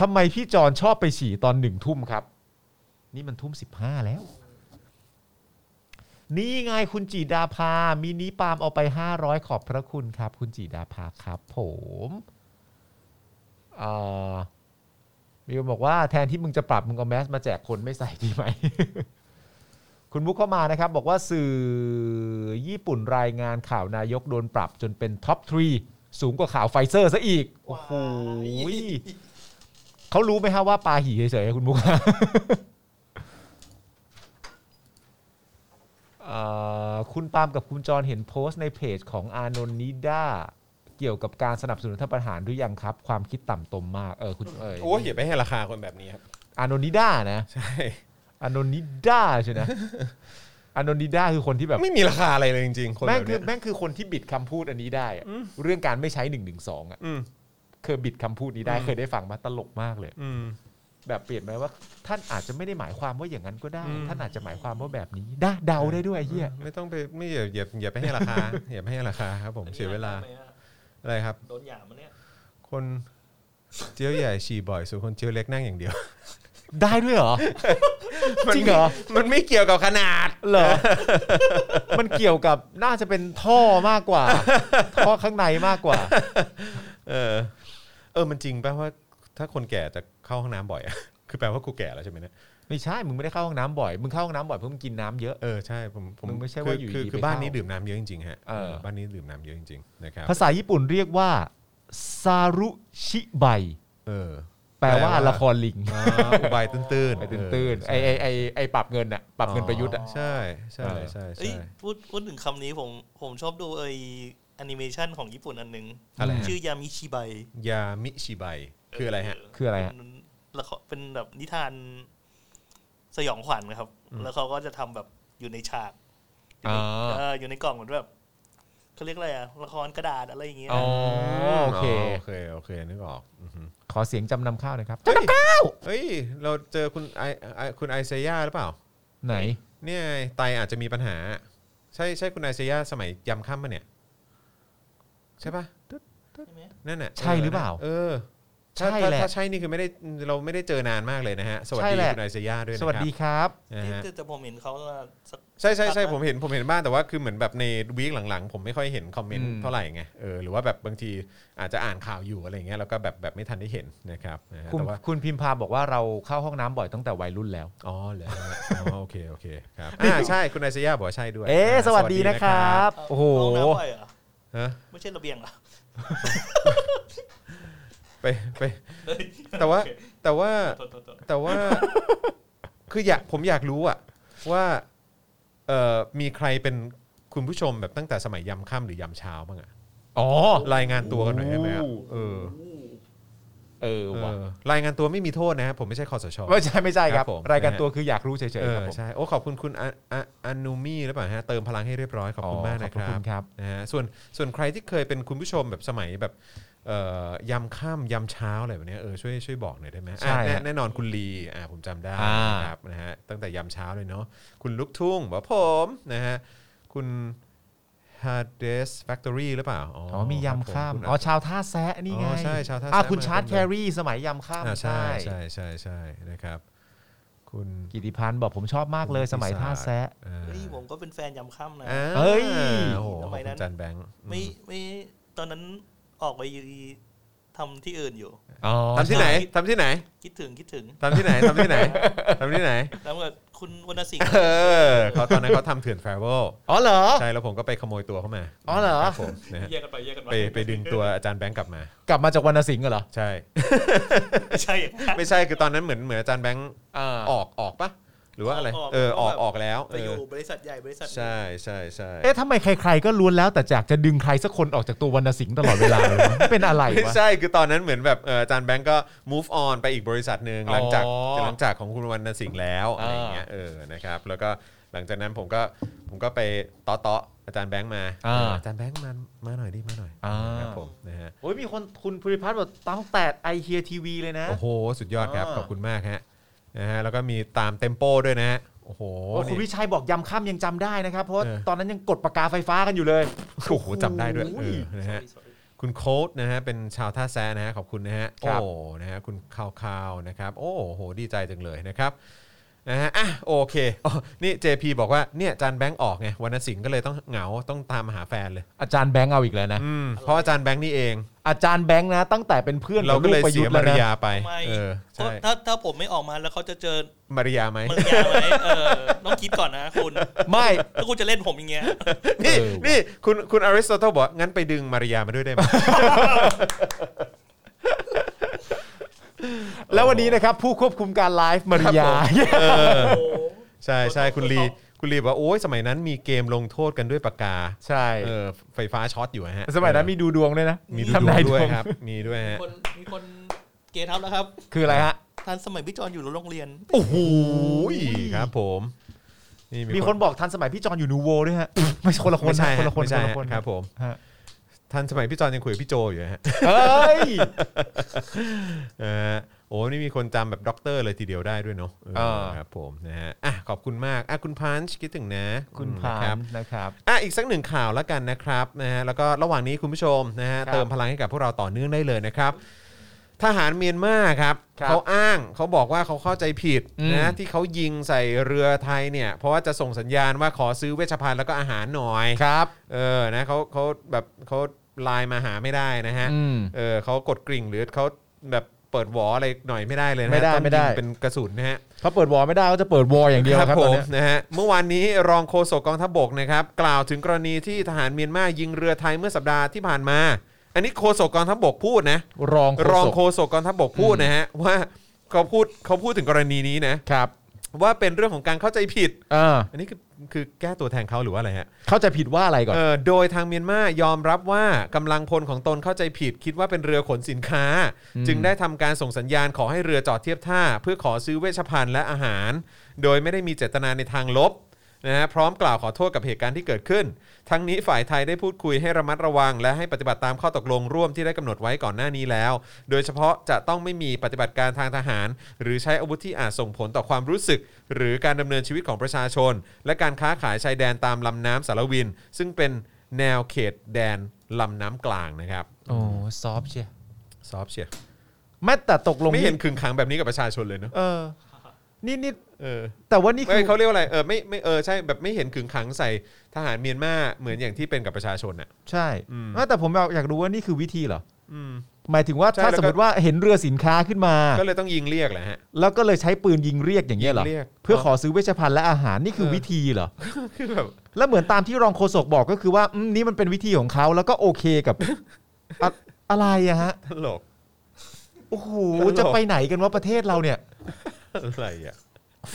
S6: ทำไมพี่จอนชอบไปฉี่ตอนหนึ่งทุ่มครับ นี่มันทุ่มสิบห้าแล้ว นี่ไงคุณจีดาภามินิปาล์มเอาไป 500 ขอบพระคุณครับ คุณจีดาภาครับผมเอ่อมีคนบอกว่าแทนที่มึงจะปรับมึงเอาแมสมาแจกคนไม่ใส่ดีไหม คุณมุกเข้ามานะครับบอกว่าสื่อญี่ปุ่นรายงานข่าวนายกโดนปรับจนเป็นท็อปทรีสูงกว่าข่าวไฟเซอร์ซะอีก โอ้โห
S5: ว้าย
S6: เขารู้ไหมฮะว่าปาหี่เฉยๆคุณมุก <laughs> เอ่อคุณปาล์มกับคุณจรเห็นโพสต์ในเพจของอานนท์นิด้าเกี่ยวกับการสนับสนุนท่านประธานหรือยังครับ ความคิดต่ำตมมากเออคุณเอย
S2: โอ้ยอย่าไปให้ราคาคนแบบนี้ครับ
S6: อานนท์นิด้านะ
S2: ใช่
S6: อานนท์นิด้าใช่นะ
S2: <laughs>
S6: อานนท์นิด้าคือคนที่แบบ
S2: ไม่มีราคาอะไรเลยจริงๆคน
S6: แม่
S2: แบ
S6: ง
S2: บ
S6: คื
S2: เนี้
S6: อย แม่งคือคนที่บิดคำพูดอันนี้ได้อะเรื่องการไม่ใช้หนึ่งหนึ่งสองอ่ะ
S2: อืม
S6: เคยบิดคำพูดนี้ได้
S2: อืม
S6: เคยได้ฟังมาตลกมากเลย
S2: อืม
S6: แบบเปลี่ยนไหมว่า ท่านอาจจะไม่ได้หมายความว่าอย่างนั้นก็ได้
S2: อืม
S6: ท่านอาจจะหมายความว่าแบบนี้ได้เดาได้ด้วยไอ้เหี้ย
S2: ไม่ต้องไปไม่อย่าอย่าอย่าไปให้ราคา <laughs> อย่าไปให้ราคาครับผมเสียเวลา
S5: อันนี้อ่านได้ไหมอะ
S2: อะไรครับ
S5: โดนหยามมาเนี่ย
S2: คนเจียวใหญ่ฉี่บ่อยส่วนคนเจียวเล็กนั่งอย่างเดียว
S6: ได้ด้วยเหรอ จริงเหรอ
S2: มันไม่เกี่ยวกับขนาด
S6: เหรอ <laughs> มันเกี่ยวกับน่าจะเป็นท่อมากกว่า ท่อข้างในมากกว่า
S2: เออ เออ มันจริงป่ะว่าถ้าคนแก่จะเข้าห้องน้ำบ่อยอะ <laughs> คือแปลว่ากูแก่แล้วใช่ไหมเนี่ย
S6: ไม่ใช่ มึงไม่ได้เข้าห้องน้ำบ่อย มึงเข้าห้องน้ำบ่อยเพราะมึงกินน้ำเยอะ
S2: เออ ใช่ ผม ผม
S6: มึงไม่ใช่
S2: คือ
S6: ว่าอยู่
S2: คือ
S6: ดีๆ
S2: คือ
S6: ไป
S2: บ้าน
S6: เข้านี้
S2: นี้ดื่มน้ำเยอะจริงๆฮะ
S6: เออ
S2: เออบ้านนี้ดื่มน้ำเยอะจริงๆนะครับ
S6: ภาษาญี่ปุ่นเรียกว่าซารุชิไบ
S2: เออ <laughs>
S6: แปลว่า
S2: แปลว่า
S6: ละครลิง
S2: อ่าอุบายตื้นๆ
S6: ไอ้ตื่นๆ
S2: เ
S6: ไอ้ไอ้ไอ้ไอ้ปรับเงินอะปรับเงินประยุทธ์อะ
S2: ใช่ใช่
S6: เออ
S2: ใช่
S5: เอ้ย
S2: ใช่
S5: พูดพูดถึงคำนี้ผมผมชอบดูไอแอนิเมชันของญี่ปุ่นอันหนึ่ง
S2: อะไรฮะ
S5: ชื่อยามิชิไบ
S2: ยามิชิไบคืออะไรฮะ
S6: คืออะไรฮะ
S5: เป็นละครเป็นแบบนิทานสยองขวัญนะครับ แล้วเขาก็จะทำแบบอยู่ในฉาก
S6: อ๋อ
S5: เอออยู่ในกล่องเหมือนแบบเขาเรียกอะไรอะละครกระดาษอะไรอย่างเงี้ย
S6: อ๋อโอเค
S2: โอเค โอเค นึกออกอือฮึ
S6: ขอเสียงจำนำข้าวหนะครับ
S2: เฮ้ยเฮ้ย เราเจอคุณไอไอคุณไอเซย่าหรือเปล่า
S6: ไหน
S2: เนี่ยไงไตอาจจะมีปัญหา ใช่ใช่คุณไอเซย่าสมัยยำค่ำปะเนี่ย ใช่ปะนั่นน่ะ
S6: ใช่หรือเปล่า
S2: เออถ้า
S6: ใช่
S2: ถ้า
S6: แหละ
S2: ถ้าใช่นี่คือไม่ได้เราไม่ได้เจอนานมากเลยนะฮะ สวัส
S6: ใช่
S2: ดี
S6: แหละ
S2: คุณไอเซย่าด้วยนะค
S6: ส
S2: รับ
S6: วัสดีครับ
S2: นะฮะ
S5: แต่แต่ผมเห็นเขาว่าสัก
S2: ใช่ใช่ใช่
S5: ครับ
S2: ผมเห็นผมเห็นบ้างแต่ว่าคือเหมือนแบบในวีคหลังๆ ผมไม่ค่อยเห็นคอมเมนต์
S6: อืม
S2: เท่าไหร่ไงเออหรือว่าแบบบางทีอาจจะอ่านข่าวอยู่อะไรอย่างเงี้ยแล้วก็แบบแบบไม่ทันได้เห็นนะครับนะฮะ
S6: คุณ
S2: แต่ว่า
S6: คุณพิมพาบอกว่าเราเข้าห้องน้ำบ่อยตั้งแต่วัยรุ่นแล้ว
S2: อ๋อเหรอฮะอ๋อโอเคโอเค
S6: <laughs>
S2: ครับอ่าใช่คุณไอซย่าบอกว่าใช่ด้วย
S6: เอ๊ะ
S2: อ่า
S6: สวัสดีนะครับโอ้โห
S5: ห้งน้ำไปเหรอ
S2: ฮะ
S5: ไม่ใช่ระเบียงเหรอ
S2: ไปไปแต่ว่าแต่ว่า
S5: โทษโทษโทษ
S2: แต่ว่า
S6: <laughs>
S2: คืออยากผมอยากรู้อะว่าเอ่อมีใครเป็นคุณผู้ชมแบบตั้งแต่สมัยยำค่ำหรือยำเช้าบ้างอะ
S6: อ๋อ
S2: รายงานตัวกันหน่อยได้ไหมอะเออ
S6: เออว่ะ
S2: เออรายงานตัวไม่มีโทษนะครับผมไม่ใช่คอสช
S6: ไม่ใช่ไม่ใช่ครั
S2: ครั
S6: บ
S2: บผม
S6: รายการตัวคืออยากรู้เฉย
S2: เอ
S6: ๆ
S2: อ
S6: ครับผม
S2: ใช่โอ้ขอบคุณคุณอะอะอานูมี่หรือเปล่าฮะเติมพลังให้เรียบร้อยขอบคุณ
S6: อ๋อ
S2: มากนะ
S6: ขอบคุณ
S2: ค
S6: ครั
S2: รับบ นะฮะส่วนส่วนใครที่เคยเป็นคุณผู้ชมแบบสมัยแบบเอ่อยำข้ามยำเช้าอะไรแบบเนี้ยเออช่วยช่วยบอกหน่อยได้ไหม
S6: ใช่
S2: อ่ะแน่
S6: ฮะ
S2: แน่นอนคุณลีอ่าผมจำได้
S6: อ่า
S2: นะครับนะฮะตั้งแต่ยำเช้าเลยเนาะคุณลูกทุ่งบอกว่าผมนะฮะคุณ Hades Factory หรือเปล่าอ๋อ
S6: อ๋อมียำข้าม
S2: รับผ
S6: อ๋อชาวท่าแซะนี่
S2: อ๋
S6: ไง
S2: อใช่ชาวท่า
S6: อ่ะ
S2: แซะ
S6: คุณ
S2: ม
S6: ชาร์ต
S2: น
S6: แค
S2: เลย
S6: รีสมัยยำข้าม
S2: อ่าใช่ใช่ใช่ใช่นะครับ คุณ
S6: กิติพันธ์บอกผมชอบมากเลย
S2: คุณ
S6: สมัย
S2: พิศา
S6: ท่าแซะ
S2: อ่า
S5: นี่ผมก็เป็นแฟนยำค่ำนะ
S2: อ่า
S6: เอ้ย
S2: โอ้โห
S5: ทำไมนั้น
S2: อาจารย์แบงค์
S5: ไม่ไม่ตอนนั้นออกไปทำที่อื่นอยู่
S6: อ๋อ
S2: ทำที่ไหนทำที่ไหน
S5: คิดถึงคิดถึง
S2: ทำที่ไหนทำที่ไหนทำที่ไหน
S5: แล้วก็คุณวรรณสิงห์
S2: เออเขาตอนนั้นเขาทำเถื่อนแฟร์เวล
S6: อ๋อเหรอ
S2: ใช่แล้วผมก็ไปขโมยตัวเข้ามา
S6: อ๋อเหรอ
S2: คบผมนะฮะ
S5: <laughs> แยกกันไปแยกกัน
S2: ไปไปดึงตัวอาจารย์แบงค์กลับมา
S6: กลับมาจากวรรณสิงห์เหรอ
S2: ใช่
S5: ไม่ใช่
S2: ไม่ใช่คือตอนนั้นเหมือนเหมือนอาจารย์แบงค์
S6: อ่า
S2: ออกออกปะหรือว่าอะไร
S5: ออกออก
S2: เออออก
S5: แบบ
S2: ออกแล้ว
S5: <laughs> ไปอยู่
S2: เออบ
S5: ริษัทใหญ่บริษัทหนึ่ง
S2: ใช่ใช่ใช่
S6: เอ๊ะทำไมใคร ๆ ก็ล้วนแล้วแต่จากจะดึงใครสักคนออกจากตัววรรณสิงห์ตลอดเวลาเลยวะเป็นอะไร
S2: ไม่
S6: วะ
S2: ใช่คือตอนนั้นเหมือนแบบเอออาจารย์แบงค์ก็ move on ไปอีกบริษัทหนึ่ง
S6: อ๋อ
S2: หลังจากหลังจากของคุณวรรณสิงห์แล้วอะไรอย่างเงี้ย
S6: อ่า
S2: เออนะครับแล้วก็หลังจากนั้นผมก็ผมก็ไปต่อต่ออาจารย์แบงค์มา
S6: อ่า
S2: เอออาจารย์แบงค์มามาหน่อยดิมาหน่อย
S6: อ่า
S2: ครับผมนะฮะ
S6: โอ้ยมีคนคุณภูริพัฒน์บอกตั้งแต่ไอเฮียทีวีเลยนะ
S2: โอ้โห สุดยอดครับ
S6: อ่า
S2: ขอบคุณมากฮะนะฮะแล้วก็มีตามเต็มโปด้วยนะฮะโอ้โห
S6: โอ้คุณวิ
S2: นี่
S6: ชัยบอกยำข้ามยังจำได้นะครับ เพราะว่า
S2: เออ
S6: ตอนนั้นยังกดปากกาไฟฟ้ากันอยู่เลย
S2: โอ้โหจำได้ด้วยเออนะฮะ
S5: ใช่
S2: คุณโค้ดนะฮะเป็นชาวท่าแซะนะฮะขอบคุณนะฮะ
S6: ค
S2: โอ้
S6: รับ
S2: นะฮะคุณข่าวข่าวนะครับโอ้โหดีใจจังเลยนะครับนะฮะอ่ะโอเคอ๋อนี่ JP บอกว่าเนี่ยอาจารย์แบงค์ออกไงวรรณสิงห์ก็เลยต้องเหงาต้องตามหาแฟนเลย
S6: อาจารย์แบงค์เอาอีกแล้วนะ
S2: อืมเพราะอาจารย์แบงค์นี่เอง
S6: อาจารย์แบงค์นะ ตั้งแต่เป็นเพื่อน
S2: เราก็เลย
S6: บปะ
S2: เสีย
S6: ทธ์
S2: มา
S6: แว
S2: ริ
S6: นะ
S2: ยาไป
S5: ไม่
S2: เออ
S5: เพราะ
S2: ใช่
S5: ถ้าถ้าผมไม่ออกมาแล้วเขาจะเจอ
S2: มาริยาไหม
S5: มันยาไหมเออ <laughs> ต้องคิดก่อนนะคุณ
S6: ไม่
S5: ถ้าคุณจะเล่นผมอย่างเงี้ย
S2: นี่
S6: เออว่ะ
S2: นี่คุณคุณอริสโตเติลบอกว่างั้นไปดึงมาริยามาด้วยได้ไหม
S6: แล้ววันนี้นะครับ ผู้ควบคุมการไลฟ์มาริยา
S5: โอ้
S2: ใช่ใช่
S6: <laughs>
S2: คุณลี
S5: ขอโทษ
S2: คุณลีบอกว่าโอ้ยสมัยนั้นมีเกมลงโทษกันด้วยปากกา
S6: ใช่
S2: เออไฟฟ้าช็อตอยู่ฮะ
S6: สมัยนั้นมีดูดวงด้วยนะ
S2: มีดู
S6: ทำนาย
S2: ด้วยครับ มีด้วยฮะ
S5: คนมีคนเกทับแล้วครับ
S6: คืออะไรฮะ
S5: ทันสมัยพี่จอนอยู่โรงเรียน
S2: โอ้โหครับผมนี่
S6: มีคนบอกทันสมัยพี่จอนอยู่นูโวด้วยฮะ ไม่ใช่คนละคน
S2: ไม่ใช่
S6: นะคน
S2: ฮะ
S6: ละคน
S2: ไม่
S6: ค
S2: ใช่
S6: น
S2: ฮะ
S6: ละคน
S2: ครับผม
S6: ฮะ
S2: ทันสมัยพี่จอนยังคุยกับพี่โจอยู่ฮะ
S6: เอ้ย
S2: เออโอ้นี่มีคนจำแบบด็อกเตอร์เลยทีเดียวได้ด้วยเนาะเออ
S6: เออ
S2: ครับผมนะฮะอ่ะขอบคุณมากอ่ะคุณพันช์คิดถึงนะ
S6: คุณ
S2: อื
S6: พา
S2: นะค
S6: ม
S2: รับ
S6: นนะครับ
S2: อ่ะอีกสักหนึ่งข่าวแล้วกันนะครับนะฮะแล้วก็ระหว่างนี้คุณผู้ชมนะฮะ
S6: ครับ
S2: เติมพลังให้กับพวกเราต่อเนื่องได้เลยนะครับ ทหารเมียนมาครับ
S6: ครับ
S2: เขาอ้างเขาบอกว่าเขาเข้าใจผิด
S6: อืม
S2: นะที่เขายิงใส่เรือไทยเนี่ย เพราะว่าจะส่งสัญญาณว่าขอซื้อเวชภัณฑ์แล้วก็อาหารหน่อย
S6: ครับ
S2: เออนะเขาเขาแบบเขาไลน์มาหาไม่ได้นะฮะ
S6: อืม
S2: เออเขากดกริ่งหรือเขาแบบเปิดหวออะไรหน่อยไม่ได้เลยนะฮะ
S6: ไม่ได้
S2: ต้อง
S6: ไม่ได้
S2: ยิงเป็นกระสุนนะฮะ
S6: เขาเปิดวอลไม่ได้ก็จะเปิดวอลอย่างเดียวครับ
S2: ผ
S6: ตอน
S2: ม
S6: เนี้ย
S2: นะฮะเมื่อวานนี้รองโฆษกกองทัพบกนะครับ กล่าวถึงกรณีที่ทหารเมียนมายิงเรือไทยเมื่อสัปดาห์ที่ผ่านมา อันนี้โฆษกกองทัพบกพูดนะ
S6: รอง
S2: รอง
S6: โฆษก
S2: โฆษกกองทัพบกพูดนะฮะว่าเขาพูดเขาพูดถึงกรณีนี้นะครับว่าเป็นเรื่องของการเข้าใจผิด
S6: เออ
S2: อันนี้คือคือแก้ตัวแทนเขาหรือว่าอะไรฮะ
S6: เข้าใจผิดว่าอะไรก่อน
S2: เออโดยทางเมียนมายอมรับว่ากำลังพลของตนเข้าใจผิด คิดว่าเป็นเรือขนสินค้า
S6: อืม
S2: จึงได้ทำการส่งสัญญาณขอให้เรือจอดเทียบท่า เพื่อขอซื้อเวชภัณฑ์และอาหาร โดยไม่ได้มีเจตนาในทางลบนะฮะพร้อมกล่าวขอโทษกับเหตุการณ์ที่เกิดขึ้น ทั้งนี้ฝ่ายไทยได้พูดคุยให้ระมัดระวัง และให้ปฏิบัติตามข้อตกลงร่วมที่ได้กำหนดไว้ก่อนหน้านี้แล้ว โดยเฉพาะจะต้องไม่มีปฏิบัติการทางทหาร หรือใช้อาวุธที่อาจส่งผลต่อความรู้สึก หรือการดำเนินชีวิตของประชาชน และการค้าขายชายแดนตามลำน้ำสารวิน ซึ่งเป็นแนวเขตแดนลำน้ำกลางนะครับ
S6: โอ้ซอฟต์เชียร์
S2: ซอฟเชียร์
S6: แม้แต่ตกลง
S2: ไม่เห็นขึงขังแบบนี้กับประชาชนเลยเนอะ
S6: เออ นี่นี่
S2: เออ
S6: แต่ว่านี่คื
S2: ไม่
S6: อ
S2: เขาเรียกว่าอะไรเออไม่ไม่เออใช่แบบไม่เห็นขึงขังใส่ทหารเมียนมาเหมือนอย่างที่เป็นกับประชาชนน่ะ
S6: ใช่
S2: อืม
S6: เออแต่ผมอยากรู้ว่านี่คือวิธีเหรอ
S2: อืม
S6: หมายถึงว่า
S2: ใช่
S6: ถ้า
S2: แล้วก็
S6: สมมติว่าเห็นเรือสินค้าขึ้นมา
S2: ก็เลยต้องยิงเรียกแหละฮะ
S6: แล้วก็เลยใช้ปืนยิงเรียกอย่างเงี้ยเหรอ
S2: ยิงเรียก
S6: เพื่อขอซื้อเวชภัณฑ์และอาหารนี่คือ
S2: เออ
S6: วิธีเหรอ
S2: คือแบบ
S6: แล้วเหมือนตามที่รองโฆษกบอกก็คือว่าอืมนี่มันเป็นวิธีของเขาแล้วก็โอเคกับ <laughs> อะอะไรอะฮะ
S2: ตลก
S6: โอ้โห
S2: ตลก
S6: จะไปไหนกันวะประเทศเราเนี่ย
S2: อะไรอ่ะ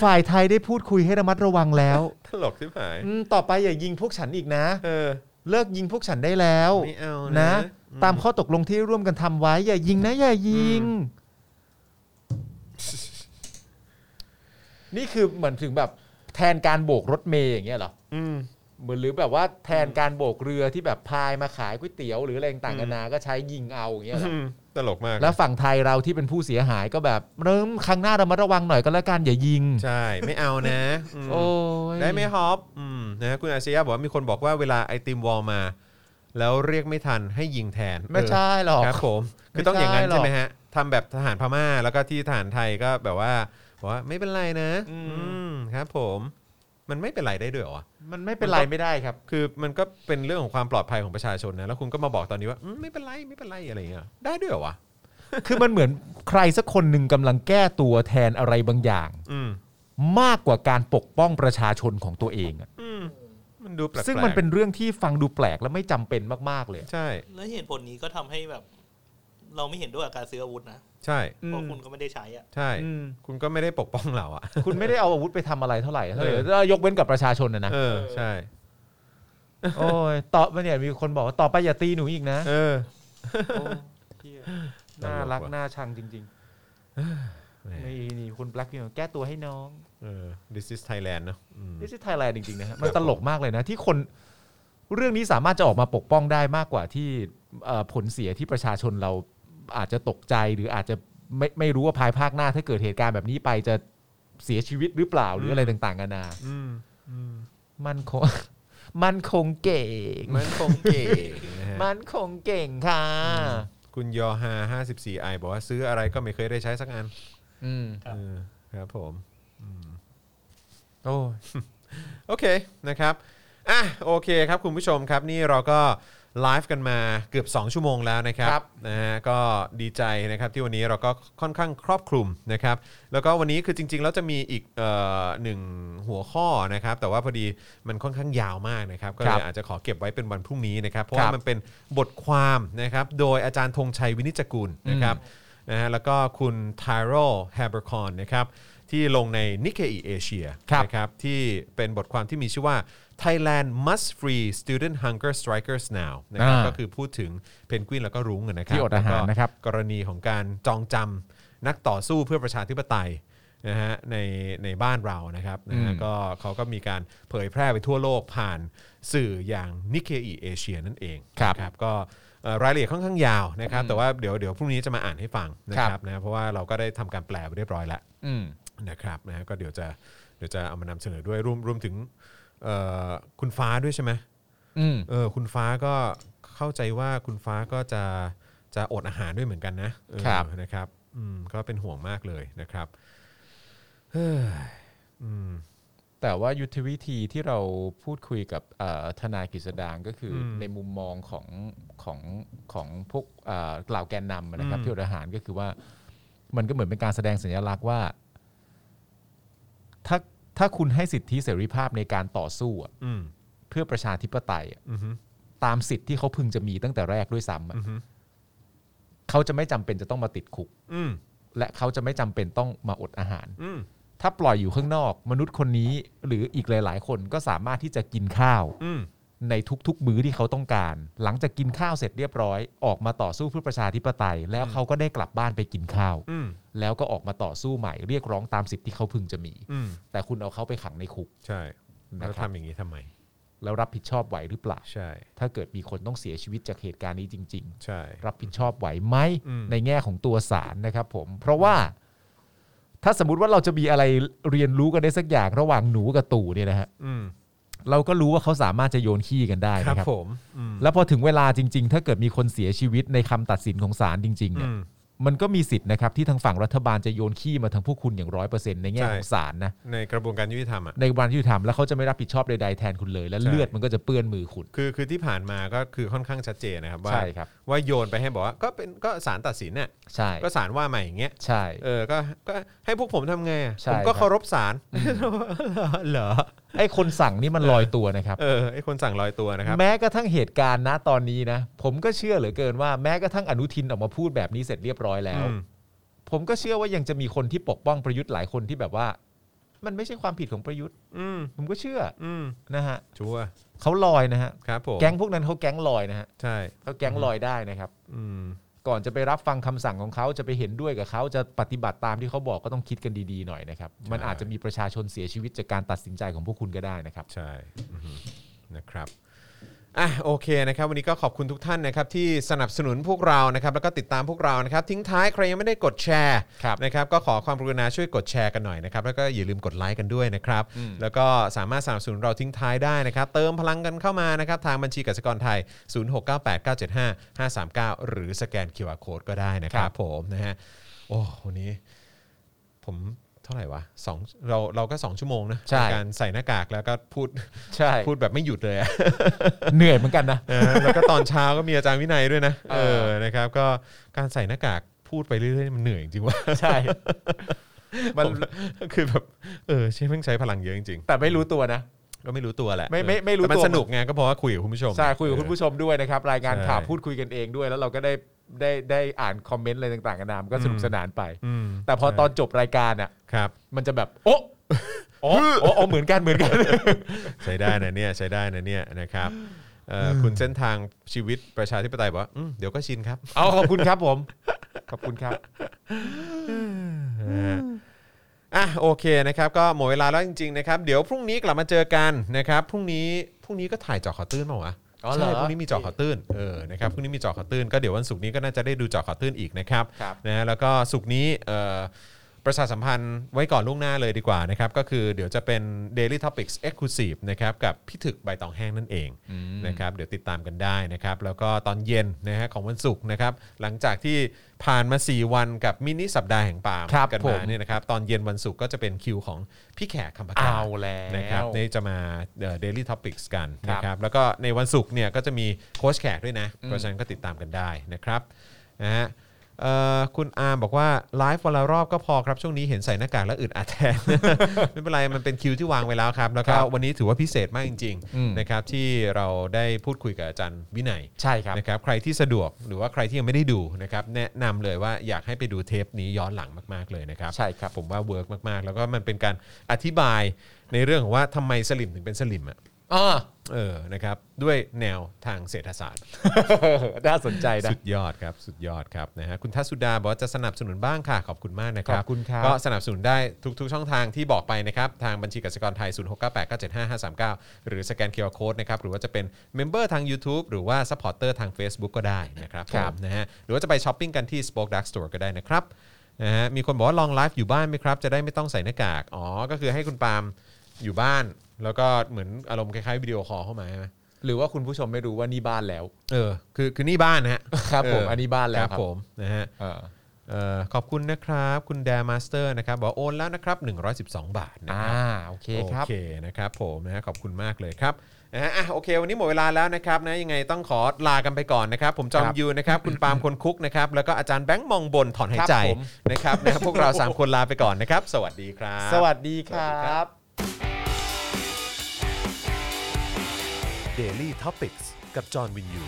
S6: ฝ่ายไทยได้พูดคุยให้ระมัดระวังแล้ว
S2: ตลกที่หาย
S6: อืมต่อไปอย่ายิงพวกฉันอีกนะ
S2: เออ
S6: เลิกยิงพวกฉันได้แล้ว
S2: ไม่เอา
S6: นะ
S2: นะ
S6: ตามข้อตกลงที่ร่วมกันทำไว้ อย่ายิงนะอย่ายิง นี่คือเหมือนถึงแบบแทนการโบกรถเมย์อย่างเงี้ยเหรอ
S2: อืม
S6: เหมือนหรือแบบว่าแทนการโบกเรือที่แบบพายมาขายก๋วยเตี๋ยวหรืออะไรต่าง
S2: อืม
S6: กันานาก็ใช้ยิงเอาอย่างเงี้ยเหรอ
S2: อืมตลกมาก
S6: แล้วฝั่งไทยเราที่เป็นผู้เสียหายก็แบบ เริ่มครั้งหน้าเรามาระวังหน่อยก็แล้วกันอย่ายิง
S2: ใช่ไม่เอานะอืม
S6: โอ้ย
S2: ได้ไหมฮอปอืมนะฮะคุณอาเซียบอกว่ามีคนบอกว่าเวลาไอติมวอลมา แล้วเรียกไม่ทันให้ยิงแทน
S6: ไม่ใช่หร
S2: เอ
S6: อ
S2: อก ครับผม คือ
S6: ไม่
S2: ต้องอย่างนั้น
S6: ใช่หรอก
S2: ใช่ไหมฮะทำแบบทหารพม่าแล้วก็ที่ทหารไทยก็แบบว่า บอกว่าไม่เป็นไรนะ
S6: อืม
S2: อืมครับผมมันไม่เป็นไรได้ด้วยเหรอวะ
S6: มันไม่เป็นไรไม่ได้ครับ
S2: คือมันก็เป็นเรื่องของความปลอดภัยของประชาชนนะแล้วคุณก็มาบอกตอนนี้ว่าอืมไม่เป็นไรไม่เป็นไรอะไรอย่างเงี้ยได้ด้วยเหรอวะ
S6: คือมันเหมือนใครสักคนหนึ่งกำลังแก้ตัวแทนอะไรบางอย่าง
S2: อืม
S6: มากกว่าการปกป้องประชาชนของตัวเองอะ
S2: อืมมันดูแปลกๆ
S6: ซึ่งมันเป็นเรื่องที่ฟังดูแปลกและไม่จำเป็นมากๆ <laughs> เลย
S2: ใช่
S5: แล้วเหตุผลนี้ก็ทำให้แบบ เราไม่เห็นด้วยกับการซื้ออาวุธนะ
S2: ใช่
S5: เพราะคุณก็ไม่ได้ใช้อ่ะ
S2: ใช่
S6: อืม
S2: คุณก็ไม่ได้ปกป้องเราอะ
S6: <laughs> คุณไม่ได้เอาอาวุธไปทำอะไรเท่าไหร่
S2: เออ
S6: ถ้ายกเว้นกับประชาชนนะนะ
S2: เออใช่
S6: โอ้ยตอบมาเนี่ยมีคนบอกว่าต่อไปอย่าตีหนูอีกนะ
S2: เออ
S6: น่ารักน่าชังจริง
S2: แหม
S6: ๆนี่นี่คุณแบล็คพี่บอกแก้ตัวให้น้อง
S2: เออ this is Thailand เนอะอืม
S6: นี่คือไทยแลนด์จริงๆนะฮะมันตลกมากเลยนะ ที่คนเรื่องนี้สามารถจะออกมาปกป้องได้มากกว่าที่เอ่อผลเสียที่ประชาชนเราอาจจะตกใจหรืออาจจะไม่ไม่รู้ว่าภายภาคหน้าถ้าเกิดเหตุการณ์แบบนี้ไปจะเสียชีวิตหรือเปล่าหรืออะไรต่างๆกันานา
S2: อืมอืม
S6: มันคง <laughs> มันคงเก่ง
S2: มันคงเก๋นะฮะ
S6: มันคงเก่งค่ะ
S2: คุณยอฮา54ไอบอกว่าซื้ออะไรก็ไม่เคยได้ใช้สักอัน
S6: อืม
S2: เออครับผม
S6: โอ้ย
S2: โอเคนะครับ อ่ะโอเคครับคุณผู้ชมครับนี่เราก็ไลฟ์กันมาเกือบ 2 ชั่วโมงแล้วนะครับ
S6: ครับ
S2: นะฮะก็ดีใจนะครับที่วันนี้เราก็ค่อนข้างครอบคลุมนะครับ แล้วก็วันนี้คือจริงๆแล้วจะมีอีกเอ่อหนึ่งหัวข้อนะครับ แต่ว่าพอดีมันค่อนข้างยาวมากนะครับ ก็เล
S6: ครั
S2: ย
S6: บ
S2: อาจจะขอเก็บไว้เป็นวันพรุ่งนี้นะครับ เพราะว่า
S6: ครับ
S2: มันเป็นบทความนะครับโดยอาจารย์ธงชัยวินิจฉัยกุลนะครับนะฮะแล้วก็คุณไทโรแฮเบอร์คอนนะครับที่ลงในนิเคอีเอเชีย
S6: ครับ
S2: นะครับที่เป็นบทความที่มีชื่อว่า Thailand must free student hunger strikers now นะครับ
S6: อ่า
S2: ก็คือพูดถึงเพนกวินแล้วก็รุ้งอะนะครั
S6: ที่อดอาหารนะครับ
S2: แล้วก็กรณีของการจองจำนักต่อสู้เพื่อประชาธิปไตยนะฮะในในบ้านเรานะครับนะฮะก็เขาก็มีการเผยแพร่ไปทั่วโลกผ่านสื่ออย่างนิเคอีเอเชียนั่นเอง
S6: ครับ
S2: นะก็เอ่อรายละเอียดค่อนข้างยาวนะครับ แต่ว่าเดี๋ยวเดี๋ยวพรุ่งนี้จะมาอ่านให้ฟังนะค
S6: ครั
S2: รับบ นะเพราะว่าเราก็ได้ทำการแปลไปเรียบร้อยแล้ว
S6: อืม
S2: นะครับนะฮะก็เดี๋ยวจะเดี๋ยวจะเอามานำเสนอด้วยรวมรวมถึงเอ่อคุณฟ้าด้วยใช่ไหม
S6: อืม
S2: เออคุณฟ้าก็เข้าใจว่าคุณฟ้าก็จะจะอดอาหารด้วยเหมือนกันนะเออ
S6: ครับ
S2: นะครับอืมก็เป็นห่วงมากเลยนะครับเฮ้ยอืม
S6: แต่ว่ายุทธวิธีที่เราพูดคุยกับเอ่อทนายกฤษดางก็คืออ
S2: ม
S6: ในมุมมองของของของพวกเอ่อกล่าวแกนนำนะครับ
S2: อืม
S6: ที่อดอาหารก็คือว่ามันก็เหมือนเป็นการแสดงสัญลักษณ์ว่า ถ้าถ้าคุณให้สิทธิเสรีภาพในการต่อสู้อะ
S2: อืม
S6: เพื่อประชาธิปไตยอะ
S2: อืม
S6: ตามสิทธิที่เขาพึงจะมีตั้งแต่แรกด้วยซ้ำอะ
S2: อืม
S6: เขาจะไม่จำเป็นจะต้องมาติดคุก
S2: อืม
S6: และเขาจะไม่จำเป็นต้องมาอดอาหาร
S2: อืม
S6: ถ้าปล่อยอยู่ข้างนอก มนุษย์คนนี้หรืออีกหลาย ๆ คนก็สามารถที่จะกินข้าว
S2: อืม
S6: ในทุกๆ มื้อที่เขาต้องการ หลังจากกินข้าวเสร็จเรียบร้อย ออกมาต่อสู้เพื่อประชาธิปไตย แล้วเขาก็ได้กลับบ้านไปกินข้าว
S2: อืม
S6: แล้วก็ออกมาต่อสู้ใหม่เรียกร้องตามสิทธิที่เขาพึงจะมี
S2: อืม
S6: แต่คุณเอาเขาไปขังในคุก
S2: ใช่
S6: นะ
S2: แล้
S6: คว รับ
S2: ทำอย่างนี้ทำไม
S6: แล้วรับผิดชอบไหวหรือเปล่า
S2: ใช่
S6: ถ้าเกิดมีคนต้องเสียชีวิตจากเหตุการณ์นี้จริง
S2: ใช่
S6: ๆ รับผิดชอบไหวไหม
S2: อืม
S6: ในแง่ของตัวศาลนะครับผม เพราะว่าถ้าสมมติว่าเราจะมีอะไรเรียนรู้กันได้สักอย่างระหว่างหนูกับตู่เนี่ยนะฮะ
S2: อืม
S6: เราก็รู้ว่าเขาสามารถจะโยนขี้กันได้
S2: ครับ
S6: นะครับ
S2: ผมอืม
S6: แล้วพอถึงเวลาจริง ๆ ถ้าเกิดมีคนเสียชีวิตในคำตัดสินของศาลจริงๆ
S2: อื
S6: เนี่ย
S2: ม
S6: มันก็มีสิทธิ์นะครับที่ทางฝั่งรัฐบาลจะโยนขี้มาทางพวกคุณอย่างร้อยเปอร์เซ็นต์ในแง่
S2: ใช่
S6: ของศาลนะ
S2: ในกระบวนการยุติธรรมอ่ะ
S6: ในวันที่ทำแล้วเขาจะไม่รับผิดชอบใดๆแทนคุณเลย และ
S2: ใช่
S6: เลือดมันก็จะเปื้อนมือคุณ
S2: คือคือที่ผ่านมาก็คือค่อนข้างชัดเจนนะครับว่า
S6: ใช่ครับ
S2: ว่าโยนไปให้บอกว่าก็เป็นก็ศาลตัดสินเนี่ย
S6: ใช่
S2: ก็ศาลว่าใหม่อย่างเงี้ย
S6: ใช่
S2: เออก็ก็ให้พวกผมทำไงอะ
S6: ใช่
S2: ผมก็
S6: ครับ
S2: เคารพศาล <laughs> เหรอ
S6: ไอ้คนสั่งนี่มันลอยตัวนะครับ
S2: เออไอคนสั่งลอยตัวนะครับ
S6: แม้กระทั่งเหตุการณ์นะตอนนี้นะ ผมก็เชื่อเหลือเกินว่าแม้กระทั่งอนุทินออกมาพูดแบบนี้เสร็จเรียบร้อยแล้ว
S2: อืม
S6: ผมก็เชื่อว่ายังจะมีคนที่ปกป้องประยุทธ์หลายคนที่แบบว่า มันไม่ใช่ความผิดของประยุทธ์
S2: อืม
S6: ผมก็เชื่อ
S2: อืม
S6: นะฮะ
S2: ชัวร์
S6: เขาลอยนะฮะ
S2: ครับผม
S6: แก๊งพวกนั้นเขาแก๊งลอยนะฮะ
S2: ใช่
S6: เขาแก๊งลอยได้นะครับ
S2: อืม
S6: ก่อนจะไปรับฟังคำสั่งของเขาจะไปเห็นด้วยกับเขาจะปฏิบัติตามที่เขาบอกก็ต้องคิดกันดีๆหน่อยนะครับ มันอาจจะมีประชาชนเสียชีวิตจากการตัดสินใจของพวกคุณก็ได้นะครับ
S2: ใช่อืมนะครับอ่ะโอเคนะครับ วันนี้ก็ขอบคุณทุกท่านนะครับ ที่สนับสนุนพวกเรานะครับ แล้วก็ติดตามพวกเรานะครับ ทิ้งท้ายใครยังไม่ได้กดแชร์
S6: ครับ
S2: นะครับก็ขอความกรุณาช่วยกดแชร์กันหน่อยนะครับแล้วก็อย่าลืมกดไลค์กันด้วยนะครับแล้วก็สามารถสนับสนุนเราทิ้งท้ายได้นะครับ เติมพลังกันเข้ามานะครับทางบัญชีกสิกรไทย 0698975539 หรือสแกน QR Code ก็ได้นะครับ
S6: ครับ
S2: ผมนะฮะโอ้วันนี้ผม เท่าไหร่วะสองเราเราก็สองชั่วโมงนะ
S6: ใช่
S2: นการใส่หน้ากากแล้วก็พูด
S6: ใช่
S2: พูดแบบไม่หยุดเลยอะ
S6: <laughs> เหนื่อยเหมือนกันนะ
S2: นะฮะแล้วก็ตอนเช้าก็มีอาจารย์วินัยด้วยนะ เอ
S6: เออ
S2: อนะครับ ก็การใส่หน้ากากพูดไปเรื่อยๆมันเหนื่อยจริงๆว่า
S6: ใช่ มัน
S2: <laughs> คือแบบเออใช่แม่งใช้พลังเยอะจริง
S6: แต่ไม่รู้ตัวนะ
S2: ๆก็ไม่รู้ตัวแหละ
S6: ไม่ไม่ไม่รู้
S2: แมัน
S6: ตัว
S2: สนุกไงก็เพราะว่าคุยกับคุณผู้ชม
S6: ใช่คุยกับคุณผู้ชมด้วยนะครับ รายงาน
S2: ใช่
S6: ข่าวพูดคุยกันเองด้วย แล้วเราก็ได้ได้ได้อ่านคอมเมนต์อะไรต่างๆกันนามนก็สนุ
S2: อื
S6: ก
S2: ม
S6: สนานไป
S2: อืม
S6: แต่พอตอนจบรายการอ่ะ
S2: ครับ
S6: มันจะแบบ โอ้โอ้โอ้เหมือนกันเหมือนกัน
S2: ใช้ได้นะเนี่ยใช้ได้นะเนี่ยนะครับเอ่อคุณเส้นทางชีวิตประชาธิปไตยบอกว่าอืมเดี๋ยวก็ชินครับ
S6: เอาขอบคุณครับผม ขอบคุณครับ
S2: อ่ะโอเคนะครับก็หมดเวลาแล้วจริงๆนะครับเดี๋ยวพรุ่งนี้กลับมาเจอกันนะครับพรุ่งนี้พรุ่งนี้ก็ถ่ายเจอข่าวตื้นมาวะ
S6: อ๋อเหรอ
S2: ใช่พรุ่งนี้มีเจอข่าวตื้นเออนะครับพรุ่งนี้มีเจอข่าวตื้นก็เดี๋ยววันศุกร์นี้ก็น่าจะได้ดูเจอข่าวตื้นอีกนะครับ
S6: ครับ
S2: นะฮะแล้วก็ศุกร์นี้เอ่อประชาสัมพันธ์ไว้ก่อนล่วงหน้าเลยดีกว่านะครับก็คือเดี๋ยวจะเป็น Daily Topics Exclusive นะครับกับพี่ถึกใบตองแห้งนั่นเองนะครับเดี๋ยวติดตามกันได้นะครับแล้วก็ตอนเย็นนะฮะของวันศุกร์นะครับหลังจากที่ผ่านมา 4 วันกับมินิสัปดาห์แห่งป่าล์ม
S6: ครับ
S2: กั
S6: ผม
S2: นาม เนี่ย เนี่ยนะครับตอนเย็นวันศุกร์ก็จะเป็นคิวของพี่แขกคำปากา
S6: เอาแล้ว
S2: นะครับนี่จะมาเดลี่ท็อปิกส์กัน
S6: ครั
S2: นะ
S6: บ
S2: ครับแล้วก็ในวันศุกร์เนี่ยก็จะมีโค้ชแขกด้วยนะ
S6: อืม
S2: เพราะฉะนั้นก็ติดตามกันได้นะครับนะฮะเอ่อคุณอาร์มบอกว่าไลฟ์วันละรอบก็พอครับ ช่วงนี้เห็นใส่หน้ากากแล้วอึดอัดแทน <laughs> ไม่เป็นไร มันเป็นคิวที่วางไว้แล้วครับ แล้วก็วันนี้ถือว่าพิเศษมากจริง
S6: อืม
S2: ๆนะครับที่เราได้พูดคุยกับอาจารย์วินัย
S6: ใช่ <laughs> ครับ
S2: นะครับใครที่สะดวกหรือว่าใครที่ยังไม่ได้ดูนะครับแนะนำเลยว่าอยากให้ไปดูเทปนี้ย้อนหลังมากๆเลยนะครับ
S6: ใช่ครับ
S2: ผมว่าเวิร์กมากๆ แล้วก็มันเป็นการอธิบายในเรื่องของว่าทำไมสลิมถึงเป็นสลิมอ่ะ
S6: อ่า
S2: เออนะครับด้วยแนวทางเศรษฐศาสตร์
S6: น่าสนใจนะ
S2: สุดยอดครับสุดยอดครับนะฮะคุณทัศสุดาบอกว่าจะสนับสนุนบ้างค่ะ ขอบคุณมากนะครับ
S6: ขอบคุณครับ
S2: ก็สนับสนุนได้ทุก ๆ ช่องทางที่บอกไปนะครับ ทางบัญชีกสิกรไทย 0698975539 หรือสแกนเคอร์โคดนะครับ หรือว่าจะเป็นเมมเบอร์ทาง YouTube หรือว่าซัพพอร์เตอร์ทาง Facebook ก็ได้นะครับ
S6: ครั
S2: ผม
S6: บ
S2: นะฮะหรือว่าจะไปช้อปปิ้งกันที่ Spoke Dark Store ก็ได้นะครับนะฮะมีคนบอกว่าลองไลฟ์อยู่บ้านไหมครับ จะได้ไม่ต้องใส่หน้ากากอ๋อก็คือให้คุณปาล์มอยู่บ้าน แล้วก็เหมือนอารมณ์คล้ายๆวิดีโอคอลเข้ามาใช่ไหม
S6: หรือว่าคุณผู้ชมไม่รู้ว่านี่บ้านแล้ว
S2: เออคือคือนี่บ้านนะฮะ
S6: ครับผม
S2: เ
S6: นนี้บ้านแล้ว
S2: ครับ
S6: ครับ
S2: ผมนะฮะ
S6: เออ
S2: เอ่อขอบคุณนะครับ คุณแดมาสเตอร์นะครับบอกว่าโอนแล้วนะครับ 112 บาทนะ
S6: อ่า
S2: ครับ
S6: โอเค
S2: โอ
S6: ครับ
S2: เคนะครับผมนะฮะขอบคุณมากเลยครับนะฮะอ่ะโอเค วันนี้หมดเวลาแล้วนะครับนะยังไงต้องขอลากันไปก่อนนะครับ ผมจอม
S6: ครับ
S2: ยูนะครับ คุณปาล์มคนคุกนะครับ แล้วก็อาจารย์แบงค์มองบนถอนหายใจ
S6: ครับผม
S2: นะครับนะพวกเรา 3 คนลาไปก่อนนะครับ สวัสดีครับ
S6: สวัสดีคร
S2: สวัสดีครั
S6: ั
S2: บ
S6: บ
S1: Daily t o p i c กกับจอห์นวินยู